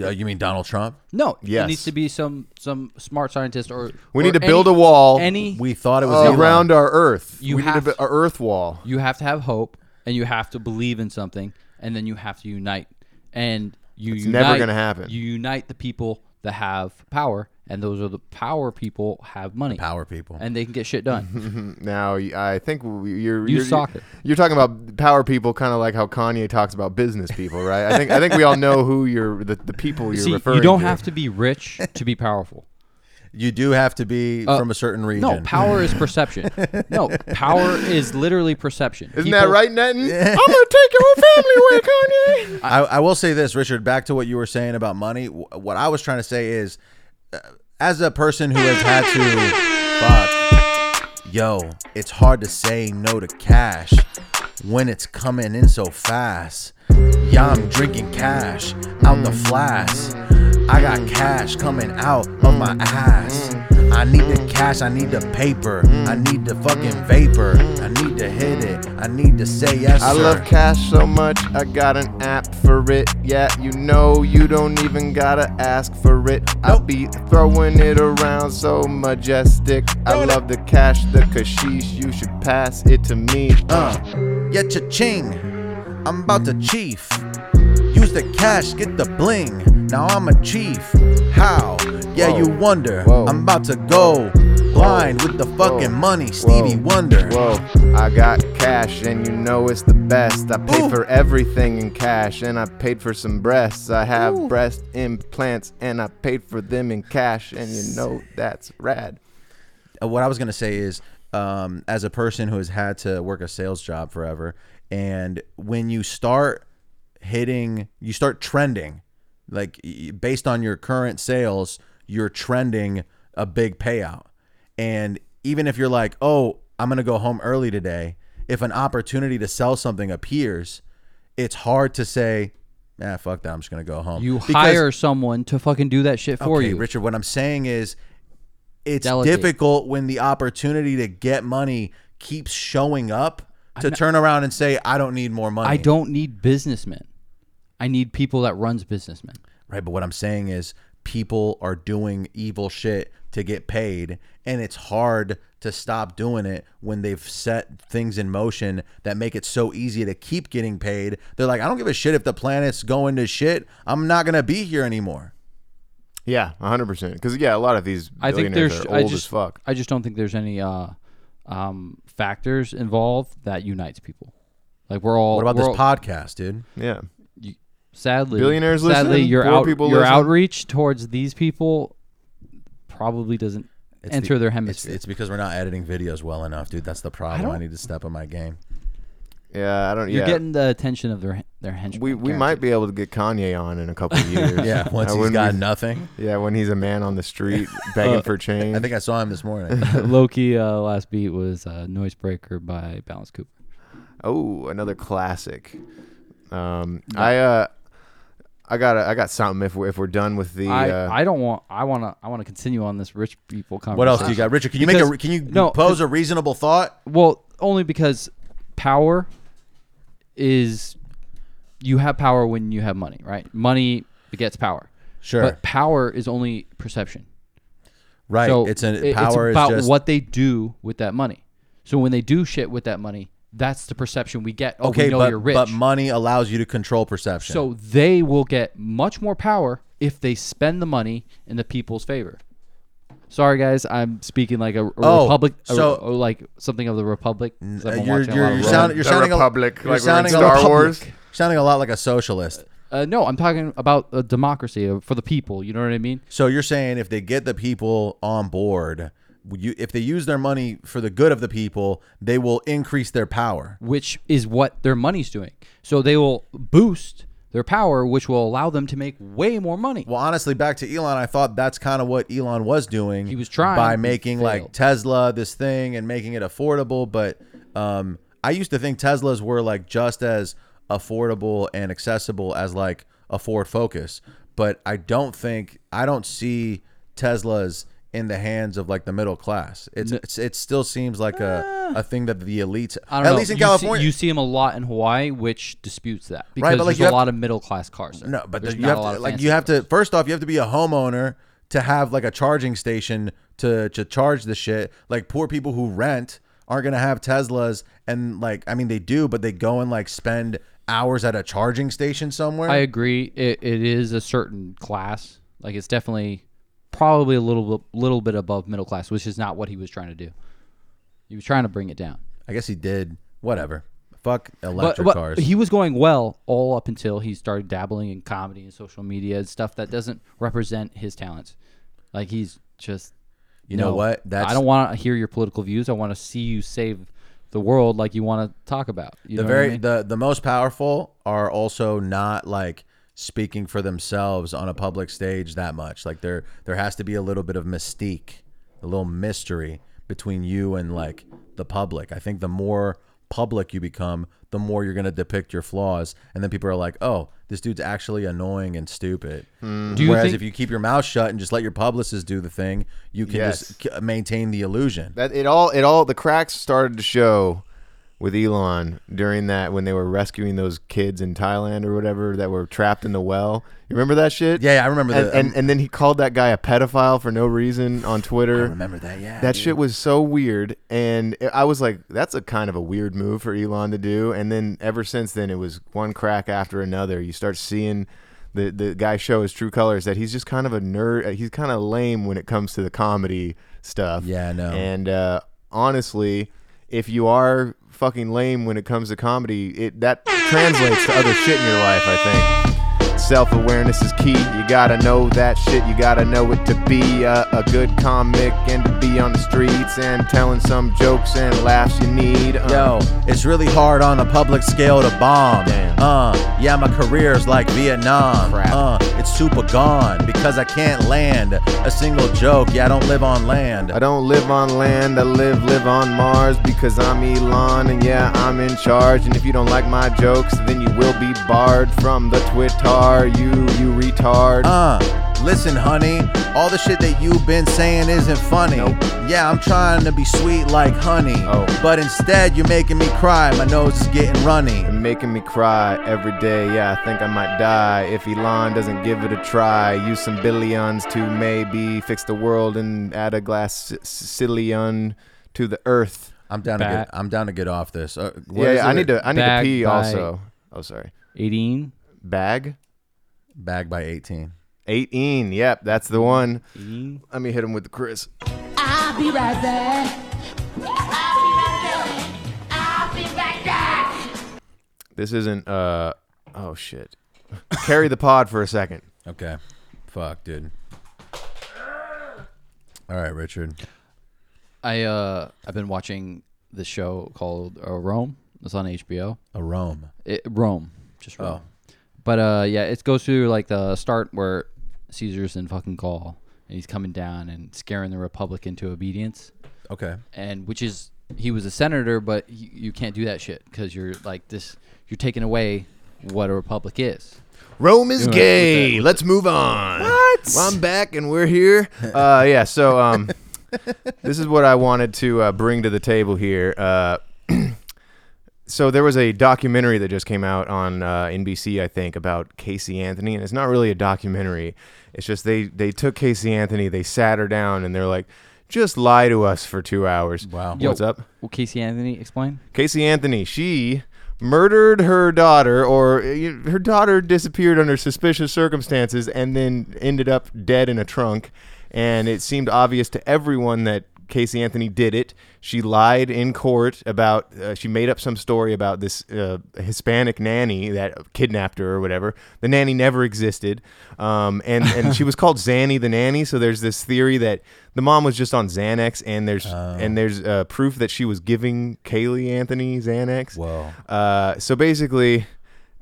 [SPEAKER 5] Uh, you mean Donald
[SPEAKER 6] [laughs]
[SPEAKER 5] Trump?
[SPEAKER 6] No,
[SPEAKER 1] Yes.
[SPEAKER 6] it needs to be some some smart scientist or
[SPEAKER 1] We
[SPEAKER 6] or
[SPEAKER 1] need to
[SPEAKER 6] any-
[SPEAKER 1] build a wall.
[SPEAKER 6] Any
[SPEAKER 5] We thought it was Elon.
[SPEAKER 1] Uh, around our Earth.
[SPEAKER 6] You
[SPEAKER 1] we
[SPEAKER 6] have
[SPEAKER 1] need a,
[SPEAKER 6] to-
[SPEAKER 1] a Earth wall.
[SPEAKER 6] you have to have hope and you have to believe in something and then you have to unite and you
[SPEAKER 1] It's
[SPEAKER 6] unite,
[SPEAKER 1] never gonna happen.
[SPEAKER 6] you unite the people that have power and those are the power people have money
[SPEAKER 5] Power people.
[SPEAKER 6] and they can get
[SPEAKER 1] [laughs]
[SPEAKER 6] shit done
[SPEAKER 1] Now y- I think we- you're
[SPEAKER 6] You
[SPEAKER 1] you're,
[SPEAKER 6] suck it.
[SPEAKER 1] you're talking about power people, kind of like how Kanye talks about business people, right? I think I think we all know who you're the, the people you're
[SPEAKER 6] see
[SPEAKER 1] referring.
[SPEAKER 6] you don't
[SPEAKER 1] to.
[SPEAKER 6] have to be rich to be
[SPEAKER 5] [laughs]
[SPEAKER 6] powerful
[SPEAKER 5] you do have to be
[SPEAKER 6] Uh,
[SPEAKER 5] from a certain region.
[SPEAKER 6] no power
[SPEAKER 5] [laughs]
[SPEAKER 6] is perception no power is literally perception
[SPEAKER 1] Isn't that
[SPEAKER 6] People-
[SPEAKER 1] right, Netton? I'm gonna take your whole family
[SPEAKER 6] [laughs]
[SPEAKER 1] away, Kanye.
[SPEAKER 5] I, I will say this, Richard. Back to what you were saying about money. wh- What I was trying to say is, uh, as a person who has had to, fuck, yo, it's hard to say no to cash when it's coming in so fast. Yeah, I'm drinking cash out the flask. I got cash coming out of my ass. I need the cash, I need the paper, I need the fucking vapor, I need to hit it, I need to say yes.
[SPEAKER 1] I
[SPEAKER 5] sir.
[SPEAKER 1] love cash so much, I got an app for it. Yeah, you know you don't even gotta ask for it. I be throwing it around so majestic. I love the cash, the cashish, you should pass it to me.
[SPEAKER 5] Uh, yeah, cha-ching. I'm about to chief. Use the cash, get the bling. Now I'm a chief. How? Yeah,
[SPEAKER 1] Whoa.
[SPEAKER 5] you wonder.
[SPEAKER 1] Whoa.
[SPEAKER 5] I'm about to go blind with the fucking
[SPEAKER 1] Whoa.
[SPEAKER 5] money. Stevie Wonder.
[SPEAKER 1] Whoa, I got cash and you know it's the best. I paid
[SPEAKER 5] Ooh.
[SPEAKER 1] for everything in cash and I paid for some breasts. I have breast implants and I paid for them in cash and you know that's rad.
[SPEAKER 5] Uh, What I was gonna say is, um, as a person who has had to work a sales job forever, and when you start hitting, you start trending, like y- based on your current sales, you're trending a big payout. And even if you're like, oh, I'm going to go home early today, if an opportunity to sell something appears, it's hard to say, ah, fuck that. I'm just going to go home.
[SPEAKER 6] you
[SPEAKER 5] Because-
[SPEAKER 6] hire someone to fucking do that shit for
[SPEAKER 5] okay,
[SPEAKER 6] you
[SPEAKER 5] Richard, what I'm saying is it's
[SPEAKER 6] Delegate.
[SPEAKER 5] difficult when the opportunity to get money keeps showing up to turn around and say, I don't need more money.
[SPEAKER 6] i don't need businessmen i need people that runs businessmen
[SPEAKER 5] Right. But what I'm saying is people are doing evil shit to get paid, and it's hard to stop doing it when they've set things in motion that make it so easy to keep getting paid. They're like, I don't give a shit if the planet's going to shit. I'm not going to be here anymore.
[SPEAKER 1] Yeah, 100%. Because, yeah, a lot of these
[SPEAKER 6] I think there's
[SPEAKER 1] billionaires are
[SPEAKER 6] I
[SPEAKER 1] old
[SPEAKER 6] just
[SPEAKER 1] as fuck.
[SPEAKER 6] I just don't think there's any uh, um, factors involved that unites people. Like we're all
[SPEAKER 5] What about
[SPEAKER 6] we're
[SPEAKER 5] this
[SPEAKER 6] all-
[SPEAKER 5] podcast, dude?
[SPEAKER 1] Yeah.
[SPEAKER 6] sadly
[SPEAKER 1] Billionaires
[SPEAKER 6] sadly
[SPEAKER 1] listen,
[SPEAKER 6] your
[SPEAKER 1] poor
[SPEAKER 6] out,
[SPEAKER 1] people
[SPEAKER 6] your
[SPEAKER 1] listen.
[SPEAKER 6] outreach towards these people probably doesn't
[SPEAKER 5] It's
[SPEAKER 6] enter
[SPEAKER 5] the-
[SPEAKER 6] their
[SPEAKER 5] it's-
[SPEAKER 6] hemisphere.
[SPEAKER 5] It's, because we're not editing videos well enough, dude. That's the problem. I,
[SPEAKER 6] don't-
[SPEAKER 5] need to step up my game.
[SPEAKER 1] Yeah, I don't.
[SPEAKER 6] You're
[SPEAKER 1] yeah.
[SPEAKER 6] getting the attention of their their henchmen.
[SPEAKER 1] we we
[SPEAKER 6] guaranteed. [laughs]
[SPEAKER 1] might be able to get Kanye on in a couple of years.
[SPEAKER 5] Yeah, [laughs] once
[SPEAKER 1] Uh,
[SPEAKER 5] he's
[SPEAKER 1] when
[SPEAKER 5] got
[SPEAKER 1] we-
[SPEAKER 5] nothing.
[SPEAKER 1] Yeah, when he's a man on the
[SPEAKER 6] [laughs]
[SPEAKER 1] street
[SPEAKER 6] Uh,
[SPEAKER 1] begging for change.
[SPEAKER 5] I think I saw him this morning.
[SPEAKER 1] [laughs]
[SPEAKER 6] Loki uh, last beat was uh, Noise Breaker by Balance Cooper.
[SPEAKER 1] Oh, another classic. Um, I uh, I got I got something. If we're, if we're done with the,
[SPEAKER 6] I,
[SPEAKER 1] uh,
[SPEAKER 6] I don't want I want to I want to continue on this rich people conversation.
[SPEAKER 5] What else do you got, Richard? Can you
[SPEAKER 6] Because-
[SPEAKER 5] make a? Can you
[SPEAKER 6] no,
[SPEAKER 5] pose a reasonable thought?
[SPEAKER 6] Well, only because power is you have power when you have money, right? Money begets power.
[SPEAKER 5] Sure.
[SPEAKER 6] But power is only perception.
[SPEAKER 5] Right.
[SPEAKER 6] So
[SPEAKER 5] it's an
[SPEAKER 6] it-
[SPEAKER 5] power
[SPEAKER 6] about
[SPEAKER 5] is just
[SPEAKER 6] what they do with that money. So when they do shit with that money, that's the perception we get. Oh,
[SPEAKER 5] okay,
[SPEAKER 6] we know
[SPEAKER 5] but
[SPEAKER 6] you're rich.
[SPEAKER 5] but money allows you to control perception.
[SPEAKER 6] so they will get much more power if they spend the money in the people's favor. Sorry, guys, I'm speaking like a, a
[SPEAKER 5] Oh,
[SPEAKER 6] republic, a-
[SPEAKER 5] so-
[SPEAKER 6] or like something of the republic. 'cause I've been
[SPEAKER 5] Uh, you're
[SPEAKER 6] watching a
[SPEAKER 5] you're,
[SPEAKER 6] lot of
[SPEAKER 5] you're,
[SPEAKER 6] Rome.
[SPEAKER 5] sound, you're
[SPEAKER 1] The
[SPEAKER 5] sounding
[SPEAKER 1] Republic,
[SPEAKER 5] a, you're
[SPEAKER 1] like we're in
[SPEAKER 5] sounding a
[SPEAKER 1] Star
[SPEAKER 5] lot-
[SPEAKER 1] Wars.
[SPEAKER 5] Sounding a lot like a socialist.
[SPEAKER 6] Uh, no, I'm talking about a democracy uh, for the people. You know what I mean?
[SPEAKER 5] So you're saying if they get the people on board, would you, if they use their money for the good of the people, they will increase their power.
[SPEAKER 6] Which is what their money's doing. So they will boost their power, which will allow them to make way more money.
[SPEAKER 5] Well, honestly, back to Elon, I thought that's kind of what Elon was doing. He
[SPEAKER 6] was trying,
[SPEAKER 5] by
[SPEAKER 6] he
[SPEAKER 5] making like
[SPEAKER 6] failed.
[SPEAKER 5] Tesla this thing and making it affordable. But um, I used to think Teslas were like just as affordable and accessible as like a Ford Focus. but I don't think I don't see Teslas in the hands of like the middle class. It's, it's it still seems like a, a thing that the elites
[SPEAKER 6] Eh. I don't
[SPEAKER 5] at
[SPEAKER 6] know.
[SPEAKER 5] least in
[SPEAKER 6] you
[SPEAKER 5] California
[SPEAKER 6] see, you see them a lot in Hawaii, which disputes that because
[SPEAKER 5] but, like,
[SPEAKER 6] there's
[SPEAKER 5] you
[SPEAKER 6] a
[SPEAKER 5] have-
[SPEAKER 6] lot of middle class cars. There.
[SPEAKER 5] No, but
[SPEAKER 6] there's
[SPEAKER 5] there- you have
[SPEAKER 6] a lot
[SPEAKER 5] to,
[SPEAKER 6] of
[SPEAKER 5] like
[SPEAKER 6] fancy
[SPEAKER 5] you have to
[SPEAKER 6] cars.
[SPEAKER 5] first off you have to be a homeowner to have like a charging station to to charge the shit. Like poor people who rent aren't gonna have Teslas, and like I mean they do, but they go and like spend hours at a charging station somewhere.
[SPEAKER 6] I agree. It, it is a certain class. Like it's definitely probably a little bit- little bit above middle class, which is not what he was trying to do. He was trying to bring it down.
[SPEAKER 5] I guess he did. Whatever. Fuck
[SPEAKER 6] But,
[SPEAKER 5] electric
[SPEAKER 6] but
[SPEAKER 5] cars.
[SPEAKER 6] he was going well all up until he started dabbling in comedy and social media and stuff that doesn't represent his talents. Like he's just
[SPEAKER 5] you know
[SPEAKER 6] no.
[SPEAKER 5] what? That's
[SPEAKER 6] I don't want to hear your political views. I want to see you save the world like you want to talk about. You
[SPEAKER 5] the
[SPEAKER 6] know what I
[SPEAKER 5] very
[SPEAKER 6] mean?
[SPEAKER 5] the the most powerful are also not like speaking for themselves on a public stage that much like there there has to be a little bit of mystique a little mystery between you and like the public i think the more public you become the more you're going to depict your flaws and then people are like oh this dude's actually annoying and stupid
[SPEAKER 6] Do you
[SPEAKER 5] whereas
[SPEAKER 6] think-
[SPEAKER 5] if you keep your mouth shut and just let your publicist do the thing you can just k- maintain the illusion
[SPEAKER 1] That it all it all the cracks started to show with Elon during that when they were rescuing those kids in Thailand or whatever that were trapped in the well. You remember that shit?
[SPEAKER 5] Yeah, yeah, I remember
[SPEAKER 1] and,
[SPEAKER 5] the- um,
[SPEAKER 1] And and then he called that guy a pedophile for no reason on Twitter.
[SPEAKER 5] I remember that yeah
[SPEAKER 1] That
[SPEAKER 5] dude.
[SPEAKER 1] shit was so weird, and I- I was like, "That's a kind of a weird move for Elon to do." And then ever since then, it was one crack after another. You start seeing the the guy show his true colors. That he's just kind of a nerd. uh, He's kind of lame when it comes to the comedy stuff.
[SPEAKER 5] Yeah, I know.
[SPEAKER 1] And uh, honestly, if you are fucking lame when it comes to comedy, it that translates to other shit in your life. I think. Self awareness is key. You gotta know that shit. You gotta know it to be a, a good comic and to be on the streets and telling some jokes and laughs you need. Uh,
[SPEAKER 5] Yo, it's really hard on a public scale to bomb.
[SPEAKER 1] Damn.
[SPEAKER 5] Uh, yeah, my career's like Vietnam.
[SPEAKER 1] Crap.
[SPEAKER 5] Uh, it's super gone because I can't land a single joke. Yeah, I don't live on land.
[SPEAKER 1] I don't live on land, I live, live on Mars because I'm Elon and yeah, I'm in charge. And if you don't like my jokes, then you will be barred from the Twitter. You, you retard.
[SPEAKER 5] Uh, listen, honey, all the shit that you've been saying isn't funny.
[SPEAKER 1] Nope.
[SPEAKER 5] Yeah, I'm trying to be sweet like honey,
[SPEAKER 1] Oh.
[SPEAKER 5] but instead you're making me cry. My nose is getting runny.
[SPEAKER 1] You're making me cry every day. Yeah, I think I might die if Elon doesn't give it a try. Use some billions to maybe fix the world and add a glass s- cillion to the earth.
[SPEAKER 5] I'm down to
[SPEAKER 6] Back.
[SPEAKER 5] get. I'm down to get off this. Uh, what
[SPEAKER 1] Yeah,
[SPEAKER 5] is
[SPEAKER 1] yeah, I
[SPEAKER 5] it?
[SPEAKER 1] need to. I need to
[SPEAKER 6] Bag
[SPEAKER 1] pee
[SPEAKER 6] by-
[SPEAKER 1] also. Oh, sorry.
[SPEAKER 6] 18.
[SPEAKER 1] Bag.
[SPEAKER 5] bag by 18.
[SPEAKER 1] 18. Yep, that's the one. Let me hit him with the Chris.
[SPEAKER 8] I'll be right back. I'll be right back. I'll be right back.
[SPEAKER 1] This isn't. Uh. Oh shit. [laughs] Carry the pod for a second.
[SPEAKER 5] Okay. Fuck, dude. All right, Richard.
[SPEAKER 6] I uh I've been watching this show called uh, Rome. It's on HBO.
[SPEAKER 5] A Rome.
[SPEAKER 6] It, Rome, just
[SPEAKER 1] Oh.
[SPEAKER 6] Rome. But uh yeah, it goes through like the start where Caesar's in fucking Gaul and he's coming down and scaring the Republic into obedience,
[SPEAKER 5] Okay.
[SPEAKER 6] and which is he was a senator, but you, you can't do that shit because you're like this. You're taking away what a republic is.
[SPEAKER 1] Rome is
[SPEAKER 6] with
[SPEAKER 1] gay.
[SPEAKER 6] that- with
[SPEAKER 1] Let's move on. What? Well, I'm back and we're here. Uh, yeah. So um, this is what I wanted to uh, bring to the table here. Uh, [clears throat] so there was a documentary that just came out on uh, NBC, I think, about Casey Anthony, and it's not really a documentary. It's just they they took Casey Anthony, they sat her down, and they're like, just lie to us for two hours.
[SPEAKER 5] Wow.
[SPEAKER 6] Yo,
[SPEAKER 1] What's up?
[SPEAKER 6] Well, Casey Anthony, explain.
[SPEAKER 1] Casey Anthony, she murdered her daughter, or uh, you- her daughter disappeared under suspicious circumstances and then ended up dead in a trunk. And it seemed obvious to everyone that Casey Anthony did it. She lied in court about, uh, she made up some story about this uh, Hispanic nanny that kidnapped her or whatever. The nanny never existed. Um, and, and she was called Zanny the nanny. So there's this theory that the mom was just on Xanax and there's, and there's uh, proof that she was giving Kaylee Anthony Xanax.
[SPEAKER 5] Whoa.
[SPEAKER 1] Uh, so basically,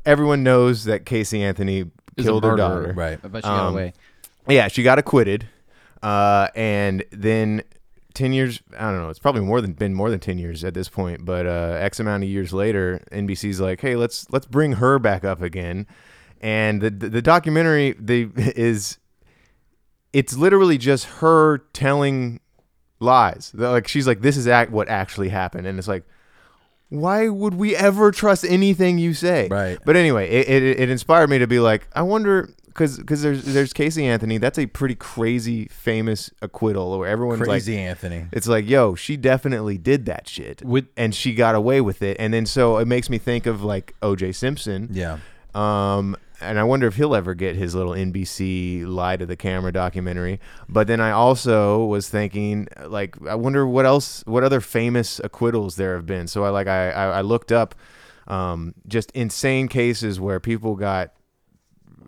[SPEAKER 1] everyone knows that Casey Anthony
[SPEAKER 6] Is a
[SPEAKER 1] killed her
[SPEAKER 6] murderer.
[SPEAKER 1] daughter.
[SPEAKER 5] Right.
[SPEAKER 6] I bet you got
[SPEAKER 1] Um,
[SPEAKER 6] away.
[SPEAKER 1] Yeah, she got acquitted, uh, and then ten years. I don't know. It's probably more than been more than ten years at this point. But uh, X amount of years later, NBC's like, hey, let's let's bring her back up again. and the the, the documentary the [laughs] is it's literally just her telling lies. They're like she's like, this is act what actually happened, and it's like, why would we ever trust anything you say?
[SPEAKER 5] Right.
[SPEAKER 1] But anyway, it, it, it inspired me to be like, I wonder. Because there's there's Casey Anthony, that's a pretty crazy famous acquittal where everyone's
[SPEAKER 9] Crazy
[SPEAKER 1] like,
[SPEAKER 9] Anthony.
[SPEAKER 1] it's like, yo, she definitely did that shit,
[SPEAKER 6] Would-
[SPEAKER 1] and she got away with it. And then so it makes me think of like O.J. Simpson, [laughs]
[SPEAKER 5] Yeah.
[SPEAKER 1] um, and I wonder if he'll ever get his little NBC lie to the camera documentary. But then I also was thinking, like, I wonder what else, what other famous acquittals there have been. So I like, I, I, I looked up um, just insane cases where people got,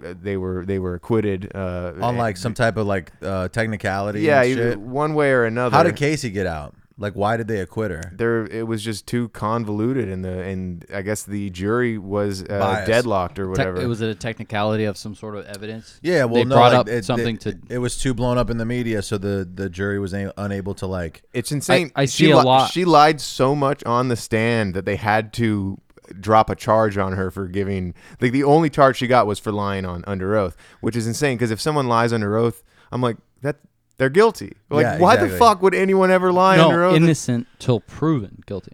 [SPEAKER 1] they were, they were acquitted. Uh,
[SPEAKER 5] On like some type of like uh, technicality.
[SPEAKER 1] yeah,
[SPEAKER 5] and
[SPEAKER 1] either
[SPEAKER 5] shit.
[SPEAKER 1] one way or another.
[SPEAKER 5] How did Casey get out? Like, why did they acquit her?
[SPEAKER 1] there it was just too convoluted and the and I guess the jury was uh,
[SPEAKER 5] Biased.
[SPEAKER 1] deadlocked or
[SPEAKER 6] Tec-
[SPEAKER 1] whatever.
[SPEAKER 6] it was a technicality of some sort of evidence.
[SPEAKER 5] Yeah, well,
[SPEAKER 6] they
[SPEAKER 5] no,
[SPEAKER 6] brought
[SPEAKER 5] like,
[SPEAKER 6] up
[SPEAKER 5] it-
[SPEAKER 6] something
[SPEAKER 5] it,
[SPEAKER 6] to.
[SPEAKER 5] It was too blown up in the media, so the the jury was a- unable to like.
[SPEAKER 1] It's insane.
[SPEAKER 6] I
[SPEAKER 1] she
[SPEAKER 6] see a
[SPEAKER 1] li-
[SPEAKER 6] lot.
[SPEAKER 1] She lied so much on the stand that they had to drop a charge on her for giving. Like the only charge she got was for lying on under oath, which is insane. Because if someone lies under oath, I'm like that they're guilty. Like
[SPEAKER 5] Yeah,
[SPEAKER 1] why the
[SPEAKER 5] exactly.
[SPEAKER 1] fuck would anyone ever lie under
[SPEAKER 6] no,
[SPEAKER 1] oath?
[SPEAKER 6] innocent till proven guilty.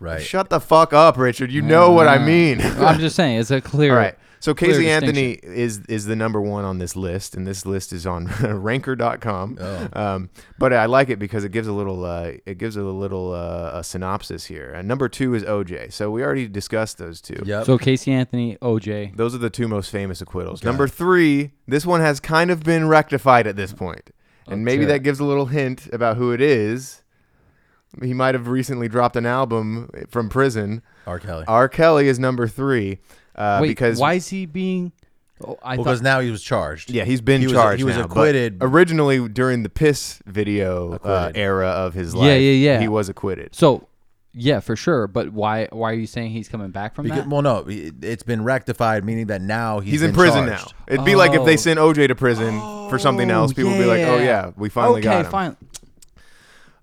[SPEAKER 5] Right.
[SPEAKER 1] Shut the fuck up, Richard. You know what I mean. [laughs]
[SPEAKER 6] Ah. I'm just saying, it's a clear.
[SPEAKER 1] All right. So
[SPEAKER 6] clear
[SPEAKER 1] Casey Anthony
[SPEAKER 6] distinction.
[SPEAKER 1] is is the number one on this list, and this list is on [laughs] Ranker.com. Um, but I like it because it gives a little uh, it gives a little uh, a synopsis here. And number two is OJ. So we already discussed those two.
[SPEAKER 5] Yep.
[SPEAKER 6] So Casey Anthony, OJ.
[SPEAKER 1] Those are the two most famous acquittals. Number three, this one has kind of been rectified at this point, and maybe
[SPEAKER 6] Okay.
[SPEAKER 1] that gives a little hint about who it is. He might have recently dropped an album from prison.
[SPEAKER 5] R. Kelly.
[SPEAKER 1] R. Kelly is number three uh,
[SPEAKER 6] Wait,
[SPEAKER 1] because
[SPEAKER 6] why is he being? Oh, I
[SPEAKER 5] because
[SPEAKER 6] thought.
[SPEAKER 5] now he was charged.
[SPEAKER 1] Yeah, he's been
[SPEAKER 5] He was-
[SPEAKER 1] charged.
[SPEAKER 5] he was
[SPEAKER 1] now, but
[SPEAKER 5] acquitted.
[SPEAKER 1] originally during the piss video uh,
[SPEAKER 5] Acquitted.
[SPEAKER 1] era of his
[SPEAKER 6] Yeah,
[SPEAKER 1] life.
[SPEAKER 6] yeah, yeah.
[SPEAKER 1] He was acquitted.
[SPEAKER 6] So, yeah, for sure. But why? Why are you saying he's coming back from
[SPEAKER 5] Because,
[SPEAKER 6] that?
[SPEAKER 5] well, no, it- it's been rectified, meaning that now he's,
[SPEAKER 1] He's in
[SPEAKER 5] been
[SPEAKER 1] prison
[SPEAKER 5] charged.
[SPEAKER 1] now. It'd be like if they
[SPEAKER 6] Oh.
[SPEAKER 1] sent OJ to prison for something else. People would be like, "Oh yeah, we finally
[SPEAKER 6] okay,
[SPEAKER 1] got him."
[SPEAKER 6] Fine.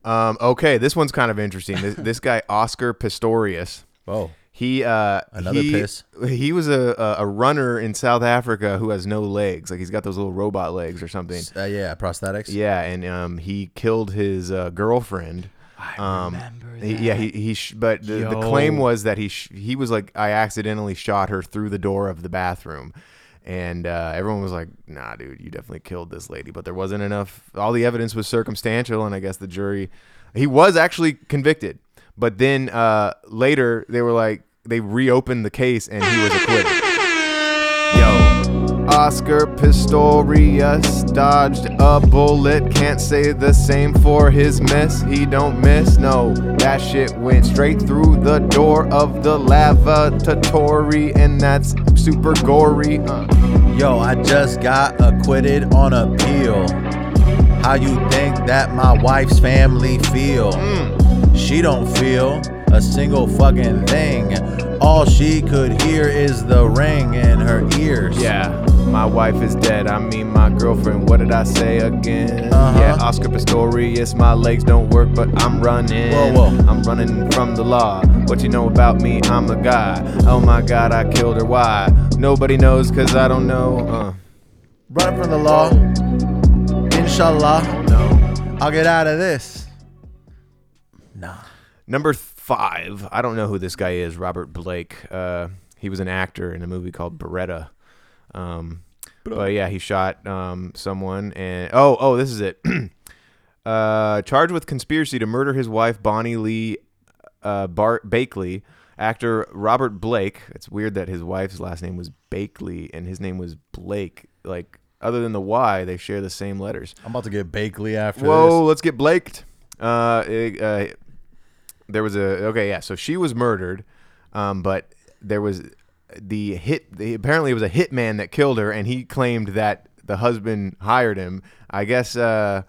[SPEAKER 1] Um, okay, this one's kind of interesting. This, this guy Oscar Pistorius.
[SPEAKER 5] Oh,
[SPEAKER 1] He uh,
[SPEAKER 5] Another
[SPEAKER 1] he-
[SPEAKER 5] piss.
[SPEAKER 1] He was a, a a runner in South Africa who has no legs. Like he's got those little robot legs or something.
[SPEAKER 5] uh, yeah, prosthetics.
[SPEAKER 1] Yeah, and um, he killed his uh, girlfriend. um,
[SPEAKER 6] remember
[SPEAKER 1] he- yeah, he, he sh- but the, the
[SPEAKER 6] Yo.
[SPEAKER 1] claim was that he sh- he was like I accidentally shot her through the door of the bathroom, and uh, everyone was like, "Nah, dude, you definitely killed this lady." But there wasn't enough. All the evidence was circumstantial, and I guess the jury, he was actually convicted. But then uh, later they were like they reopened the case and he was acquitted. Yo, Oscar Pistorius dodged a bullet. Can't say the same for his miss. He don't miss. No, that shit went straight through the door of the lavatory, and that's super gory. Uh,
[SPEAKER 5] Yo, I just got acquitted on appeal. How you think that my wife's family feel?
[SPEAKER 1] Mm.
[SPEAKER 5] She don't feel a single fucking thing. All she could hear is the ring in her ears.
[SPEAKER 1] yeah, my wife is dead. I mean, my girlfriend. What did I say again?
[SPEAKER 5] Uh-huh.
[SPEAKER 1] Yeah, Oscar Pistorius. My legs don't work, but I'm running.
[SPEAKER 5] Whoa, whoa.
[SPEAKER 1] I'm running from the law. What you know about me? I'm a guy. Oh my god, I killed her. Why? Nobody knows cause I don't know. Uh,
[SPEAKER 5] Running from the law. Inshallah,
[SPEAKER 1] no.
[SPEAKER 5] I'll get out of this. Nah.
[SPEAKER 1] Number five. I don't know who this guy is. Robert Blake. Uh, he was an actor in a movie called Beretta. Um, but yeah, he shot um, someone. And oh, oh, this is it. [clears throat] uh, charged with conspiracy to murder his wife Bonnie Lee uh, Bart Bakley. Actor Robert Blake. It's weird that his wife's last name was Bakley and his name was Blake. Like other than the Y, they share the same letters.
[SPEAKER 5] I'm about to get Bakley after
[SPEAKER 1] Whoa, let's get Blaked. Uh, it- uh, there was a okay, yeah. So she was murdered, um, but there was the hit. The, apparently, it was a hitman that killed her, and he claimed that the husband hired him. I guess uh,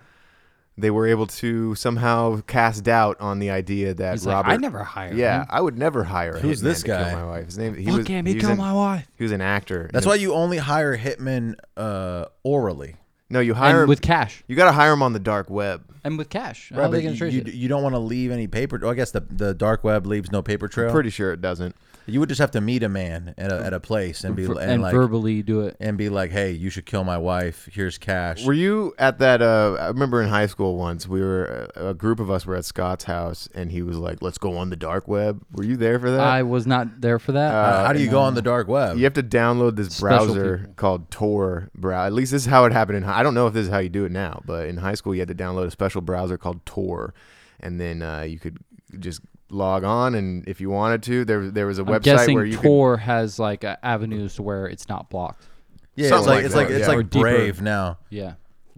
[SPEAKER 1] they were able to somehow cast doubt on the idea that
[SPEAKER 6] He's like,
[SPEAKER 1] Robert.
[SPEAKER 6] "I never hired
[SPEAKER 1] Yeah,
[SPEAKER 6] him."
[SPEAKER 1] I would never hire. A
[SPEAKER 5] Who's
[SPEAKER 1] hitman
[SPEAKER 5] this
[SPEAKER 1] to kill
[SPEAKER 5] guy?
[SPEAKER 1] my wife. His name. He
[SPEAKER 6] Fuck
[SPEAKER 1] was.
[SPEAKER 6] him,
[SPEAKER 1] he
[SPEAKER 6] he
[SPEAKER 1] was
[SPEAKER 6] killed
[SPEAKER 1] an-
[SPEAKER 6] my wife.
[SPEAKER 1] He was an actor.
[SPEAKER 5] That's
[SPEAKER 1] No-
[SPEAKER 5] why you only hire hitmen uh, orally.
[SPEAKER 1] No, you hire
[SPEAKER 6] And
[SPEAKER 1] him
[SPEAKER 6] with cash.
[SPEAKER 1] You got to hire him on the dark web.
[SPEAKER 6] and with cash. How
[SPEAKER 5] Right,
[SPEAKER 6] are they
[SPEAKER 5] but
[SPEAKER 6] going to
[SPEAKER 5] you,
[SPEAKER 6] trace
[SPEAKER 5] you,
[SPEAKER 6] it?
[SPEAKER 5] you don't want to leave any paper. Well, I guess the, the dark web leaves no paper trail.
[SPEAKER 1] Pretty sure it doesn't.
[SPEAKER 5] You would just have to meet a man at a, at a place and be
[SPEAKER 6] Ver-
[SPEAKER 5] and,
[SPEAKER 6] and
[SPEAKER 5] like
[SPEAKER 6] verbally do it.
[SPEAKER 5] and be like, "Hey, you should kill my wife. Here's cash."
[SPEAKER 1] Were you at that? Uh, I remember in high school once we were uh, a group of us were at Scott's house, and he was like, "Let's go on the dark web." Were you there for that?
[SPEAKER 6] I was not there for that.
[SPEAKER 5] Uh, how do you go on the dark web?
[SPEAKER 1] you have to download this
[SPEAKER 6] Special
[SPEAKER 1] browser
[SPEAKER 6] people.
[SPEAKER 1] called Tor. Brow. At least this is how it happened in. High- I don't know if this is how you do it now, but in high school you had to download a special browser called Tor, and then uh, you could just log on, and if you wanted to, there there was a
[SPEAKER 6] I'm
[SPEAKER 1] website
[SPEAKER 6] guessing
[SPEAKER 1] where you could-
[SPEAKER 6] Tor has like uh, avenues where it's not blocked.
[SPEAKER 5] Yeah, it's
[SPEAKER 1] Something
[SPEAKER 5] like,
[SPEAKER 1] like
[SPEAKER 5] it's
[SPEAKER 1] that,
[SPEAKER 5] like it's
[SPEAKER 1] yeah.
[SPEAKER 6] Or
[SPEAKER 5] like
[SPEAKER 6] deeper.
[SPEAKER 5] Brave now.
[SPEAKER 6] Yeah.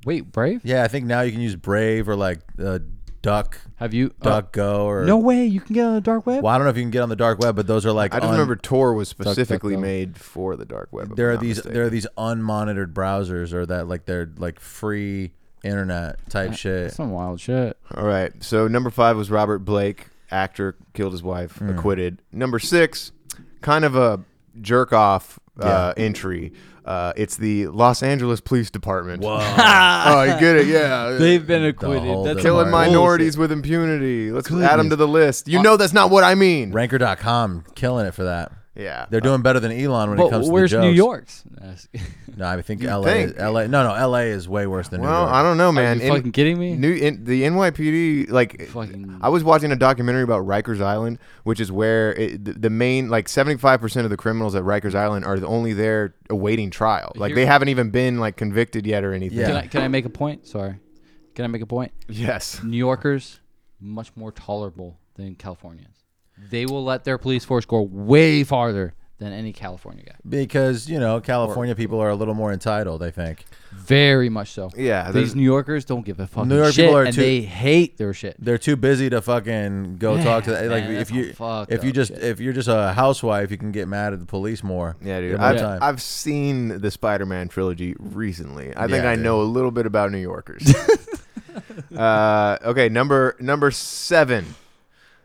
[SPEAKER 6] Wait, Brave?
[SPEAKER 5] Yeah, I think now you can use Brave or like uh, Duck
[SPEAKER 6] Have you? uh,
[SPEAKER 5] Duck Go or
[SPEAKER 6] no way. You can get on the dark web.
[SPEAKER 5] Well, I don't know if you can get on the dark web, but those are like
[SPEAKER 1] I just
[SPEAKER 5] un-
[SPEAKER 1] remember Tor was specifically
[SPEAKER 6] DuckDuckGo.
[SPEAKER 1] made for the dark web. if
[SPEAKER 5] there
[SPEAKER 1] I'm
[SPEAKER 5] are
[SPEAKER 1] not
[SPEAKER 5] these
[SPEAKER 1] mistaken.
[SPEAKER 5] there are these unmonitored browsers or that like they're like free internet
[SPEAKER 6] Uh,
[SPEAKER 5] type shit.
[SPEAKER 6] Some wild shit.
[SPEAKER 1] All right. So number five was Robert Blake, actor, killed his wife, acquitted. Number six, kind of a jerk off uh, entry. Uh, it's the Los Angeles Police Department. [laughs]
[SPEAKER 5] Um,
[SPEAKER 1] oh, you get it? Yeah.
[SPEAKER 6] They've been acquitted.
[SPEAKER 5] whole
[SPEAKER 6] That's
[SPEAKER 5] department.
[SPEAKER 1] Killing
[SPEAKER 5] Bullshit.
[SPEAKER 1] minorities with impunity. Let's add them to the list. You know that's not what I mean.
[SPEAKER 5] Ranker.com killing it for that.
[SPEAKER 1] Yeah.
[SPEAKER 5] They're doing better than Elon when it
[SPEAKER 6] But
[SPEAKER 5] comes to
[SPEAKER 6] where's
[SPEAKER 5] the
[SPEAKER 6] New
[SPEAKER 5] jokes.
[SPEAKER 6] York's? [laughs]
[SPEAKER 5] No, I think
[SPEAKER 1] You
[SPEAKER 5] LA
[SPEAKER 1] think.
[SPEAKER 5] LA no no LA is way worse than New
[SPEAKER 1] Well,
[SPEAKER 5] York.
[SPEAKER 1] I don't know, man.
[SPEAKER 6] you fucking kidding me?
[SPEAKER 1] New in, the NYPD, like,
[SPEAKER 6] Fucking-
[SPEAKER 1] I was watching a documentary about Rikers Island, which is where it, the, the main, like, seventy-five percent of the criminals at Rikers Island are only there awaiting trial. Like, they
[SPEAKER 6] Here-
[SPEAKER 1] haven't even been like convicted yet or anything.
[SPEAKER 6] Can
[SPEAKER 5] Yeah.
[SPEAKER 6] I, can I make a point? Sorry. Can I make a point?
[SPEAKER 1] Yes.
[SPEAKER 6] New Yorkers much more tolerable than Californians. They will let their police force go way farther than any California guy.
[SPEAKER 5] because, you know, California people are a little more entitled, I think.
[SPEAKER 6] Very much so.
[SPEAKER 1] Yeah, there's-
[SPEAKER 6] These New Yorkers don't give a fucking
[SPEAKER 5] New York
[SPEAKER 6] shit,
[SPEAKER 5] people are
[SPEAKER 6] and
[SPEAKER 5] too-
[SPEAKER 6] they hate their shit.
[SPEAKER 5] They're too busy to fucking go
[SPEAKER 6] Yeah,
[SPEAKER 5] talk to that. Like
[SPEAKER 6] man,
[SPEAKER 5] if
[SPEAKER 6] that's
[SPEAKER 5] you
[SPEAKER 6] some fucked
[SPEAKER 5] if you
[SPEAKER 6] up
[SPEAKER 5] just
[SPEAKER 6] shit.
[SPEAKER 5] if you're just a housewife, you can get mad at the police more.
[SPEAKER 1] Yeah,
[SPEAKER 5] You have
[SPEAKER 1] dude.
[SPEAKER 5] more
[SPEAKER 1] I've,
[SPEAKER 5] time.
[SPEAKER 1] I've seen the Spider-Man trilogy recently. I think
[SPEAKER 5] Yeah,
[SPEAKER 1] I
[SPEAKER 5] dude.
[SPEAKER 1] know a little bit about New
[SPEAKER 5] [laughs]
[SPEAKER 1] Yorkers. uh, okay, number number seven.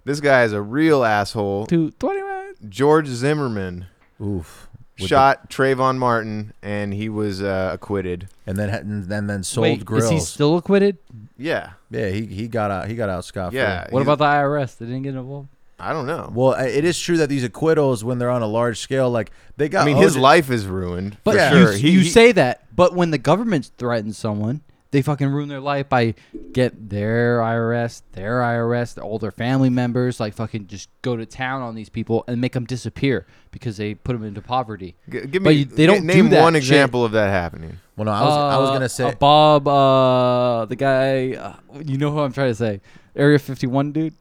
[SPEAKER 1] This guy is a real asshole.
[SPEAKER 6] To 21.
[SPEAKER 1] George Zimmerman.
[SPEAKER 5] Oof. With
[SPEAKER 1] shot Trayvon Martin, and he was uh, acquitted.
[SPEAKER 5] the- and then had- and then, then sold
[SPEAKER 6] Wait,
[SPEAKER 5] grills.
[SPEAKER 6] is he still acquitted?
[SPEAKER 1] Yeah,
[SPEAKER 5] yeah, he, he got out he got out scot free.
[SPEAKER 1] yeah.
[SPEAKER 6] What
[SPEAKER 1] he's-
[SPEAKER 6] about the IRS? They didn't get involved.
[SPEAKER 1] I don't know.
[SPEAKER 5] Well, I- it is true that these acquittals, when they're on a large scale, like they got.
[SPEAKER 1] I mean, his
[SPEAKER 5] owed-
[SPEAKER 1] life is ruined.
[SPEAKER 6] Oh, But
[SPEAKER 1] for
[SPEAKER 5] Yeah.
[SPEAKER 1] sure.
[SPEAKER 6] you,
[SPEAKER 1] He-
[SPEAKER 6] you
[SPEAKER 1] he-
[SPEAKER 6] say that, but when the government threatens someone, they fucking ruin their life by get their IRS, their IRS, all their family members, like fucking just go to town on these people and make them disappear because they put them into poverty.
[SPEAKER 1] G- give
[SPEAKER 6] But
[SPEAKER 1] me
[SPEAKER 6] you- they don't do
[SPEAKER 1] name
[SPEAKER 6] that
[SPEAKER 1] one
[SPEAKER 6] shit.
[SPEAKER 1] example of that happening.
[SPEAKER 5] Well, no, I was, I was
[SPEAKER 6] Uh,
[SPEAKER 5] gonna say
[SPEAKER 6] uh, Bob, uh, the guy, uh, you know who I'm trying to say, Area 51 dude.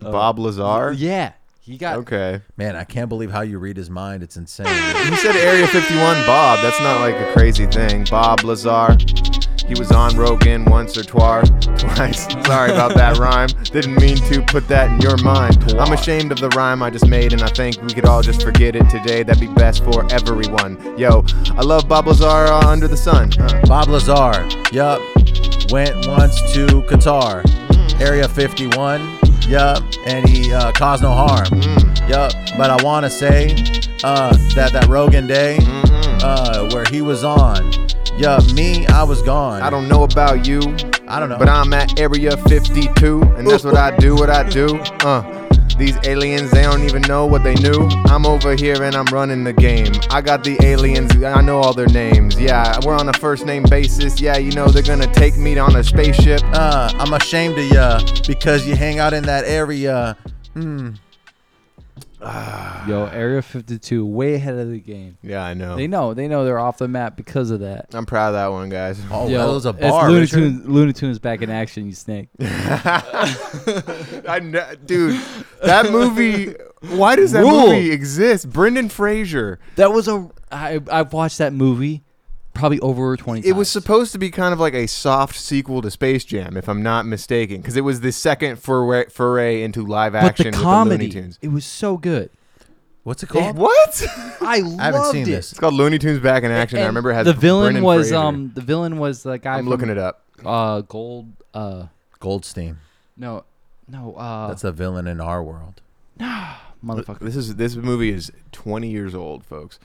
[SPEAKER 1] Bob Lazar.
[SPEAKER 6] Oh. Yeah, he got
[SPEAKER 1] Okay.
[SPEAKER 5] Man, I can't believe how you read his mind. It's insane. dude.
[SPEAKER 1] He said Area 51 Bob. That's not like a crazy thing. Bob Lazar. He was on Rogan once or twar, twice. [laughs] Sorry about that rhyme. Didn't mean to put that in your mind. I'm ashamed of the rhyme I just made, and I think we could all just forget it today. That'd be best for everyone. Yo, I love Bob Lazar uh, under the sun. Uh,
[SPEAKER 5] Bob Lazar. Yup. Went once to Qatar. Area 51. Yup. And he uh, caused no harm. Yup. But I want to say uh, that that Rogan day uh, where he was on. Yup. Me, I was gone.
[SPEAKER 1] I don't know about you,
[SPEAKER 5] I don't know.
[SPEAKER 1] but I'm at Area 52, and that's what I do, what I do. Uh. These aliens, they don't even know what they knew. I'm over here and I'm running the game. I got the aliens, I know all their names. Yeah, we're on a first name basis. Yeah, you know they're gonna take me on a spaceship.
[SPEAKER 5] uh, I'm ashamed of ya because you hang out in that area.
[SPEAKER 6] yo Area 52 way ahead of the game.
[SPEAKER 1] Yeah, I know.
[SPEAKER 6] They know, they know they're off the map because of that.
[SPEAKER 1] I'm proud of that one, guys.
[SPEAKER 5] Oh,
[SPEAKER 6] Yo,
[SPEAKER 5] that was a
[SPEAKER 6] it's
[SPEAKER 5] bar.
[SPEAKER 6] Looney
[SPEAKER 5] Richard.
[SPEAKER 6] Tunes, Looney Tunes back in action, you snake.
[SPEAKER 1] [laughs] I kn- dude, that movie. [laughs] Why does that
[SPEAKER 6] Rule.
[SPEAKER 1] movie exist? Brendan Fraser.
[SPEAKER 6] That was a. I I've watched that movie probably over twenty.
[SPEAKER 1] It was
[SPEAKER 6] times.
[SPEAKER 1] supposed to be kind of like a soft sequel to Space Jam, if I'm not mistaken, because it was the second foray, foray into live
[SPEAKER 6] but
[SPEAKER 1] action
[SPEAKER 6] the
[SPEAKER 1] with the
[SPEAKER 6] comedy.
[SPEAKER 1] Looney Tunes.
[SPEAKER 6] It was so good.
[SPEAKER 5] What's it
[SPEAKER 1] Eh,
[SPEAKER 5] called?
[SPEAKER 1] What? [laughs]
[SPEAKER 6] I
[SPEAKER 5] I haven't
[SPEAKER 6] loved
[SPEAKER 5] seen
[SPEAKER 6] it.
[SPEAKER 5] this.
[SPEAKER 1] it's called Looney Tunes Back in Action. I
[SPEAKER 6] And
[SPEAKER 1] remember it had
[SPEAKER 6] the villain
[SPEAKER 1] Brendan
[SPEAKER 6] was
[SPEAKER 1] Fraser.
[SPEAKER 6] um the villain was the guy.
[SPEAKER 1] I'm
[SPEAKER 6] from,
[SPEAKER 1] looking it up.
[SPEAKER 6] Uh, gold. Uh,
[SPEAKER 5] Goldstein.
[SPEAKER 6] no, no. Uh,
[SPEAKER 5] That's the villain in our world.
[SPEAKER 6] motherfucker.
[SPEAKER 1] This is this movie is 20 years old, folks.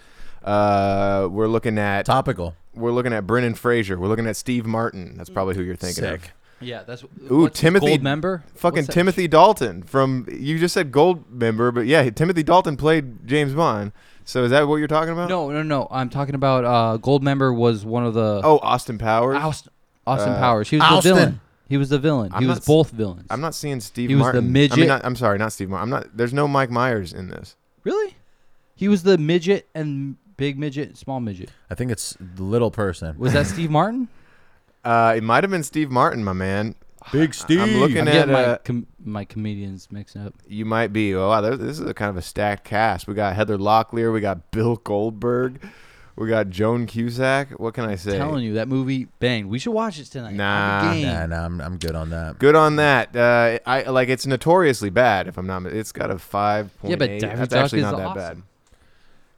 [SPEAKER 1] Uh, we're looking at
[SPEAKER 5] Topical.
[SPEAKER 1] we're looking at Brendan Fraser. We're looking at Steve Martin. That's probably who you're thinking
[SPEAKER 5] Sick.
[SPEAKER 1] of.
[SPEAKER 6] Yeah, that's
[SPEAKER 1] Ooh,
[SPEAKER 6] what's-
[SPEAKER 1] Timothy
[SPEAKER 6] Gold member.
[SPEAKER 1] Fucking
[SPEAKER 6] What's that?
[SPEAKER 1] Timothy Dalton from you just said gold member, but yeah, Timothy Dalton played James Bond. So is that what you're talking about?
[SPEAKER 6] No, no, no. I'm talking about uh, Gold member was one of the
[SPEAKER 1] Oh, Austin Powers.
[SPEAKER 6] Austin, Austin Powers. He was
[SPEAKER 5] Austin.
[SPEAKER 6] the villain. He was the villain.
[SPEAKER 1] I'm
[SPEAKER 6] he was
[SPEAKER 1] not s-
[SPEAKER 6] both villains.
[SPEAKER 1] I'm not seeing Steve
[SPEAKER 6] He was the
[SPEAKER 1] Martin. I mean,
[SPEAKER 6] midget.
[SPEAKER 1] not, I'm sorry, not Steve Martin. I'm not. There's no Mike Myers in this.
[SPEAKER 6] really. He was the midget and big midget, and small midget.
[SPEAKER 5] I think it's the little person.
[SPEAKER 6] Was that
[SPEAKER 1] [laughs]
[SPEAKER 6] Steve Martin?
[SPEAKER 1] Uh, it might have been Steve Martin, my man.
[SPEAKER 5] Big Steve.
[SPEAKER 1] I'm looking
[SPEAKER 6] I'm
[SPEAKER 1] at
[SPEAKER 6] getting
[SPEAKER 1] uh,
[SPEAKER 6] my com- my comedians mixed up.
[SPEAKER 1] You might be. Oh, wow, there- this is a kind of a stacked cast. We got Heather Locklear. We got Bill Goldberg. We got Joan Cusack. What can I say?
[SPEAKER 6] Telling you that movie, bang! We should watch it tonight. I'm
[SPEAKER 1] Nah.
[SPEAKER 6] game.
[SPEAKER 5] Nah, nah, I'm, I'm good on that.
[SPEAKER 1] Good on that. Uh, I like it's notoriously bad. If I'm not, it's got a five point.
[SPEAKER 6] Yeah, but Daffy
[SPEAKER 1] that's
[SPEAKER 6] Duck
[SPEAKER 1] actually
[SPEAKER 6] is
[SPEAKER 1] not that
[SPEAKER 6] awesome.
[SPEAKER 1] bad.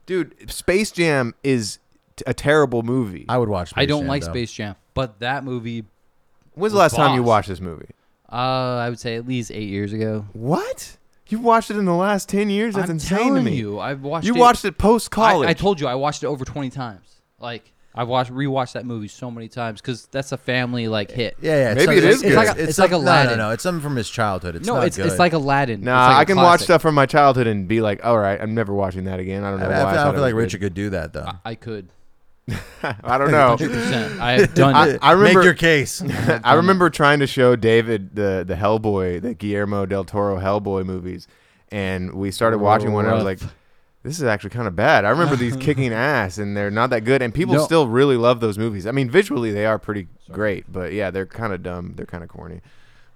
[SPEAKER 1] Dude, Space Jam is t- a terrible movie.
[SPEAKER 5] I would watch. Space
[SPEAKER 6] I don't
[SPEAKER 5] Jam,
[SPEAKER 6] like
[SPEAKER 5] though.
[SPEAKER 6] Space Jam, but that movie,
[SPEAKER 1] When's the last time you
[SPEAKER 6] Boss.
[SPEAKER 1] watched this movie?
[SPEAKER 6] uh, I would say at least eight years ago.
[SPEAKER 1] What? You watched it in the last ten years? That's
[SPEAKER 6] I'm
[SPEAKER 1] insane to
[SPEAKER 6] telling
[SPEAKER 1] me.
[SPEAKER 6] you, I've watched.
[SPEAKER 1] You
[SPEAKER 6] it.
[SPEAKER 1] watched it post
[SPEAKER 6] I-
[SPEAKER 1] college.
[SPEAKER 6] I, told you I watched it over 20 times. Like I watched rewatched that movie so many times because that's a family like hit.
[SPEAKER 5] Yeah, yeah.
[SPEAKER 1] Maybe
[SPEAKER 5] something-
[SPEAKER 1] it is good.
[SPEAKER 6] It's like a- it's like
[SPEAKER 5] some- No,
[SPEAKER 6] Aladdin.
[SPEAKER 5] no, no. It's something from his childhood. It's
[SPEAKER 6] no,
[SPEAKER 5] not
[SPEAKER 6] it's
[SPEAKER 5] good.
[SPEAKER 6] it's like Aladdin.
[SPEAKER 1] Nah,
[SPEAKER 6] I
[SPEAKER 1] I can watch stuff from my childhood and be like, all right, I'm never watching that again. I don't
[SPEAKER 5] I, I,
[SPEAKER 1] know why. I,
[SPEAKER 5] I
[SPEAKER 1] thought
[SPEAKER 5] don't
[SPEAKER 1] it
[SPEAKER 5] feel like
[SPEAKER 1] was
[SPEAKER 5] Richard could do that though.
[SPEAKER 6] I could.
[SPEAKER 1] good. I don't [laughs] know.
[SPEAKER 6] 100%. I have done it.
[SPEAKER 1] [laughs] I remember.
[SPEAKER 5] Make your case.
[SPEAKER 1] I remember trying to show David the the Hellboy, the Guillermo del Toro Hellboy movies, and we started watching one. and I was like,
[SPEAKER 6] Rough.
[SPEAKER 1] "This is actually kind of bad." I remember these kicking ass, and they're not that good. And people
[SPEAKER 6] No.
[SPEAKER 1] still really love those movies. I mean, visually they are pretty great, but yeah, they're kind of dumb. They're kind of corny,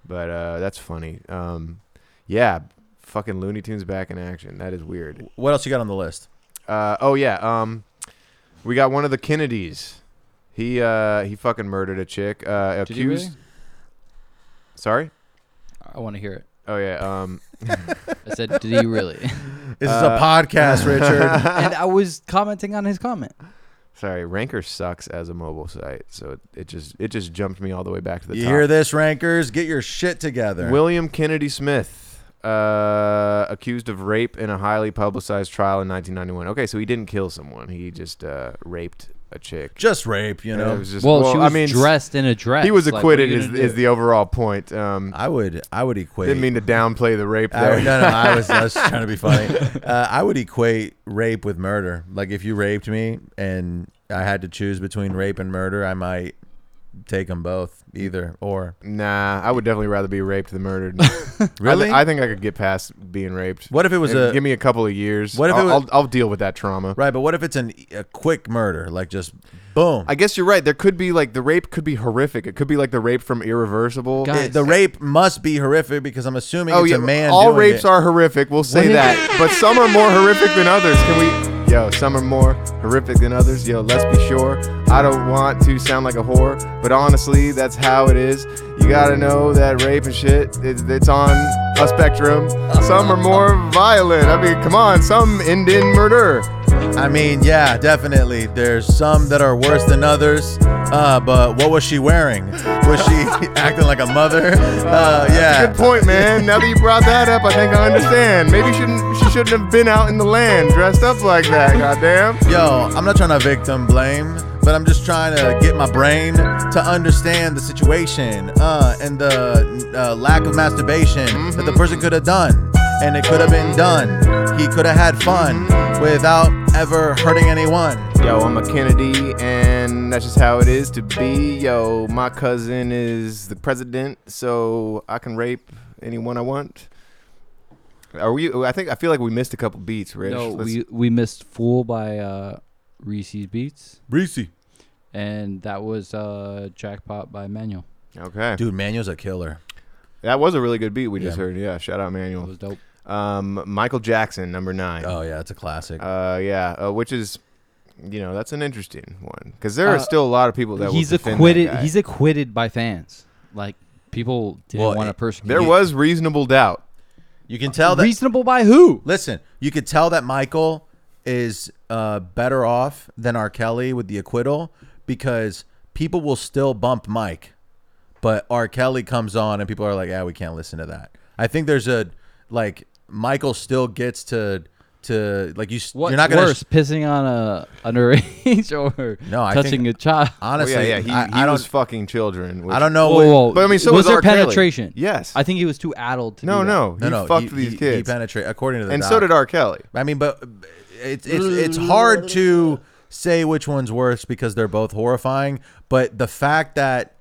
[SPEAKER 1] but uh, that's funny. Um, yeah, fucking Looney Tunes back in action. That is weird.
[SPEAKER 5] [laughs] What else you got on the list?
[SPEAKER 1] Uh, oh yeah, um, we got one of the Kennedys. He uh, he fucking murdered a chick. Uh, accused.
[SPEAKER 6] Did you really?
[SPEAKER 1] Sorry.
[SPEAKER 6] I want to hear it.
[SPEAKER 1] Oh yeah. Um,
[SPEAKER 6] I said, did he really?
[SPEAKER 1] [laughs]
[SPEAKER 5] This is a [laughs] podcast, Richard.
[SPEAKER 1] Uh-huh.
[SPEAKER 6] and I was commenting on his comment.
[SPEAKER 1] sorry. Ranker sucks as a mobile site, so it, it just it just jumped me all the way back to the
[SPEAKER 5] you
[SPEAKER 1] top.
[SPEAKER 5] hear this, rankers? Get your shit together.
[SPEAKER 1] William Kennedy Smith, uh, accused of rape in a highly publicized trial in 1991. Okay, so he didn't kill someone. He just uh, raped a chick.
[SPEAKER 5] just rape, you
[SPEAKER 1] And it
[SPEAKER 5] know.
[SPEAKER 1] was just-
[SPEAKER 6] Well, she was
[SPEAKER 1] I mean,
[SPEAKER 6] dressed in a dress.
[SPEAKER 1] He was
[SPEAKER 6] Like, what are
[SPEAKER 1] acquitted.
[SPEAKER 6] you
[SPEAKER 1] is,
[SPEAKER 6] gonna
[SPEAKER 1] is
[SPEAKER 6] do?
[SPEAKER 1] the overall point. Um,
[SPEAKER 5] I would, I would equate.
[SPEAKER 1] didn't mean to downplay the rape
[SPEAKER 5] I,
[SPEAKER 1] there.
[SPEAKER 5] no,
[SPEAKER 1] [laughs]
[SPEAKER 5] no, I was, I was trying to be funny. Uh, I would equate rape with murder. Like if you raped me and I had to choose between rape and murder, I might take them both, either or.
[SPEAKER 1] Nah, I would definitely rather be raped than murdered. [laughs] I,
[SPEAKER 5] Really?
[SPEAKER 1] thi- I think I could get past being raped.
[SPEAKER 5] What if it was
[SPEAKER 1] And
[SPEAKER 5] a-
[SPEAKER 1] Give me a couple of years.
[SPEAKER 5] What if it
[SPEAKER 1] I'll,
[SPEAKER 5] was-
[SPEAKER 1] I'll, I'll deal with that trauma.
[SPEAKER 5] Right, but what if it's an, a quick murder, like just boom?
[SPEAKER 1] I guess you're right. There could be like the rape could be horrific. It could be like the rape from Irreversible.
[SPEAKER 6] Guys,
[SPEAKER 5] It- the rape must be horrific because I'm assuming
[SPEAKER 1] oh
[SPEAKER 5] it's
[SPEAKER 1] yeah,
[SPEAKER 5] a man.
[SPEAKER 1] all
[SPEAKER 5] doing
[SPEAKER 1] rapes
[SPEAKER 5] it.
[SPEAKER 1] are horrific. We'll say
[SPEAKER 6] What if-
[SPEAKER 1] that, but some are more horrific than others. Can we? Yo, some are more horrific than others. Yo, let's be sure. I don't want to sound like a whore, but honestly, that's how it is. You gotta know that rape and shit, it, it's on a spectrum. Some are more violent. I mean, come on, some end in murder.
[SPEAKER 5] I mean, yeah, definitely. There's some that are worse than others. Uh, but what was she wearing? Was she [laughs] acting like a
[SPEAKER 1] [laughs]
[SPEAKER 5] mother? Uh, yeah.
[SPEAKER 1] Good point, man. Now that you brought that up, I think I understand. Maybe shouldn't she shouldn't have been out in the land dressed up like that. Goddamn.
[SPEAKER 5] Yo, I'm not trying to victim blame, but I'm just trying to get my brain to understand the situation uh, and the uh, lack of masturbation that the person could have done. And it could have been done. He could have had fun without ever hurting anyone.
[SPEAKER 1] Yo, I'm a Kennedy, and that's just how it is to be. Yo, my cousin is the president, so I can rape anyone I want. Are we? I think I feel like we missed a couple beats, Rich.
[SPEAKER 6] No,
[SPEAKER 1] Let's-
[SPEAKER 6] we we missed "Fool" by uh, Reese's Beats,
[SPEAKER 5] Breezy.
[SPEAKER 6] and that was uh, "Jackpot" by Manuel.
[SPEAKER 1] okay.
[SPEAKER 5] Dude, Manuel's a killer.
[SPEAKER 1] That was a really good beat we just
[SPEAKER 5] Yeah.
[SPEAKER 1] heard. Yeah, shout out
[SPEAKER 6] It
[SPEAKER 1] Manuel.
[SPEAKER 6] was dope.
[SPEAKER 1] Um, Michael Jackson, number nine.
[SPEAKER 5] Oh, yeah, it's a classic.
[SPEAKER 1] Uh, yeah, uh, which is, you know, that's an interesting one because there are
[SPEAKER 6] Uh,
[SPEAKER 1] still a lot of people that
[SPEAKER 6] he's
[SPEAKER 1] will defend
[SPEAKER 6] acquitted.
[SPEAKER 1] That guy.
[SPEAKER 6] He's acquitted by fans. Like people didn't
[SPEAKER 5] Well,
[SPEAKER 6] want
[SPEAKER 5] it-
[SPEAKER 6] to persecute.
[SPEAKER 1] eh, there
[SPEAKER 6] him.
[SPEAKER 1] was reasonable doubt.
[SPEAKER 5] you can tell that.
[SPEAKER 6] reasonable by who?
[SPEAKER 5] Listen, you could tell that Michael is uh, better off than R. Kelly with the acquittal because people will still bump Mike, but R. Kelly comes on and people are like, "Yeah, we can't listen to that." I think there's a like Michael still gets to to like you. s-
[SPEAKER 6] What's
[SPEAKER 5] you're not gonna.
[SPEAKER 6] worse, pissing on a underage [laughs] or
[SPEAKER 5] No, I think-
[SPEAKER 6] touching a child?
[SPEAKER 1] Well,
[SPEAKER 5] honestly,
[SPEAKER 1] Oh, yeah, yeah. He,
[SPEAKER 5] I,
[SPEAKER 1] he
[SPEAKER 5] I
[SPEAKER 1] was
[SPEAKER 5] don't.
[SPEAKER 1] fucking children. which-
[SPEAKER 5] I don't know.
[SPEAKER 6] Whoa,
[SPEAKER 5] what-
[SPEAKER 6] whoa.
[SPEAKER 1] But I mean, so
[SPEAKER 6] was
[SPEAKER 1] was
[SPEAKER 6] there
[SPEAKER 1] R. Kelly.
[SPEAKER 6] penetration?
[SPEAKER 1] Yes.
[SPEAKER 6] I think he was too addled to.
[SPEAKER 1] No,
[SPEAKER 6] do that.
[SPEAKER 1] no,
[SPEAKER 5] No,
[SPEAKER 1] he
[SPEAKER 5] no.
[SPEAKER 1] fucked
[SPEAKER 5] he,
[SPEAKER 1] these
[SPEAKER 5] he, He
[SPEAKER 1] kids,
[SPEAKER 5] penetrated according to the
[SPEAKER 1] and
[SPEAKER 5] doc.
[SPEAKER 1] so did R. Kelly.
[SPEAKER 5] I mean, but it's it's it's hard to say which one's worse because they're both horrifying. But the fact that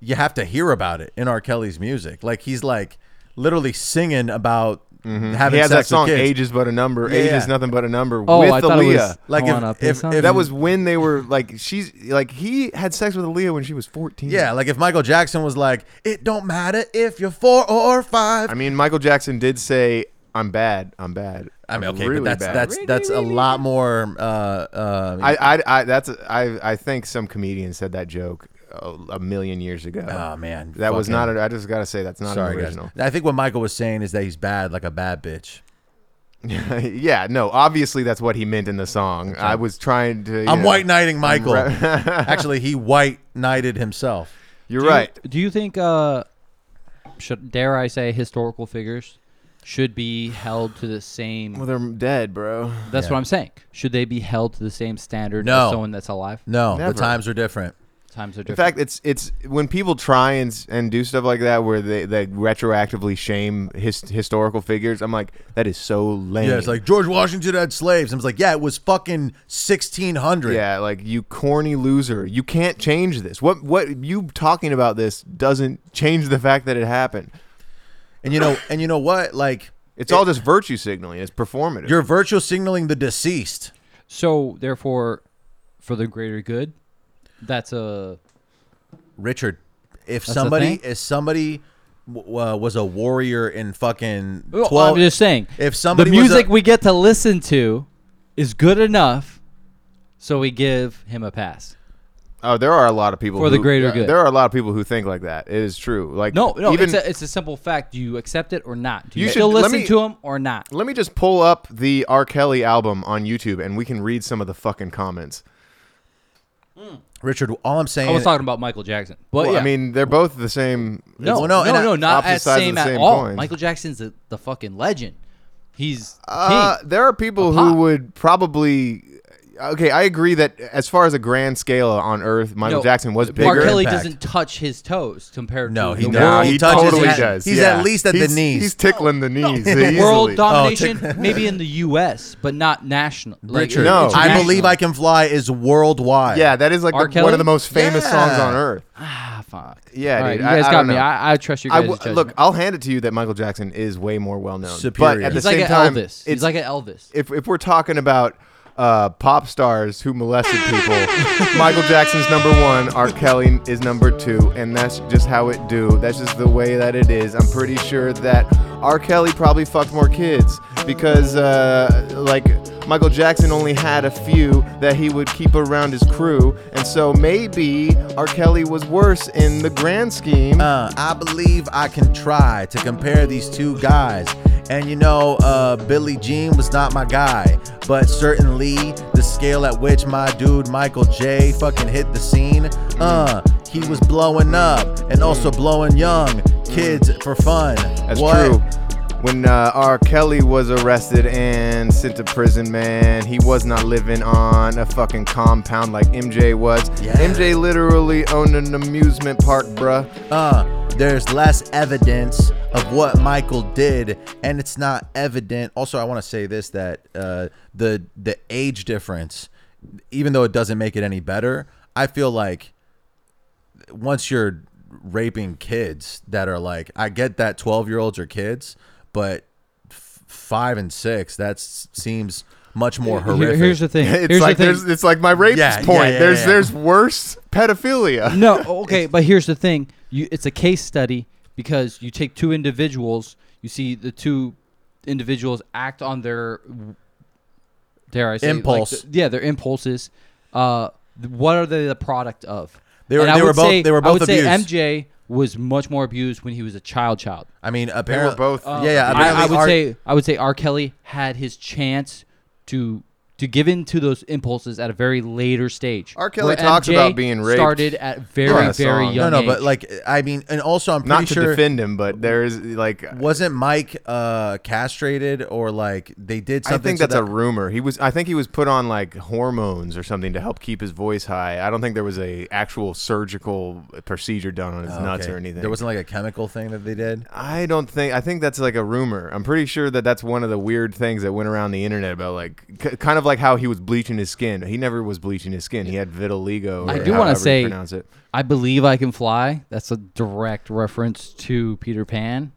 [SPEAKER 5] you have to hear about it in R. Kelly's music, like he's like literally singing about having
[SPEAKER 1] Mm-hmm. He had
[SPEAKER 5] sex
[SPEAKER 1] that song
[SPEAKER 5] with kids.
[SPEAKER 1] "Age is but a number."
[SPEAKER 5] Yeah,
[SPEAKER 1] Age
[SPEAKER 5] yeah.
[SPEAKER 1] is nothing but a number
[SPEAKER 6] Oh,
[SPEAKER 1] with
[SPEAKER 6] I thought
[SPEAKER 1] Aaliyah.
[SPEAKER 6] it was.
[SPEAKER 5] Like,
[SPEAKER 6] Like
[SPEAKER 5] if-
[SPEAKER 6] if,
[SPEAKER 5] if- if
[SPEAKER 1] that was when
[SPEAKER 5] [laughs]
[SPEAKER 1] they were like she's like he had sex with Aaliyah when she was fourteen.
[SPEAKER 5] Yeah, like if Michael Jackson was like, "It don't matter if you're four or five.
[SPEAKER 1] I mean Michael Jackson did say, "I'm bad, I'm bad."
[SPEAKER 5] I mean,
[SPEAKER 1] I'm
[SPEAKER 5] okay,
[SPEAKER 1] really
[SPEAKER 5] but that's
[SPEAKER 1] bad."
[SPEAKER 5] that's that's a lot more. Uh, uh,
[SPEAKER 1] I, I, I that's I I think some comedian said that joke a, a million years ago.
[SPEAKER 5] oh man,
[SPEAKER 1] that was
[SPEAKER 5] fucking-
[SPEAKER 1] not. A, I just gotta say that's not
[SPEAKER 5] sorry,
[SPEAKER 1] an
[SPEAKER 5] guys.
[SPEAKER 1] original.
[SPEAKER 5] I think what Michael was saying is that he's bad, like a bad bitch.
[SPEAKER 1] [laughs] yeah, no. Obviously, that's what he meant in the song. I was trying to. you
[SPEAKER 5] I'm
[SPEAKER 1] know,
[SPEAKER 5] white knighting Michael. [laughs] Actually, he white knighted himself.
[SPEAKER 1] You're right.
[SPEAKER 6] Do you think, uh, should dare I say, historical figures should be held to the same?
[SPEAKER 1] Well, they're dead, bro.
[SPEAKER 6] that's what I'm saying. Should they be held to the same standard
[SPEAKER 5] No.
[SPEAKER 6] as someone that's alive?
[SPEAKER 5] No,
[SPEAKER 1] Never.
[SPEAKER 5] the times are different.
[SPEAKER 6] Times are
[SPEAKER 1] In
[SPEAKER 6] different.
[SPEAKER 1] fact, it's it's when people try and s- and do stuff like that where they, they retroactively shame his, historical figures. I'm like, that is so lame.
[SPEAKER 5] Yeah, it's like George Washington had slaves. I was like, yeah, it was fucking 1600.
[SPEAKER 1] yeah, like you corny loser. You can't change this. What what you talking about this doesn't change the fact that it happened.
[SPEAKER 5] And you know, and you know what? Like,
[SPEAKER 1] It's all just virtue signaling. It's performative.
[SPEAKER 5] you're virtual signaling the deceased.
[SPEAKER 6] so therefore, for the greater good, that's a
[SPEAKER 5] Richard, if
[SPEAKER 6] That's a
[SPEAKER 5] somebody,
[SPEAKER 6] thing?
[SPEAKER 5] if somebody w- uh, was a warrior in fucking
[SPEAKER 6] Well,
[SPEAKER 5] 12,
[SPEAKER 6] I'm just saying.
[SPEAKER 5] if somebody
[SPEAKER 6] the
[SPEAKER 5] was
[SPEAKER 6] music
[SPEAKER 5] a-
[SPEAKER 6] we get to listen to is good enough, so we give him a pass.
[SPEAKER 1] oh, there are a lot of people
[SPEAKER 6] For the
[SPEAKER 1] who-
[SPEAKER 6] greater
[SPEAKER 1] yeah,
[SPEAKER 6] good.
[SPEAKER 1] There are a lot of people who think like that. It is true. Like
[SPEAKER 6] No, no,
[SPEAKER 1] even
[SPEAKER 6] it's, a, it's a simple fact. Do you accept it or not? Do you,
[SPEAKER 1] You should-
[SPEAKER 6] still
[SPEAKER 1] let
[SPEAKER 6] listen
[SPEAKER 1] me-
[SPEAKER 6] to him or not?
[SPEAKER 1] let me just pull up the R. Kelly album on YouTube and we can read some of the fucking comments.
[SPEAKER 5] Richard, all I'm saying,
[SPEAKER 6] I was talking about Michael Jackson, but
[SPEAKER 1] Well,
[SPEAKER 6] yeah.
[SPEAKER 1] I mean, they're both the same.
[SPEAKER 6] no,
[SPEAKER 5] well, no,
[SPEAKER 6] no,
[SPEAKER 5] and
[SPEAKER 6] no,
[SPEAKER 5] I-
[SPEAKER 6] not
[SPEAKER 1] opposite
[SPEAKER 6] at
[SPEAKER 1] sides of
[SPEAKER 6] same
[SPEAKER 1] the
[SPEAKER 6] at
[SPEAKER 1] same
[SPEAKER 6] all.
[SPEAKER 1] coin.
[SPEAKER 6] Michael Jackson's the, the fucking legend. He's the
[SPEAKER 1] Uh,
[SPEAKER 6] king.
[SPEAKER 1] there are people
[SPEAKER 6] pop.
[SPEAKER 1] who would probably. Okay, I agree that as far as a grand scale on Earth, Michael
[SPEAKER 6] No,
[SPEAKER 1] Jackson was
[SPEAKER 6] R.
[SPEAKER 1] bigger.
[SPEAKER 6] Kelly
[SPEAKER 5] Impact.
[SPEAKER 6] doesn't touch his toes compared
[SPEAKER 5] No,
[SPEAKER 6] to
[SPEAKER 5] he
[SPEAKER 6] the
[SPEAKER 5] does.
[SPEAKER 6] world.
[SPEAKER 5] He touches
[SPEAKER 1] totally
[SPEAKER 5] his-
[SPEAKER 1] does.
[SPEAKER 5] he's
[SPEAKER 1] yeah.
[SPEAKER 5] at least at the
[SPEAKER 1] He's-
[SPEAKER 5] knees.
[SPEAKER 1] He's tickling the knees. easily.
[SPEAKER 6] World domination,
[SPEAKER 5] Oh, [laughs] tick-
[SPEAKER 6] maybe in the U.S., but not national. like,
[SPEAKER 5] Richard,
[SPEAKER 1] No.
[SPEAKER 5] I
[SPEAKER 6] international.
[SPEAKER 5] believe I can fly is worldwide.
[SPEAKER 1] Yeah, that is like
[SPEAKER 6] R.
[SPEAKER 1] the- one
[SPEAKER 6] Kelly?
[SPEAKER 1] of the most famous
[SPEAKER 5] Yeah.
[SPEAKER 1] songs on Earth.
[SPEAKER 6] Ah, fuck.
[SPEAKER 1] Yeah,
[SPEAKER 6] All right,
[SPEAKER 1] dude,
[SPEAKER 6] you
[SPEAKER 1] I-
[SPEAKER 6] guys
[SPEAKER 1] I
[SPEAKER 6] got
[SPEAKER 1] don't
[SPEAKER 6] me.
[SPEAKER 1] know.
[SPEAKER 6] I, I trust your
[SPEAKER 1] I
[SPEAKER 6] guys.
[SPEAKER 1] w-
[SPEAKER 6] judgment.
[SPEAKER 1] look, I'll hand it to you that Michael Jackson is way more well known. But
[SPEAKER 5] Superior.
[SPEAKER 1] at the
[SPEAKER 6] he's
[SPEAKER 1] same
[SPEAKER 6] like an
[SPEAKER 1] time,
[SPEAKER 6] Elvis.
[SPEAKER 1] it's-
[SPEAKER 6] He's like an Elvis.
[SPEAKER 1] if if we're talking about uh, pop stars who molested people, Michael Jackson's number one, R. Kelly is number two, and that's just how it do. That's just the way that it is. I'm pretty sure that R. Kelly probably fucked more kids because uh, like Michael Jackson only had a few that he would keep around his crew, and so maybe R. Kelly was worse in the grand scheme.
[SPEAKER 5] Uh, I believe I can try to compare these two guys. And you know, uh, Billy Jean was not my guy, but certainly the scale at which my dude Michael J fucking hit the scene, uh, he was blowing up and also blowing young kids for fun.
[SPEAKER 1] That's
[SPEAKER 5] What?
[SPEAKER 1] true. When uh, R. Kelly was arrested and sent to prison, man, he was not living on a fucking compound like MJ was.
[SPEAKER 5] Yeah.
[SPEAKER 1] MJ literally owned an amusement park, bruh.
[SPEAKER 5] Uh, there's less evidence of what Michael did, and it's not evident. Also, I want to say this that uh, the the age difference, even though it doesn't make it any better, I feel like once you're raping kids that are like, I get that 12 year olds are kids, but f- five and six, that s- seems much more
[SPEAKER 6] Here-
[SPEAKER 5] horrific.
[SPEAKER 6] here's the
[SPEAKER 1] [laughs]
[SPEAKER 6] thing.
[SPEAKER 1] It's
[SPEAKER 6] here's
[SPEAKER 1] like
[SPEAKER 6] the
[SPEAKER 1] there's
[SPEAKER 6] thing.
[SPEAKER 1] it's like my rape
[SPEAKER 5] Yeah, yeah,
[SPEAKER 1] point.
[SPEAKER 5] yeah,
[SPEAKER 1] there's
[SPEAKER 5] yeah.
[SPEAKER 1] there's worse
[SPEAKER 5] [laughs]
[SPEAKER 1] pedophilia.
[SPEAKER 6] No, okay, but here's the thing. You, it's a case study because you take two individuals. You see the two individuals act on their dare I say like
[SPEAKER 5] Impulse.
[SPEAKER 6] the- yeah, their impulses. Uh, th- what are they the product of?
[SPEAKER 5] They were-
[SPEAKER 6] And I
[SPEAKER 5] they were
[SPEAKER 6] would
[SPEAKER 5] both-
[SPEAKER 6] say-
[SPEAKER 5] they were
[SPEAKER 6] I would
[SPEAKER 5] both
[SPEAKER 6] say
[SPEAKER 5] abused.
[SPEAKER 6] MJ was much more abused when he was a child. Child.
[SPEAKER 5] I mean,
[SPEAKER 1] They
[SPEAKER 5] apparently,
[SPEAKER 1] were both
[SPEAKER 5] yeah, yeah,
[SPEAKER 6] I, I
[SPEAKER 5] apparently
[SPEAKER 6] would
[SPEAKER 5] our-
[SPEAKER 6] say I would say R. Kelly had his chance to to give in to those impulses at a very later stage.
[SPEAKER 1] R. Kelly
[SPEAKER 6] Where
[SPEAKER 1] talks
[SPEAKER 6] MJ
[SPEAKER 1] about being raped
[SPEAKER 6] Started at very
[SPEAKER 1] on a
[SPEAKER 6] very
[SPEAKER 1] song.
[SPEAKER 6] young.
[SPEAKER 5] no, no,
[SPEAKER 6] age.
[SPEAKER 5] but like I mean, and also I'm pretty
[SPEAKER 1] Not to
[SPEAKER 5] sure
[SPEAKER 1] defend him, but there is like
[SPEAKER 5] wasn't Mike uh, castrated or like they did
[SPEAKER 1] I
[SPEAKER 5] something.
[SPEAKER 1] think
[SPEAKER 5] so
[SPEAKER 1] that's a
[SPEAKER 5] that-
[SPEAKER 1] rumor. He was I think he was put on like hormones or something to help keep his voice high. I don't think there was a actual surgical procedure done on his nuts
[SPEAKER 5] Oh, Okay.
[SPEAKER 1] or anything.
[SPEAKER 5] There wasn't like a chemical thing that they did.
[SPEAKER 1] I don't think I think that's like a rumor. I'm pretty sure that that's one of the weird things that went around the internet about like c- kind of like how he was bleaching his skin. He never was bleaching his skin. He had vitiligo. Or
[SPEAKER 6] I do
[SPEAKER 1] want to
[SPEAKER 6] say,
[SPEAKER 1] pronounce it.
[SPEAKER 6] I believe I can fly. That's a direct reference to Peter Pan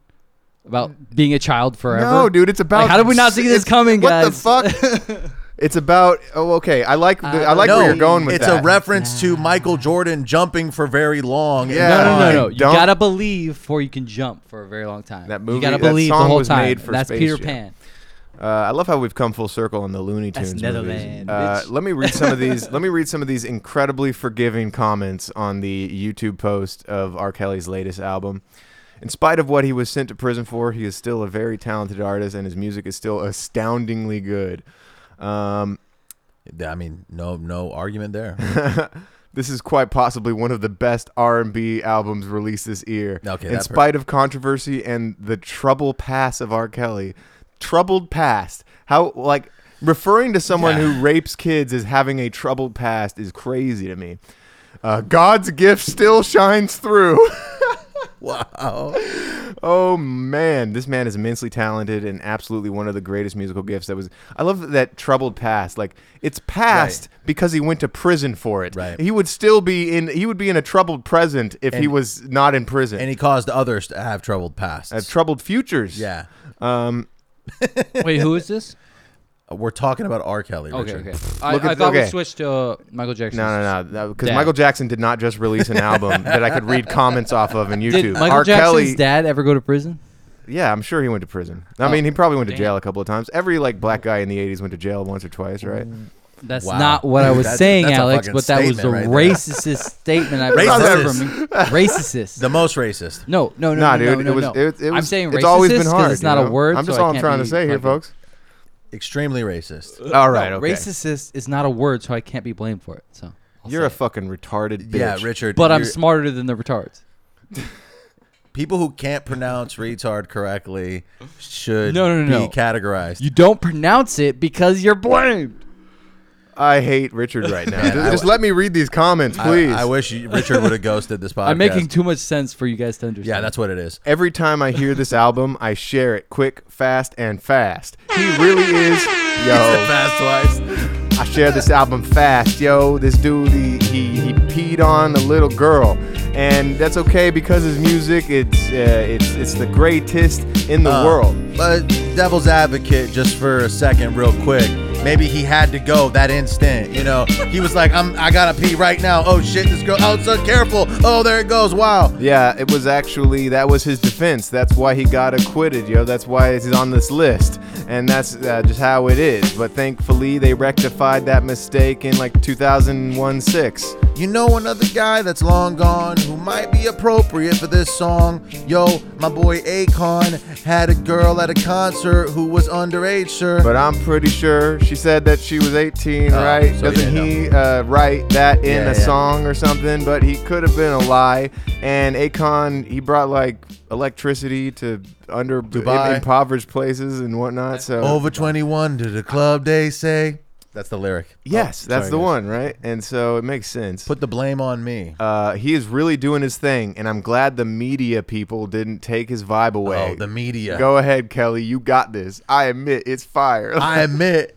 [SPEAKER 6] about being a child forever.
[SPEAKER 1] No, dude, it's about
[SPEAKER 6] Like, how did we not see this
[SPEAKER 1] it's-
[SPEAKER 6] coming, guys?
[SPEAKER 1] What the fuck?
[SPEAKER 6] [laughs]
[SPEAKER 1] it's about oh okay. I like the,
[SPEAKER 6] Uh,
[SPEAKER 1] I like
[SPEAKER 5] no,
[SPEAKER 1] where you're going with
[SPEAKER 5] it's
[SPEAKER 1] that.
[SPEAKER 5] a reference
[SPEAKER 6] Ah.
[SPEAKER 5] to Michael Jordan jumping for very long. and
[SPEAKER 1] Yeah.
[SPEAKER 6] No, no, no,
[SPEAKER 5] flying.
[SPEAKER 6] no.
[SPEAKER 1] I
[SPEAKER 6] You
[SPEAKER 1] don't-
[SPEAKER 6] gotta believe before you can jump for a very long time.
[SPEAKER 1] That movie-
[SPEAKER 6] you gotta
[SPEAKER 1] that
[SPEAKER 6] believe
[SPEAKER 1] song
[SPEAKER 6] the whole
[SPEAKER 1] was
[SPEAKER 6] time.
[SPEAKER 1] made for
[SPEAKER 6] That's
[SPEAKER 1] Space
[SPEAKER 6] Peter
[SPEAKER 1] Jam.
[SPEAKER 6] Pan.
[SPEAKER 1] Uh, I love how we've come full circle on the Looney
[SPEAKER 6] That's
[SPEAKER 1] Tunes movies.
[SPEAKER 6] Netherland,
[SPEAKER 1] Uh,
[SPEAKER 6] bitch.
[SPEAKER 1] let me read some of
[SPEAKER 6] [laughs]
[SPEAKER 1] these. let me read some of these incredibly forgiving comments on the YouTube post of R. Kelly's latest album. In spite of what he was sent to prison for, he is still a very talented artist, and his music is still astoundingly good. Um,
[SPEAKER 5] I mean, no, no argument there. [laughs]
[SPEAKER 1] this is quite possibly one of the best R&B albums released this year.
[SPEAKER 5] Okay,
[SPEAKER 1] In
[SPEAKER 5] that per-
[SPEAKER 1] spite of controversy and the trouble past of R. Kelly, troubled past. How like referring to someone who rapes kids as having a troubled past is crazy to me. Uh, God's gift still shines through. [laughs]
[SPEAKER 5] wow.
[SPEAKER 1] Oh man, this man is immensely talented and absolutely one of the greatest musical gifts that was. I love that troubled past. Like it's past because he went to prison for it.
[SPEAKER 5] Right.
[SPEAKER 1] He would still be in. He would be in a troubled present if he
[SPEAKER 5] And-
[SPEAKER 1] was not in prison.
[SPEAKER 5] And he caused others to have troubled pasts.
[SPEAKER 1] have troubled futures.
[SPEAKER 5] yeah.
[SPEAKER 6] [laughs] Wait, who is this?
[SPEAKER 5] We're talking about R. Kelly.
[SPEAKER 6] [laughs] Okay,
[SPEAKER 5] Richard.
[SPEAKER 6] okay. I,
[SPEAKER 1] Look at
[SPEAKER 6] I
[SPEAKER 1] th-
[SPEAKER 6] thought
[SPEAKER 1] okay.
[SPEAKER 6] we switched to uh, Michael Jackson.
[SPEAKER 1] No, no, no. Because
[SPEAKER 6] Dad.
[SPEAKER 1] Michael Jackson did not just release an
[SPEAKER 6] [laughs]
[SPEAKER 1] album that I could read comments off of in YouTube.
[SPEAKER 6] Did Michael
[SPEAKER 1] R.
[SPEAKER 6] Jackson's
[SPEAKER 1] Kelly,
[SPEAKER 6] dad ever go to prison?
[SPEAKER 1] yeah, I'm sure he went to prison. I
[SPEAKER 6] Oh,
[SPEAKER 1] mean, he probably went to
[SPEAKER 6] damn.
[SPEAKER 1] jail a couple of times. Every like black guy in the '80s went to jail once or twice, right?
[SPEAKER 6] Mm. That's
[SPEAKER 5] Wow.
[SPEAKER 6] not what I was
[SPEAKER 5] That's-
[SPEAKER 6] saying,
[SPEAKER 5] that's a
[SPEAKER 6] Alex.
[SPEAKER 5] fucking
[SPEAKER 6] But that was the
[SPEAKER 5] statement right there.
[SPEAKER 6] racist statement I've heard
[SPEAKER 5] Racist.
[SPEAKER 6] from
[SPEAKER 1] [laughs]
[SPEAKER 6] you. Racist.
[SPEAKER 5] The most racist.
[SPEAKER 6] no, no, no,
[SPEAKER 1] nah,
[SPEAKER 6] no,
[SPEAKER 1] dude.
[SPEAKER 6] no, no,
[SPEAKER 1] it was.
[SPEAKER 6] no.
[SPEAKER 1] It, it was
[SPEAKER 6] I'm saying
[SPEAKER 1] it's always
[SPEAKER 6] racist
[SPEAKER 1] been
[SPEAKER 6] 'cause
[SPEAKER 1] hard.
[SPEAKER 6] It's
[SPEAKER 1] you
[SPEAKER 6] not
[SPEAKER 1] know?
[SPEAKER 6] a word.
[SPEAKER 1] I'm just
[SPEAKER 6] so I
[SPEAKER 1] all I'm
[SPEAKER 6] can't
[SPEAKER 1] trying to
[SPEAKER 6] be
[SPEAKER 1] say here,
[SPEAKER 6] blamed.
[SPEAKER 1] folks.
[SPEAKER 5] Extremely racist.
[SPEAKER 1] All right,
[SPEAKER 6] No,
[SPEAKER 1] okay.
[SPEAKER 6] Racist is not a word, so I can't be blamed for it. So I'll
[SPEAKER 1] You're
[SPEAKER 6] say
[SPEAKER 1] a
[SPEAKER 6] it.
[SPEAKER 1] fucking retarded bitch.
[SPEAKER 5] Yeah, Richard.
[SPEAKER 6] but I'm
[SPEAKER 5] you're-
[SPEAKER 6] smarter than the retards.
[SPEAKER 5] people who can't pronounce retard correctly should
[SPEAKER 6] No, no, no,
[SPEAKER 5] be
[SPEAKER 6] no.
[SPEAKER 5] categorized.
[SPEAKER 6] You don't pronounce it because you're blamed.
[SPEAKER 1] I hate
[SPEAKER 6] [laughs]
[SPEAKER 1] Richard right now.
[SPEAKER 5] I
[SPEAKER 1] just, just
[SPEAKER 5] w-
[SPEAKER 1] let me read these comments,
[SPEAKER 5] I-
[SPEAKER 1] please.
[SPEAKER 5] I, wish you, Richard
[SPEAKER 6] [laughs]
[SPEAKER 5] would have ghosted this podcast.
[SPEAKER 6] I'm making too much sense for you guys to understand.
[SPEAKER 5] Yeah, that's what it is.
[SPEAKER 1] Every time I hear this album, I share it quick, fast, and fast. He really [laughs] is. Yo,
[SPEAKER 5] Fast twice.
[SPEAKER 1] I share this album fast, yo. This dude, he, he, he peed on a little girl, and that's okay because his music, it's uh, it's it's the greatest in the world.
[SPEAKER 5] But devil's advocate, just for a second, real quick. Maybe he had to go that instant. You know, he was like, "I'm, I gotta pee right now." Oh shit, this girl. Oh, so careful. Oh, there it goes. Wow.
[SPEAKER 1] Yeah, it was actually that was his defense. That's why he got acquitted, yo. That's why he's on this list, and that's uh, just how it is. But thankfully, they rectified that mistake in like 2001 six.
[SPEAKER 5] You know another guy that's long gone who might be appropriate for this song. Yo, my boy Akon had a girl at a concert who was underage, sir.
[SPEAKER 1] But I'm pretty sure she said that she was 18,
[SPEAKER 5] Oh,
[SPEAKER 1] right?
[SPEAKER 5] so he
[SPEAKER 1] Doesn't
[SPEAKER 5] didn't
[SPEAKER 1] he uh, write that in
[SPEAKER 5] Yeah,
[SPEAKER 1] a
[SPEAKER 5] yeah.
[SPEAKER 1] song or something? But he could have been a lie. And Akon, he brought like electricity to under
[SPEAKER 5] Dubai.
[SPEAKER 1] impoverished places and whatnot. So
[SPEAKER 5] Over 21 to the club, they say. That's the lyric.
[SPEAKER 1] yes,
[SPEAKER 5] Oh,
[SPEAKER 1] that's
[SPEAKER 5] sorry,
[SPEAKER 1] the
[SPEAKER 5] guys.
[SPEAKER 1] one, right? And so it makes sense.
[SPEAKER 5] Put the blame on me.
[SPEAKER 1] uh, he is really doing his thing, and I'm glad the media people didn't take his vibe away.
[SPEAKER 5] oh, the media.
[SPEAKER 1] Go ahead, Kelly. You got this. I admit it's fire.
[SPEAKER 5] I admit.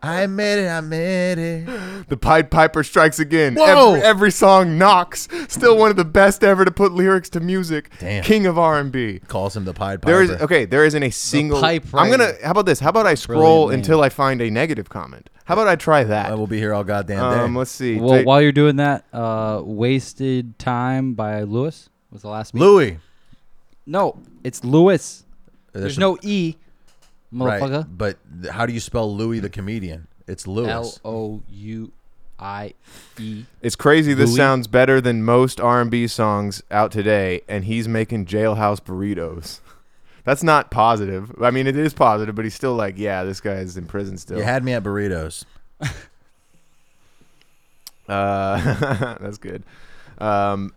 [SPEAKER 5] I admit it. I admit it.
[SPEAKER 1] [laughs] The Pied Piper strikes again.
[SPEAKER 5] Whoa!
[SPEAKER 1] Every, every song knocks. Still one of the best ever to put lyrics to music.
[SPEAKER 5] Damn.
[SPEAKER 1] King of R&B.
[SPEAKER 5] Calls him the Pied Piper.
[SPEAKER 1] There is okay. There isn't a single.
[SPEAKER 6] pipe
[SPEAKER 1] I'm gonna.
[SPEAKER 6] writer.
[SPEAKER 1] How about this? How about I scroll
[SPEAKER 6] Brilliant man.
[SPEAKER 1] until I find a negative comment? How about I try that?
[SPEAKER 5] I will be here all goddamn day.
[SPEAKER 1] Um, let's see.
[SPEAKER 6] Well,
[SPEAKER 1] They-
[SPEAKER 6] while you're doing that, uh, "Wasted Time" by Lewis was the last. beat.
[SPEAKER 5] Louis.
[SPEAKER 6] No, it's Lewis. There's,
[SPEAKER 5] There's
[SPEAKER 6] no e,
[SPEAKER 5] Right,
[SPEAKER 6] motherfucker.
[SPEAKER 5] But th- how do you spell Louis the comedian? It's Louis.
[SPEAKER 6] L O U I E.
[SPEAKER 1] it's crazy. This
[SPEAKER 6] Louis?
[SPEAKER 1] sounds better than most R&B songs out today, and he's making jailhouse burritos. [laughs] That's not positive. I mean, it is positive, but he's still like, yeah, this guy is in prison still.
[SPEAKER 5] You had me at burritos.
[SPEAKER 1] Uh, [laughs] that's good. Um,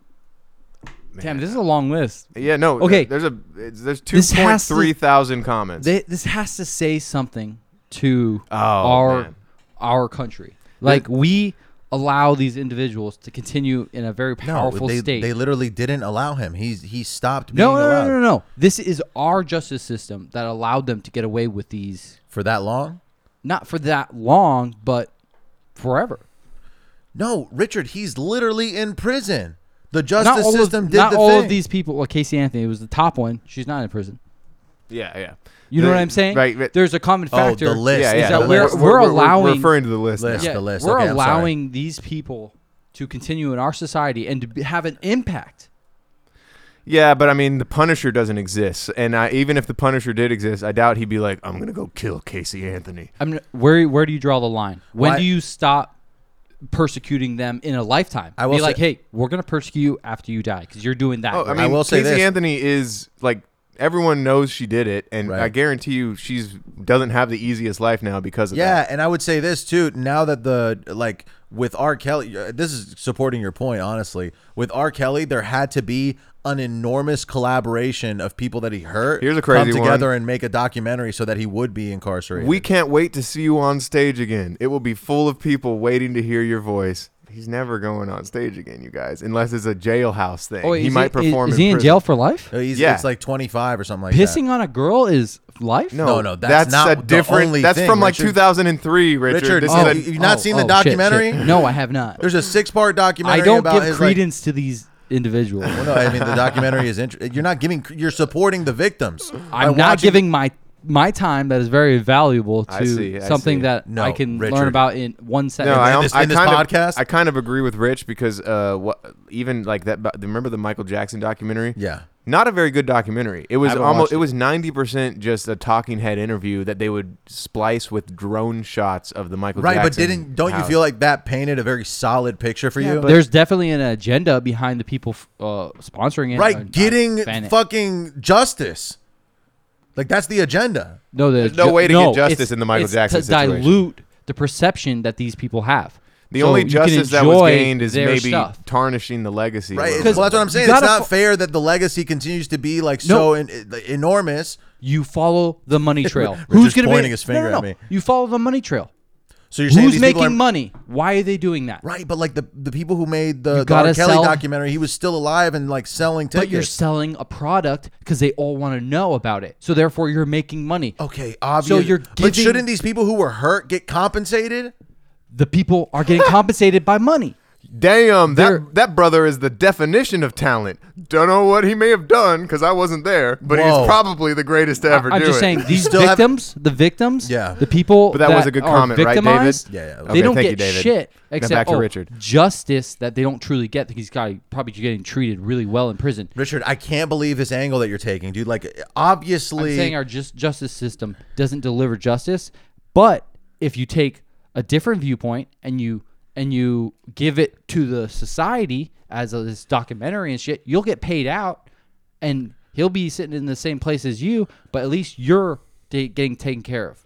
[SPEAKER 6] Damn, this is a long list.
[SPEAKER 1] yeah, no.
[SPEAKER 6] Okay.
[SPEAKER 1] There's a it's, there's two
[SPEAKER 6] This
[SPEAKER 1] point
[SPEAKER 6] has to-
[SPEAKER 1] three thousand comments.
[SPEAKER 6] They, this has to say something to
[SPEAKER 1] Oh,
[SPEAKER 6] our
[SPEAKER 1] man.
[SPEAKER 6] our country. Like we allow these individuals to continue in a very powerful
[SPEAKER 5] they,
[SPEAKER 6] state.
[SPEAKER 5] they literally didn't allow him. He's he stopped being
[SPEAKER 6] no, no,
[SPEAKER 5] allowed
[SPEAKER 6] no, no, no. This is our justice system that allowed them to get away with these,
[SPEAKER 5] for that long.
[SPEAKER 6] not for that long, but forever.
[SPEAKER 5] No, Richard, he's literally in prison. The
[SPEAKER 6] Not
[SPEAKER 5] justice
[SPEAKER 6] all,
[SPEAKER 5] system
[SPEAKER 6] of,
[SPEAKER 5] did
[SPEAKER 6] not
[SPEAKER 5] the
[SPEAKER 6] all
[SPEAKER 5] thing.
[SPEAKER 6] of these people. Well, Casey Anthony was the top one. She's not in prison.
[SPEAKER 1] yeah, yeah.
[SPEAKER 6] You know
[SPEAKER 1] The-
[SPEAKER 6] what I'm saying?
[SPEAKER 1] Right. right.
[SPEAKER 6] There's a common
[SPEAKER 5] Oh, the
[SPEAKER 6] factor.
[SPEAKER 5] list.
[SPEAKER 1] yeah,
[SPEAKER 5] is
[SPEAKER 1] yeah.
[SPEAKER 5] that
[SPEAKER 1] the
[SPEAKER 5] we're-
[SPEAKER 1] list.
[SPEAKER 6] we're allowing-
[SPEAKER 1] referring to the list.
[SPEAKER 5] List.
[SPEAKER 1] now.
[SPEAKER 5] the list.
[SPEAKER 6] We're
[SPEAKER 5] Okay, I'm sorry.
[SPEAKER 6] allowing these people to continue in our society and to be, have an impact.
[SPEAKER 1] Yeah, but I mean, the Punisher doesn't exist, and I, even if the Punisher did exist, I doubt he'd be like, "I'm gonna go kill Casey Anthony."
[SPEAKER 6] I mean, where where do you draw the line? When
[SPEAKER 5] Why-
[SPEAKER 6] do you stop persecuting them in a lifetime?
[SPEAKER 5] I will
[SPEAKER 6] be like,
[SPEAKER 5] say-
[SPEAKER 6] hey, we're gonna persecute you after you die because you're doing that.
[SPEAKER 1] Oh, I
[SPEAKER 6] work.
[SPEAKER 1] mean,
[SPEAKER 5] will say
[SPEAKER 1] Casey
[SPEAKER 5] this.
[SPEAKER 1] Anthony is like everyone knows she did it, and
[SPEAKER 5] Right.
[SPEAKER 1] I guarantee you, she's doesn't have the easiest life now because of
[SPEAKER 5] Yeah,
[SPEAKER 1] that.
[SPEAKER 5] and I would say this too. Now that the like with R. Kelly, uh, this is supporting your point. Honestly, with R. Kelly, there had to be an enormous collaboration of people that he hurt.
[SPEAKER 1] Here's a crazy
[SPEAKER 5] come
[SPEAKER 1] one.
[SPEAKER 5] together and make a documentary so that he would be incarcerated.
[SPEAKER 1] We can't wait to see you on stage again. It will be full of people waiting to hear your voice. He's never going on stage again, you guys, unless it's a jailhouse thing.
[SPEAKER 6] Oh,
[SPEAKER 1] he
[SPEAKER 6] is
[SPEAKER 1] might perform.
[SPEAKER 6] Is, is
[SPEAKER 1] in
[SPEAKER 6] he in
[SPEAKER 1] prison.
[SPEAKER 6] jail for life?
[SPEAKER 5] Uh, he's
[SPEAKER 1] Yeah.
[SPEAKER 5] it's like twenty five or something like
[SPEAKER 6] Pissing on a girl is life.
[SPEAKER 1] No,
[SPEAKER 5] No, no, that's not
[SPEAKER 1] a
[SPEAKER 5] the
[SPEAKER 1] different.
[SPEAKER 5] only
[SPEAKER 1] that's
[SPEAKER 5] thing,
[SPEAKER 1] from like
[SPEAKER 5] Richard.
[SPEAKER 1] 2003, Richard.
[SPEAKER 5] Richard,
[SPEAKER 1] this
[SPEAKER 5] oh,
[SPEAKER 1] is a-
[SPEAKER 5] you- you've not seen the
[SPEAKER 6] shit, shit.
[SPEAKER 5] documentary?
[SPEAKER 6] No, I have not.
[SPEAKER 5] that. There's a six part
[SPEAKER 6] I
[SPEAKER 5] documentary.
[SPEAKER 6] don't
[SPEAKER 5] about
[SPEAKER 6] give
[SPEAKER 5] his, like-
[SPEAKER 6] credence to these individuals.
[SPEAKER 5] Well, [laughs] no, I mean the documentary is interesting. You're not giving. You're supporting the victims. by
[SPEAKER 6] I'm not
[SPEAKER 5] watching-
[SPEAKER 6] giving my my time that is very valuable
[SPEAKER 1] I
[SPEAKER 6] to
[SPEAKER 1] see, I
[SPEAKER 6] something
[SPEAKER 1] see.
[SPEAKER 6] that
[SPEAKER 5] No,
[SPEAKER 6] I can learn
[SPEAKER 5] Richard.
[SPEAKER 6] about in one second.
[SPEAKER 1] No, I,
[SPEAKER 5] this-
[SPEAKER 1] al- I
[SPEAKER 5] in this
[SPEAKER 1] kind of-
[SPEAKER 5] podcast?
[SPEAKER 1] I kind of agree with Rich because uh, what even like that. bu- Remember the Michael Jackson documentary?
[SPEAKER 5] Yeah.
[SPEAKER 1] not a very good documentary. It was
[SPEAKER 6] haven't
[SPEAKER 1] almost
[SPEAKER 6] watched
[SPEAKER 1] it
[SPEAKER 6] it.
[SPEAKER 1] was ninety percent just a talking head interview that they would splice with drone shots of the Michael
[SPEAKER 5] Right, but
[SPEAKER 1] Jackson.
[SPEAKER 5] didn't don't you
[SPEAKER 1] house.
[SPEAKER 5] feel like that painted a very solid picture for you?
[SPEAKER 6] There's definitely an agenda behind the people f- uh, sponsoring it.
[SPEAKER 5] right,
[SPEAKER 6] I'm- I'm
[SPEAKER 5] getting
[SPEAKER 6] fan-
[SPEAKER 5] fucking justice. Like that's the agenda.
[SPEAKER 6] no, the,
[SPEAKER 1] There's no way to get justice
[SPEAKER 6] it's-
[SPEAKER 1] in the Michael
[SPEAKER 6] it's
[SPEAKER 1] Jackson
[SPEAKER 6] to
[SPEAKER 1] situation.
[SPEAKER 6] dilute the perception that these people have.
[SPEAKER 1] the
[SPEAKER 6] So
[SPEAKER 1] only
[SPEAKER 6] you can
[SPEAKER 1] justice that was
[SPEAKER 6] enjoy
[SPEAKER 1] gained is
[SPEAKER 6] their
[SPEAKER 1] maybe
[SPEAKER 6] stuff.
[SPEAKER 1] tarnishing the legacy?
[SPEAKER 5] Right.
[SPEAKER 1] of-
[SPEAKER 5] Well, that's what I'm saying.
[SPEAKER 6] you
[SPEAKER 5] It's not
[SPEAKER 6] gotta fo-
[SPEAKER 5] fair that the legacy continues to be like so
[SPEAKER 6] No.
[SPEAKER 5] en- enormous.
[SPEAKER 6] you follow
[SPEAKER 1] [laughs]
[SPEAKER 6] the money trail.
[SPEAKER 5] Richard's
[SPEAKER 6] Who's going to
[SPEAKER 5] pointing
[SPEAKER 6] be
[SPEAKER 5] his
[SPEAKER 6] no,
[SPEAKER 5] finger
[SPEAKER 6] no,
[SPEAKER 5] at
[SPEAKER 6] no.
[SPEAKER 5] me.
[SPEAKER 6] You follow the money trail.
[SPEAKER 5] So you're saying
[SPEAKER 6] Who's
[SPEAKER 5] these people
[SPEAKER 6] making
[SPEAKER 5] are-
[SPEAKER 6] money? Why are they doing that?
[SPEAKER 5] Right, but like the the people who made the, the
[SPEAKER 6] gotta
[SPEAKER 5] R. Kelly
[SPEAKER 6] sell-
[SPEAKER 5] documentary, he was still alive and like selling tickets.
[SPEAKER 6] But you're selling a product because they all want to know about it. So therefore, you're making money.
[SPEAKER 1] Oh.
[SPEAKER 5] okay, obvious.
[SPEAKER 6] you're
[SPEAKER 5] but
[SPEAKER 6] giving-
[SPEAKER 5] shouldn't these people who were hurt get compensated?
[SPEAKER 6] The people are
[SPEAKER 1] [laughs]
[SPEAKER 6] getting compensated by money.
[SPEAKER 1] Damn,
[SPEAKER 6] They're-
[SPEAKER 1] that that brother is the definition of talent. Don't know what he may have done because I wasn't there, but
[SPEAKER 5] Whoa.
[SPEAKER 1] he's probably the greatest to ever
[SPEAKER 6] I'm
[SPEAKER 1] do
[SPEAKER 6] just
[SPEAKER 1] it.
[SPEAKER 6] saying these
[SPEAKER 5] still have-
[SPEAKER 6] victims, the victims,
[SPEAKER 5] Yeah.
[SPEAKER 6] the people.
[SPEAKER 1] But that was a good
[SPEAKER 6] are
[SPEAKER 1] comment, right, David?
[SPEAKER 6] victimized,
[SPEAKER 5] Yeah, yeah.
[SPEAKER 6] They
[SPEAKER 1] Okay,
[SPEAKER 6] don't
[SPEAKER 1] thank
[SPEAKER 6] get
[SPEAKER 1] you, David.
[SPEAKER 6] shit
[SPEAKER 1] Now
[SPEAKER 6] except
[SPEAKER 1] back to
[SPEAKER 6] oh,
[SPEAKER 1] Richard.
[SPEAKER 6] justice that they don't truly get. He's got probably getting treated really well in prison.
[SPEAKER 5] Richard, I can't believe this angle that you're taking, dude. Like,
[SPEAKER 6] I'm
[SPEAKER 5] obviously,
[SPEAKER 6] saying our just justice system doesn't deliver justice, but if you take a different viewpoint and you and you give it to the society as a, this documentary and shit, you'll get paid out, and he'll be sitting in the same place as you, but at least you're ta- getting taken care of.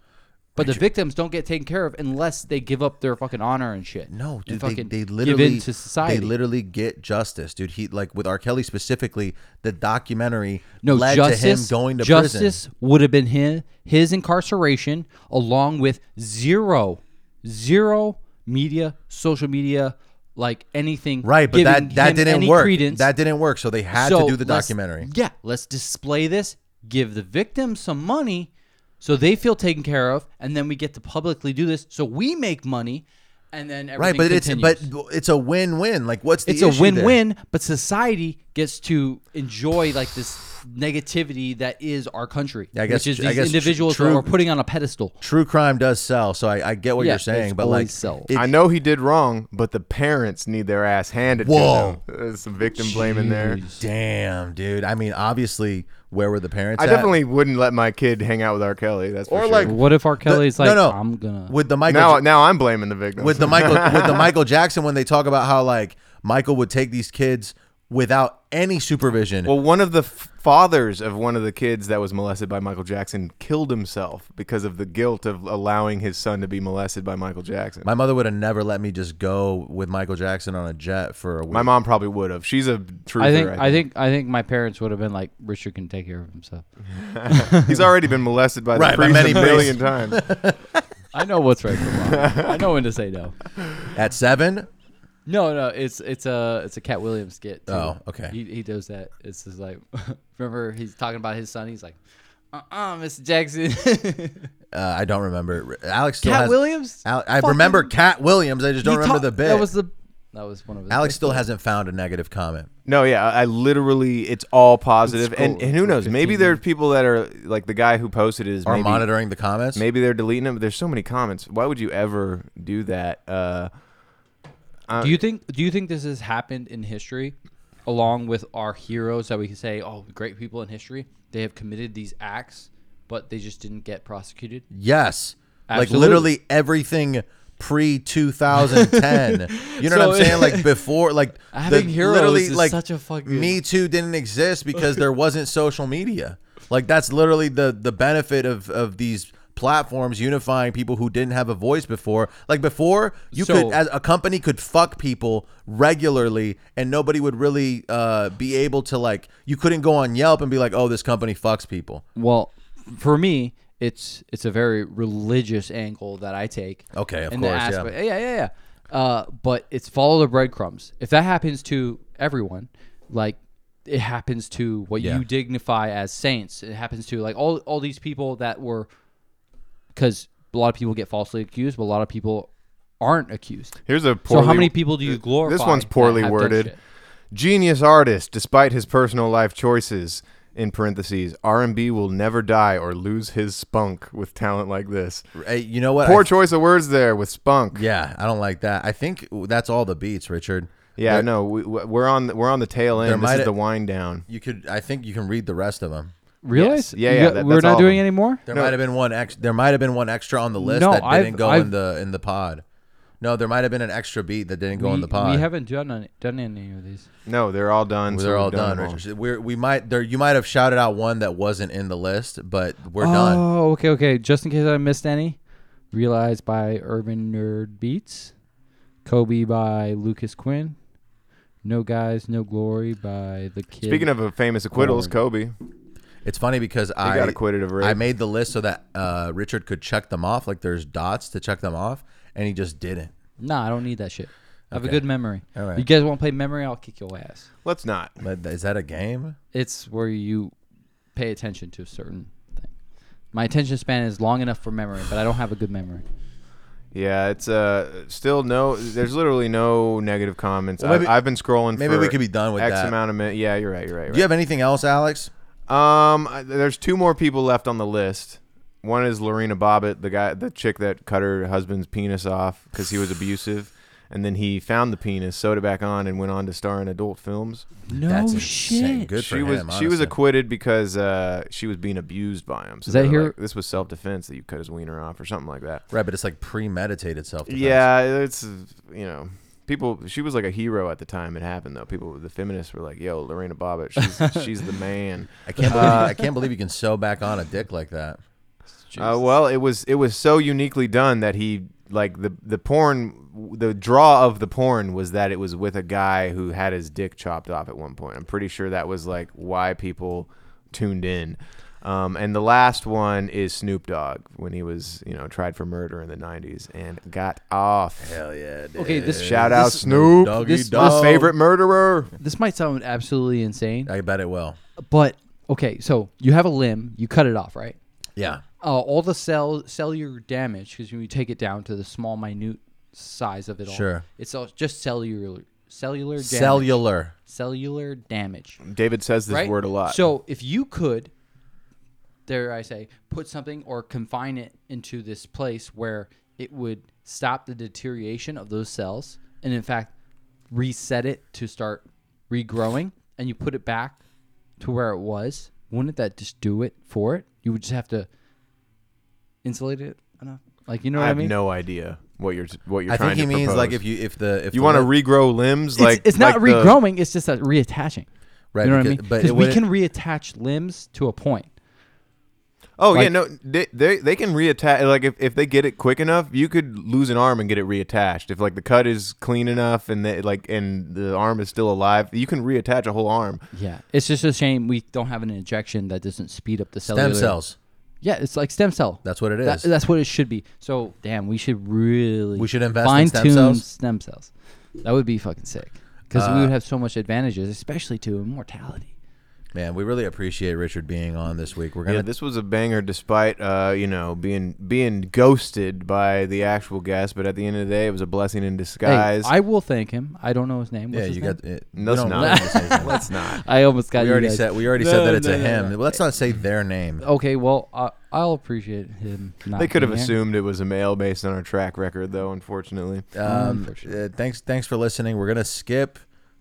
[SPEAKER 6] But the victims don't get taken care of unless they give up their fucking honor and shit.
[SPEAKER 5] No,
[SPEAKER 6] and
[SPEAKER 5] dude, they,
[SPEAKER 6] fucking
[SPEAKER 5] they
[SPEAKER 6] give in
[SPEAKER 5] literally
[SPEAKER 6] to society.
[SPEAKER 5] They literally get justice, dude. He like with R. Kelly specifically, the documentary
[SPEAKER 6] No
[SPEAKER 5] led
[SPEAKER 6] justice.
[SPEAKER 5] to him going to
[SPEAKER 6] justice would have been his, his incarceration, along with zero, zero media, social media, like anything.
[SPEAKER 5] prison. Right, but
[SPEAKER 6] giving
[SPEAKER 5] that that
[SPEAKER 6] him
[SPEAKER 5] didn't
[SPEAKER 6] any
[SPEAKER 5] work.
[SPEAKER 6] Credence.
[SPEAKER 5] That didn't work. So they had
[SPEAKER 6] So
[SPEAKER 5] to do the
[SPEAKER 6] let's-
[SPEAKER 5] documentary.
[SPEAKER 6] Yeah, let's display this. Give the victims some money, so they feel taken care of, and then we get to publicly do this, so we make money, and then
[SPEAKER 5] Right,
[SPEAKER 6] everything
[SPEAKER 5] but it's
[SPEAKER 6] continues.
[SPEAKER 5] but it's a win-win. Like, what's the
[SPEAKER 6] it's a
[SPEAKER 5] issue there?
[SPEAKER 6] win-win but society gets to enjoy like this negativity that is our country
[SPEAKER 5] Yeah, I guess-
[SPEAKER 6] which is
[SPEAKER 5] I
[SPEAKER 6] these
[SPEAKER 5] guess tr-
[SPEAKER 6] individuals
[SPEAKER 5] true-
[SPEAKER 6] that we're putting on a pedestal
[SPEAKER 5] True crime does sell, so I, I get what
[SPEAKER 6] Yeah,
[SPEAKER 5] you're saying,
[SPEAKER 6] it's
[SPEAKER 5] but like,
[SPEAKER 6] always sell.
[SPEAKER 5] it-
[SPEAKER 1] I know he did wrong, but the parents need their ass handed
[SPEAKER 5] Whoa.
[SPEAKER 1] to them. There's some victim blame in there.
[SPEAKER 5] damn, dude. I mean, obviously, where were the parents?
[SPEAKER 1] I
[SPEAKER 5] at?
[SPEAKER 1] definitely wouldn't let my kid hang out with R. Kelly. That's for
[SPEAKER 5] Or
[SPEAKER 1] sure.
[SPEAKER 5] like-
[SPEAKER 6] what if r kelly's
[SPEAKER 5] no,
[SPEAKER 6] like
[SPEAKER 5] no.
[SPEAKER 6] i'm gonna
[SPEAKER 5] with the Michael.
[SPEAKER 1] now,
[SPEAKER 5] J-
[SPEAKER 1] now I'm [laughs] blaming the victim.
[SPEAKER 5] with the Michael with the Michael Jackson when they talk about how like Michael would take these kids without any supervision.
[SPEAKER 1] Well, one of the f- fathers of one of the kids that was molested by Michael Jackson killed himself because of the guilt of allowing his son to be molested by Michael Jackson. My,
[SPEAKER 5] my mother would have never let me just go with Michael Jackson on a jet for a week.
[SPEAKER 1] mom probably would have. She's a truther.
[SPEAKER 6] I think I think I think my parents would have been like, Richard can take care
[SPEAKER 5] [laughs]
[SPEAKER 6] of himself.
[SPEAKER 1] he's already been molested by the
[SPEAKER 5] Right, by
[SPEAKER 1] priest
[SPEAKER 5] many
[SPEAKER 1] a million times.
[SPEAKER 6] I know what's right from wrong. I know when to say no.
[SPEAKER 5] At seven,
[SPEAKER 6] No, no, it's it's a it's a Cat Williams skit. too.
[SPEAKER 5] Oh, okay.
[SPEAKER 6] He, he does that. It's just like, [laughs] remember he's talking about his son. He's like, uh, uh Mr. Jackson. [laughs]
[SPEAKER 5] uh, I don't remember. Alex still
[SPEAKER 6] Cat
[SPEAKER 5] has-
[SPEAKER 6] Williams?
[SPEAKER 5] Al- I
[SPEAKER 6] Fucking-
[SPEAKER 5] remember Cat Williams. I just don't
[SPEAKER 6] He
[SPEAKER 5] remember
[SPEAKER 6] ta-
[SPEAKER 5] the bit.
[SPEAKER 6] That was the that was one of his
[SPEAKER 5] Alex
[SPEAKER 6] bits.
[SPEAKER 5] still hasn't found a negative comment.
[SPEAKER 1] No, yeah, I I literally, it's all positive.
[SPEAKER 6] It's
[SPEAKER 1] and,
[SPEAKER 6] cool.
[SPEAKER 1] and who
[SPEAKER 6] It's
[SPEAKER 1] knows? Maybe
[SPEAKER 6] 15
[SPEAKER 1] there are people that are like the guy who posted it is
[SPEAKER 5] Are
[SPEAKER 1] maybe,
[SPEAKER 5] monitoring the comments?
[SPEAKER 1] maybe they're deleting them. There's so many comments. Why would you ever do that? Uh,
[SPEAKER 6] Do you think do you think this has happened in history, along with our heroes that we can say, oh, great people in history, they have committed these acts, but they just didn't get prosecuted.
[SPEAKER 5] Yes.
[SPEAKER 6] Absolutely.
[SPEAKER 5] Like literally everything pre
[SPEAKER 6] [laughs]
[SPEAKER 5] 2010. you know
[SPEAKER 6] So
[SPEAKER 5] what I'm saying?
[SPEAKER 6] [laughs]
[SPEAKER 5] Like before, like
[SPEAKER 6] Having heroes
[SPEAKER 5] literally,
[SPEAKER 6] is such a fucking-
[SPEAKER 5] Me Too didn't exist
[SPEAKER 6] [laughs]
[SPEAKER 5] because there wasn't social media. Like that's literally the the benefit of of these platforms unifying people who didn't have a voice before. Like before, you
[SPEAKER 6] So-
[SPEAKER 5] could as a company could fuck people regularly and nobody would really uh be able to like you couldn't go on Yelp and be like, "Oh, this company fucks people."
[SPEAKER 6] Well, for me, it's it's a very religious angle that I take.
[SPEAKER 5] Okay, of
[SPEAKER 6] in
[SPEAKER 5] course, yeah.
[SPEAKER 6] yeah, yeah, yeah. Uh, but it's follow the breadcrumbs. If that happens to everyone, like it happens to what
[SPEAKER 5] Yeah.
[SPEAKER 6] you dignify as saints, it happens to like all all these people that were, because a lot of people get falsely accused, but a lot of people aren't accused.
[SPEAKER 1] here's a poorly,
[SPEAKER 6] so how many people do you glorify?
[SPEAKER 1] This one's
[SPEAKER 6] that
[SPEAKER 1] poorly
[SPEAKER 6] have done
[SPEAKER 1] worded.
[SPEAKER 6] shit?
[SPEAKER 1] Genius artist, despite his personal life choices. In parentheses, R&B will never die or lose his spunk with talent like this.
[SPEAKER 5] Hey, you know what?
[SPEAKER 1] Poor
[SPEAKER 5] I
[SPEAKER 1] choice of words there with spunk.
[SPEAKER 5] Yeah, I don't like that. I think that's all the beats, Richard.
[SPEAKER 1] Yeah,
[SPEAKER 5] There-
[SPEAKER 1] no, we, we're on the, we're on the tail
[SPEAKER 5] There
[SPEAKER 1] end. This
[SPEAKER 5] might-
[SPEAKER 1] is the wind down.
[SPEAKER 5] You could. I think you can read the rest of them.
[SPEAKER 6] Really?
[SPEAKER 1] Yeah,
[SPEAKER 6] You
[SPEAKER 1] yeah,
[SPEAKER 6] got-
[SPEAKER 1] that-
[SPEAKER 6] we're
[SPEAKER 1] that's all
[SPEAKER 6] not
[SPEAKER 1] of
[SPEAKER 6] doing
[SPEAKER 1] them.
[SPEAKER 6] any more.
[SPEAKER 5] There might have been one ex. There might have been one extra on the list
[SPEAKER 6] No,
[SPEAKER 5] that didn't
[SPEAKER 6] I've-
[SPEAKER 5] go in
[SPEAKER 6] I've-
[SPEAKER 5] the in the pod. No, there might have been an extra beat that didn't go in
[SPEAKER 6] We,
[SPEAKER 5] the pod.
[SPEAKER 6] we haven't done any- done any of these.
[SPEAKER 1] No, they're all done. so
[SPEAKER 5] They're
[SPEAKER 1] we've
[SPEAKER 5] all done,
[SPEAKER 1] them all.
[SPEAKER 5] Richard. We're, we might there. You might have shouted out one that wasn't in the list, but we're done.
[SPEAKER 6] Oh, okay, okay. Just in case I missed any, realized by Urban Nerd Beats, Kobe by Lucas Quinn, No Guys, No Glory by the Kid.
[SPEAKER 1] Speaking of a famous acquittals,
[SPEAKER 6] Lord.
[SPEAKER 1] Kobe.
[SPEAKER 5] It's funny because I
[SPEAKER 1] got acquitted of rape.
[SPEAKER 5] I made the list so that uh, Richard could check them off. Like there's dots to check them off, and he just didn't.
[SPEAKER 6] nah, I don't need that shit. I have a
[SPEAKER 5] Okay.
[SPEAKER 6] good memory.
[SPEAKER 5] All right.
[SPEAKER 6] You guys want to play memory? I'll kick your ass.
[SPEAKER 1] Let's not.
[SPEAKER 5] But is that a game?
[SPEAKER 6] It's where you pay attention to a certain thing. My attention span is long enough for memory, but I don't have a good memory.
[SPEAKER 1] Yeah, it's uh still no. There's literally no negative comments.
[SPEAKER 5] Well, maybe-
[SPEAKER 1] I've, I've been scrolling.
[SPEAKER 5] maybe
[SPEAKER 1] for
[SPEAKER 5] we could be done with
[SPEAKER 1] X
[SPEAKER 5] that.
[SPEAKER 1] amount of minutes. Yeah, you're right. You're right.
[SPEAKER 5] Do you have anything else, Alex?
[SPEAKER 1] right. Um, I- there's two more people left on the list. One is Lorena Bobbitt, the guy, the chick that cut her husband's penis off because he was abusive, and then he found the penis, sewed it back on, and went on to star in adult films.
[SPEAKER 6] No
[SPEAKER 5] That's insane.
[SPEAKER 6] Oh, shit.
[SPEAKER 5] Good for
[SPEAKER 1] she was
[SPEAKER 5] him,
[SPEAKER 1] she was
[SPEAKER 5] honestly.
[SPEAKER 1] acquitted because uh, she was being abused by him. So
[SPEAKER 6] Is that
[SPEAKER 1] they were
[SPEAKER 6] here-
[SPEAKER 1] like, this was self defense that you cut his wiener off or something like that.
[SPEAKER 5] Right, but it's like premeditated self defense.
[SPEAKER 1] Yeah, it's you know, people. She was like a hero at the time it happened, though. People, the feminists were like, "Yo, Lorena Bobbitt, she's she's the man."
[SPEAKER 5] I can't believe I can't believe you can sew back on a dick like that.
[SPEAKER 1] Uh, well, it was it was so uniquely done that he like the the porn the draw of the porn was that it was with a guy who had his dick chopped off at one point. I'm pretty sure that was like why people tuned in. Um, and the last one is Snoop Dogg when he was you know tried for murder in the 90s and got off.
[SPEAKER 5] Hell yeah. Dude.
[SPEAKER 6] Okay, this
[SPEAKER 1] Shout out
[SPEAKER 6] this-
[SPEAKER 1] Snoop,
[SPEAKER 5] Doggy
[SPEAKER 1] this,
[SPEAKER 5] dog.
[SPEAKER 1] favorite murderer.
[SPEAKER 6] This might sound absolutely insane,
[SPEAKER 5] I bet it will.
[SPEAKER 6] but okay. So you have a limb, you cut it off, right?
[SPEAKER 5] Yeah.
[SPEAKER 6] uh, all the cell cellular damage because when you take it down to the small minute size of it all
[SPEAKER 5] Sure.
[SPEAKER 6] it's all just cellular cellular damage,
[SPEAKER 5] Cellular.
[SPEAKER 6] cellular damage
[SPEAKER 1] David says this
[SPEAKER 6] right
[SPEAKER 1] word a lot.
[SPEAKER 6] so if you could dare i say put something or confine it into this place where it would stop the deterioration of those cells and in fact reset it to start regrowing and you put it back to where it was wouldn't that just do it for it you would just have to insulate it enough Like you know
[SPEAKER 1] I
[SPEAKER 6] what I
[SPEAKER 1] have
[SPEAKER 6] mean?
[SPEAKER 1] no idea what you're what you're
[SPEAKER 5] I
[SPEAKER 1] trying
[SPEAKER 5] think he
[SPEAKER 1] to
[SPEAKER 5] means like
[SPEAKER 1] propose.
[SPEAKER 5] if you if the if
[SPEAKER 1] you
[SPEAKER 5] the
[SPEAKER 1] want to
[SPEAKER 5] lip-
[SPEAKER 1] regrow limbs,
[SPEAKER 6] it's,
[SPEAKER 1] like
[SPEAKER 6] it's
[SPEAKER 1] like
[SPEAKER 6] not
[SPEAKER 1] the-
[SPEAKER 6] regrowing. It's just that reattaching.
[SPEAKER 5] right,
[SPEAKER 6] You know what
[SPEAKER 5] because-
[SPEAKER 6] I mean?
[SPEAKER 5] But
[SPEAKER 6] Because
[SPEAKER 5] it
[SPEAKER 6] we
[SPEAKER 5] wouldn't-
[SPEAKER 6] can reattach limbs to a point.
[SPEAKER 1] oh yeah,
[SPEAKER 6] like-
[SPEAKER 1] no, they, they they can reattach. Like if, if they get it quick enough, you could lose an arm and get it reattached. If like the cut is clean enough and the, like and the arm is still alive, you can reattach a whole arm.
[SPEAKER 6] Yeah, it's just a shame we don't have an injection that doesn't speed up the cellular.
[SPEAKER 5] stem cells.
[SPEAKER 6] Yeah, it's like stem cell.
[SPEAKER 5] That's what it is.
[SPEAKER 6] That- that's what it should be. So damn, we should really
[SPEAKER 5] We should invest in
[SPEAKER 6] fine
[SPEAKER 5] stem
[SPEAKER 6] tune
[SPEAKER 5] cells? Uh,
[SPEAKER 6] stem cells. That would be fucking sick because we would have so much advantages, especially to immortality.
[SPEAKER 5] Man, we really appreciate Richard being on this week. We're gonna
[SPEAKER 1] Yeah, this was a banger, despite uh, you know being being ghosted by the actual guest. But at the end of the day, it was a blessing in
[SPEAKER 6] Hey,
[SPEAKER 1] disguise.
[SPEAKER 6] I will thank him. I don't know his name. What's
[SPEAKER 5] yeah,
[SPEAKER 6] his
[SPEAKER 5] you
[SPEAKER 6] name?
[SPEAKER 5] got it.
[SPEAKER 1] No,
[SPEAKER 5] we
[SPEAKER 1] it's
[SPEAKER 5] don't
[SPEAKER 1] not.
[SPEAKER 5] really say his name.
[SPEAKER 1] Let's not.
[SPEAKER 6] I almost got
[SPEAKER 5] We
[SPEAKER 6] you
[SPEAKER 5] already
[SPEAKER 6] guys.
[SPEAKER 5] said we already said
[SPEAKER 6] No,
[SPEAKER 5] that it's
[SPEAKER 6] no,
[SPEAKER 5] a
[SPEAKER 6] no,
[SPEAKER 5] him.
[SPEAKER 6] no.
[SPEAKER 5] Well, let's not say their name.
[SPEAKER 6] Okay, well, I I'll appreciate him. Not
[SPEAKER 1] They could have
[SPEAKER 6] being here.
[SPEAKER 1] assumed it was a male based on our track record, though. Unfortunately,
[SPEAKER 5] Um, uh, thanks, thanks for listening. We're gonna skip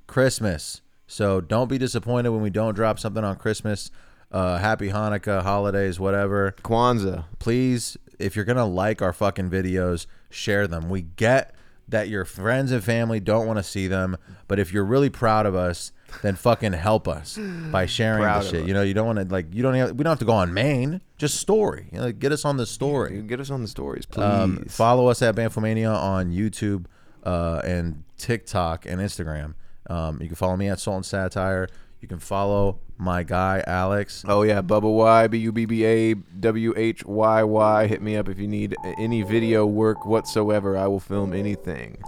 [SPEAKER 5] Christmas, so don't be disappointed when we don't drop something on Christmas. Uh, happy Hanukkah, holidays, whatever.
[SPEAKER 1] Kwanzaa.
[SPEAKER 5] Please, if you're gonna like our fucking videos, share them. We get that your friends and family don't want to see them, but if you're really proud of us, then fucking help us by sharing
[SPEAKER 1] Proud
[SPEAKER 5] the
[SPEAKER 1] of
[SPEAKER 5] shit.
[SPEAKER 1] us.
[SPEAKER 5] You know, you don't want to like you don't have, we don't have to go on main. Just story. You know, like, get us on the story.
[SPEAKER 1] Get us on the stories, please.
[SPEAKER 5] Um, follow us at Banfomania on YouTube uh, and TikTok and Instagram. Um, you can follow me at Salt and Satire. You can follow my guy Alex.
[SPEAKER 1] Oh yeah, Bubba Y B U B B A W H Y Y. Hit me up if you need any video work whatsoever. I will film anything.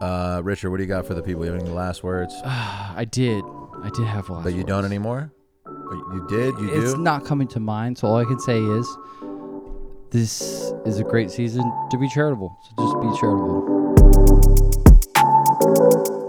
[SPEAKER 5] Uh, Richard, what do you got for the people? You have any last words?
[SPEAKER 6] I did. I did have last.
[SPEAKER 5] But you
[SPEAKER 6] words.
[SPEAKER 5] don't anymore. But you did. You
[SPEAKER 6] It's
[SPEAKER 5] do.
[SPEAKER 6] not coming to mind. So all I can say is, this is a great season to be charitable. So just be charitable.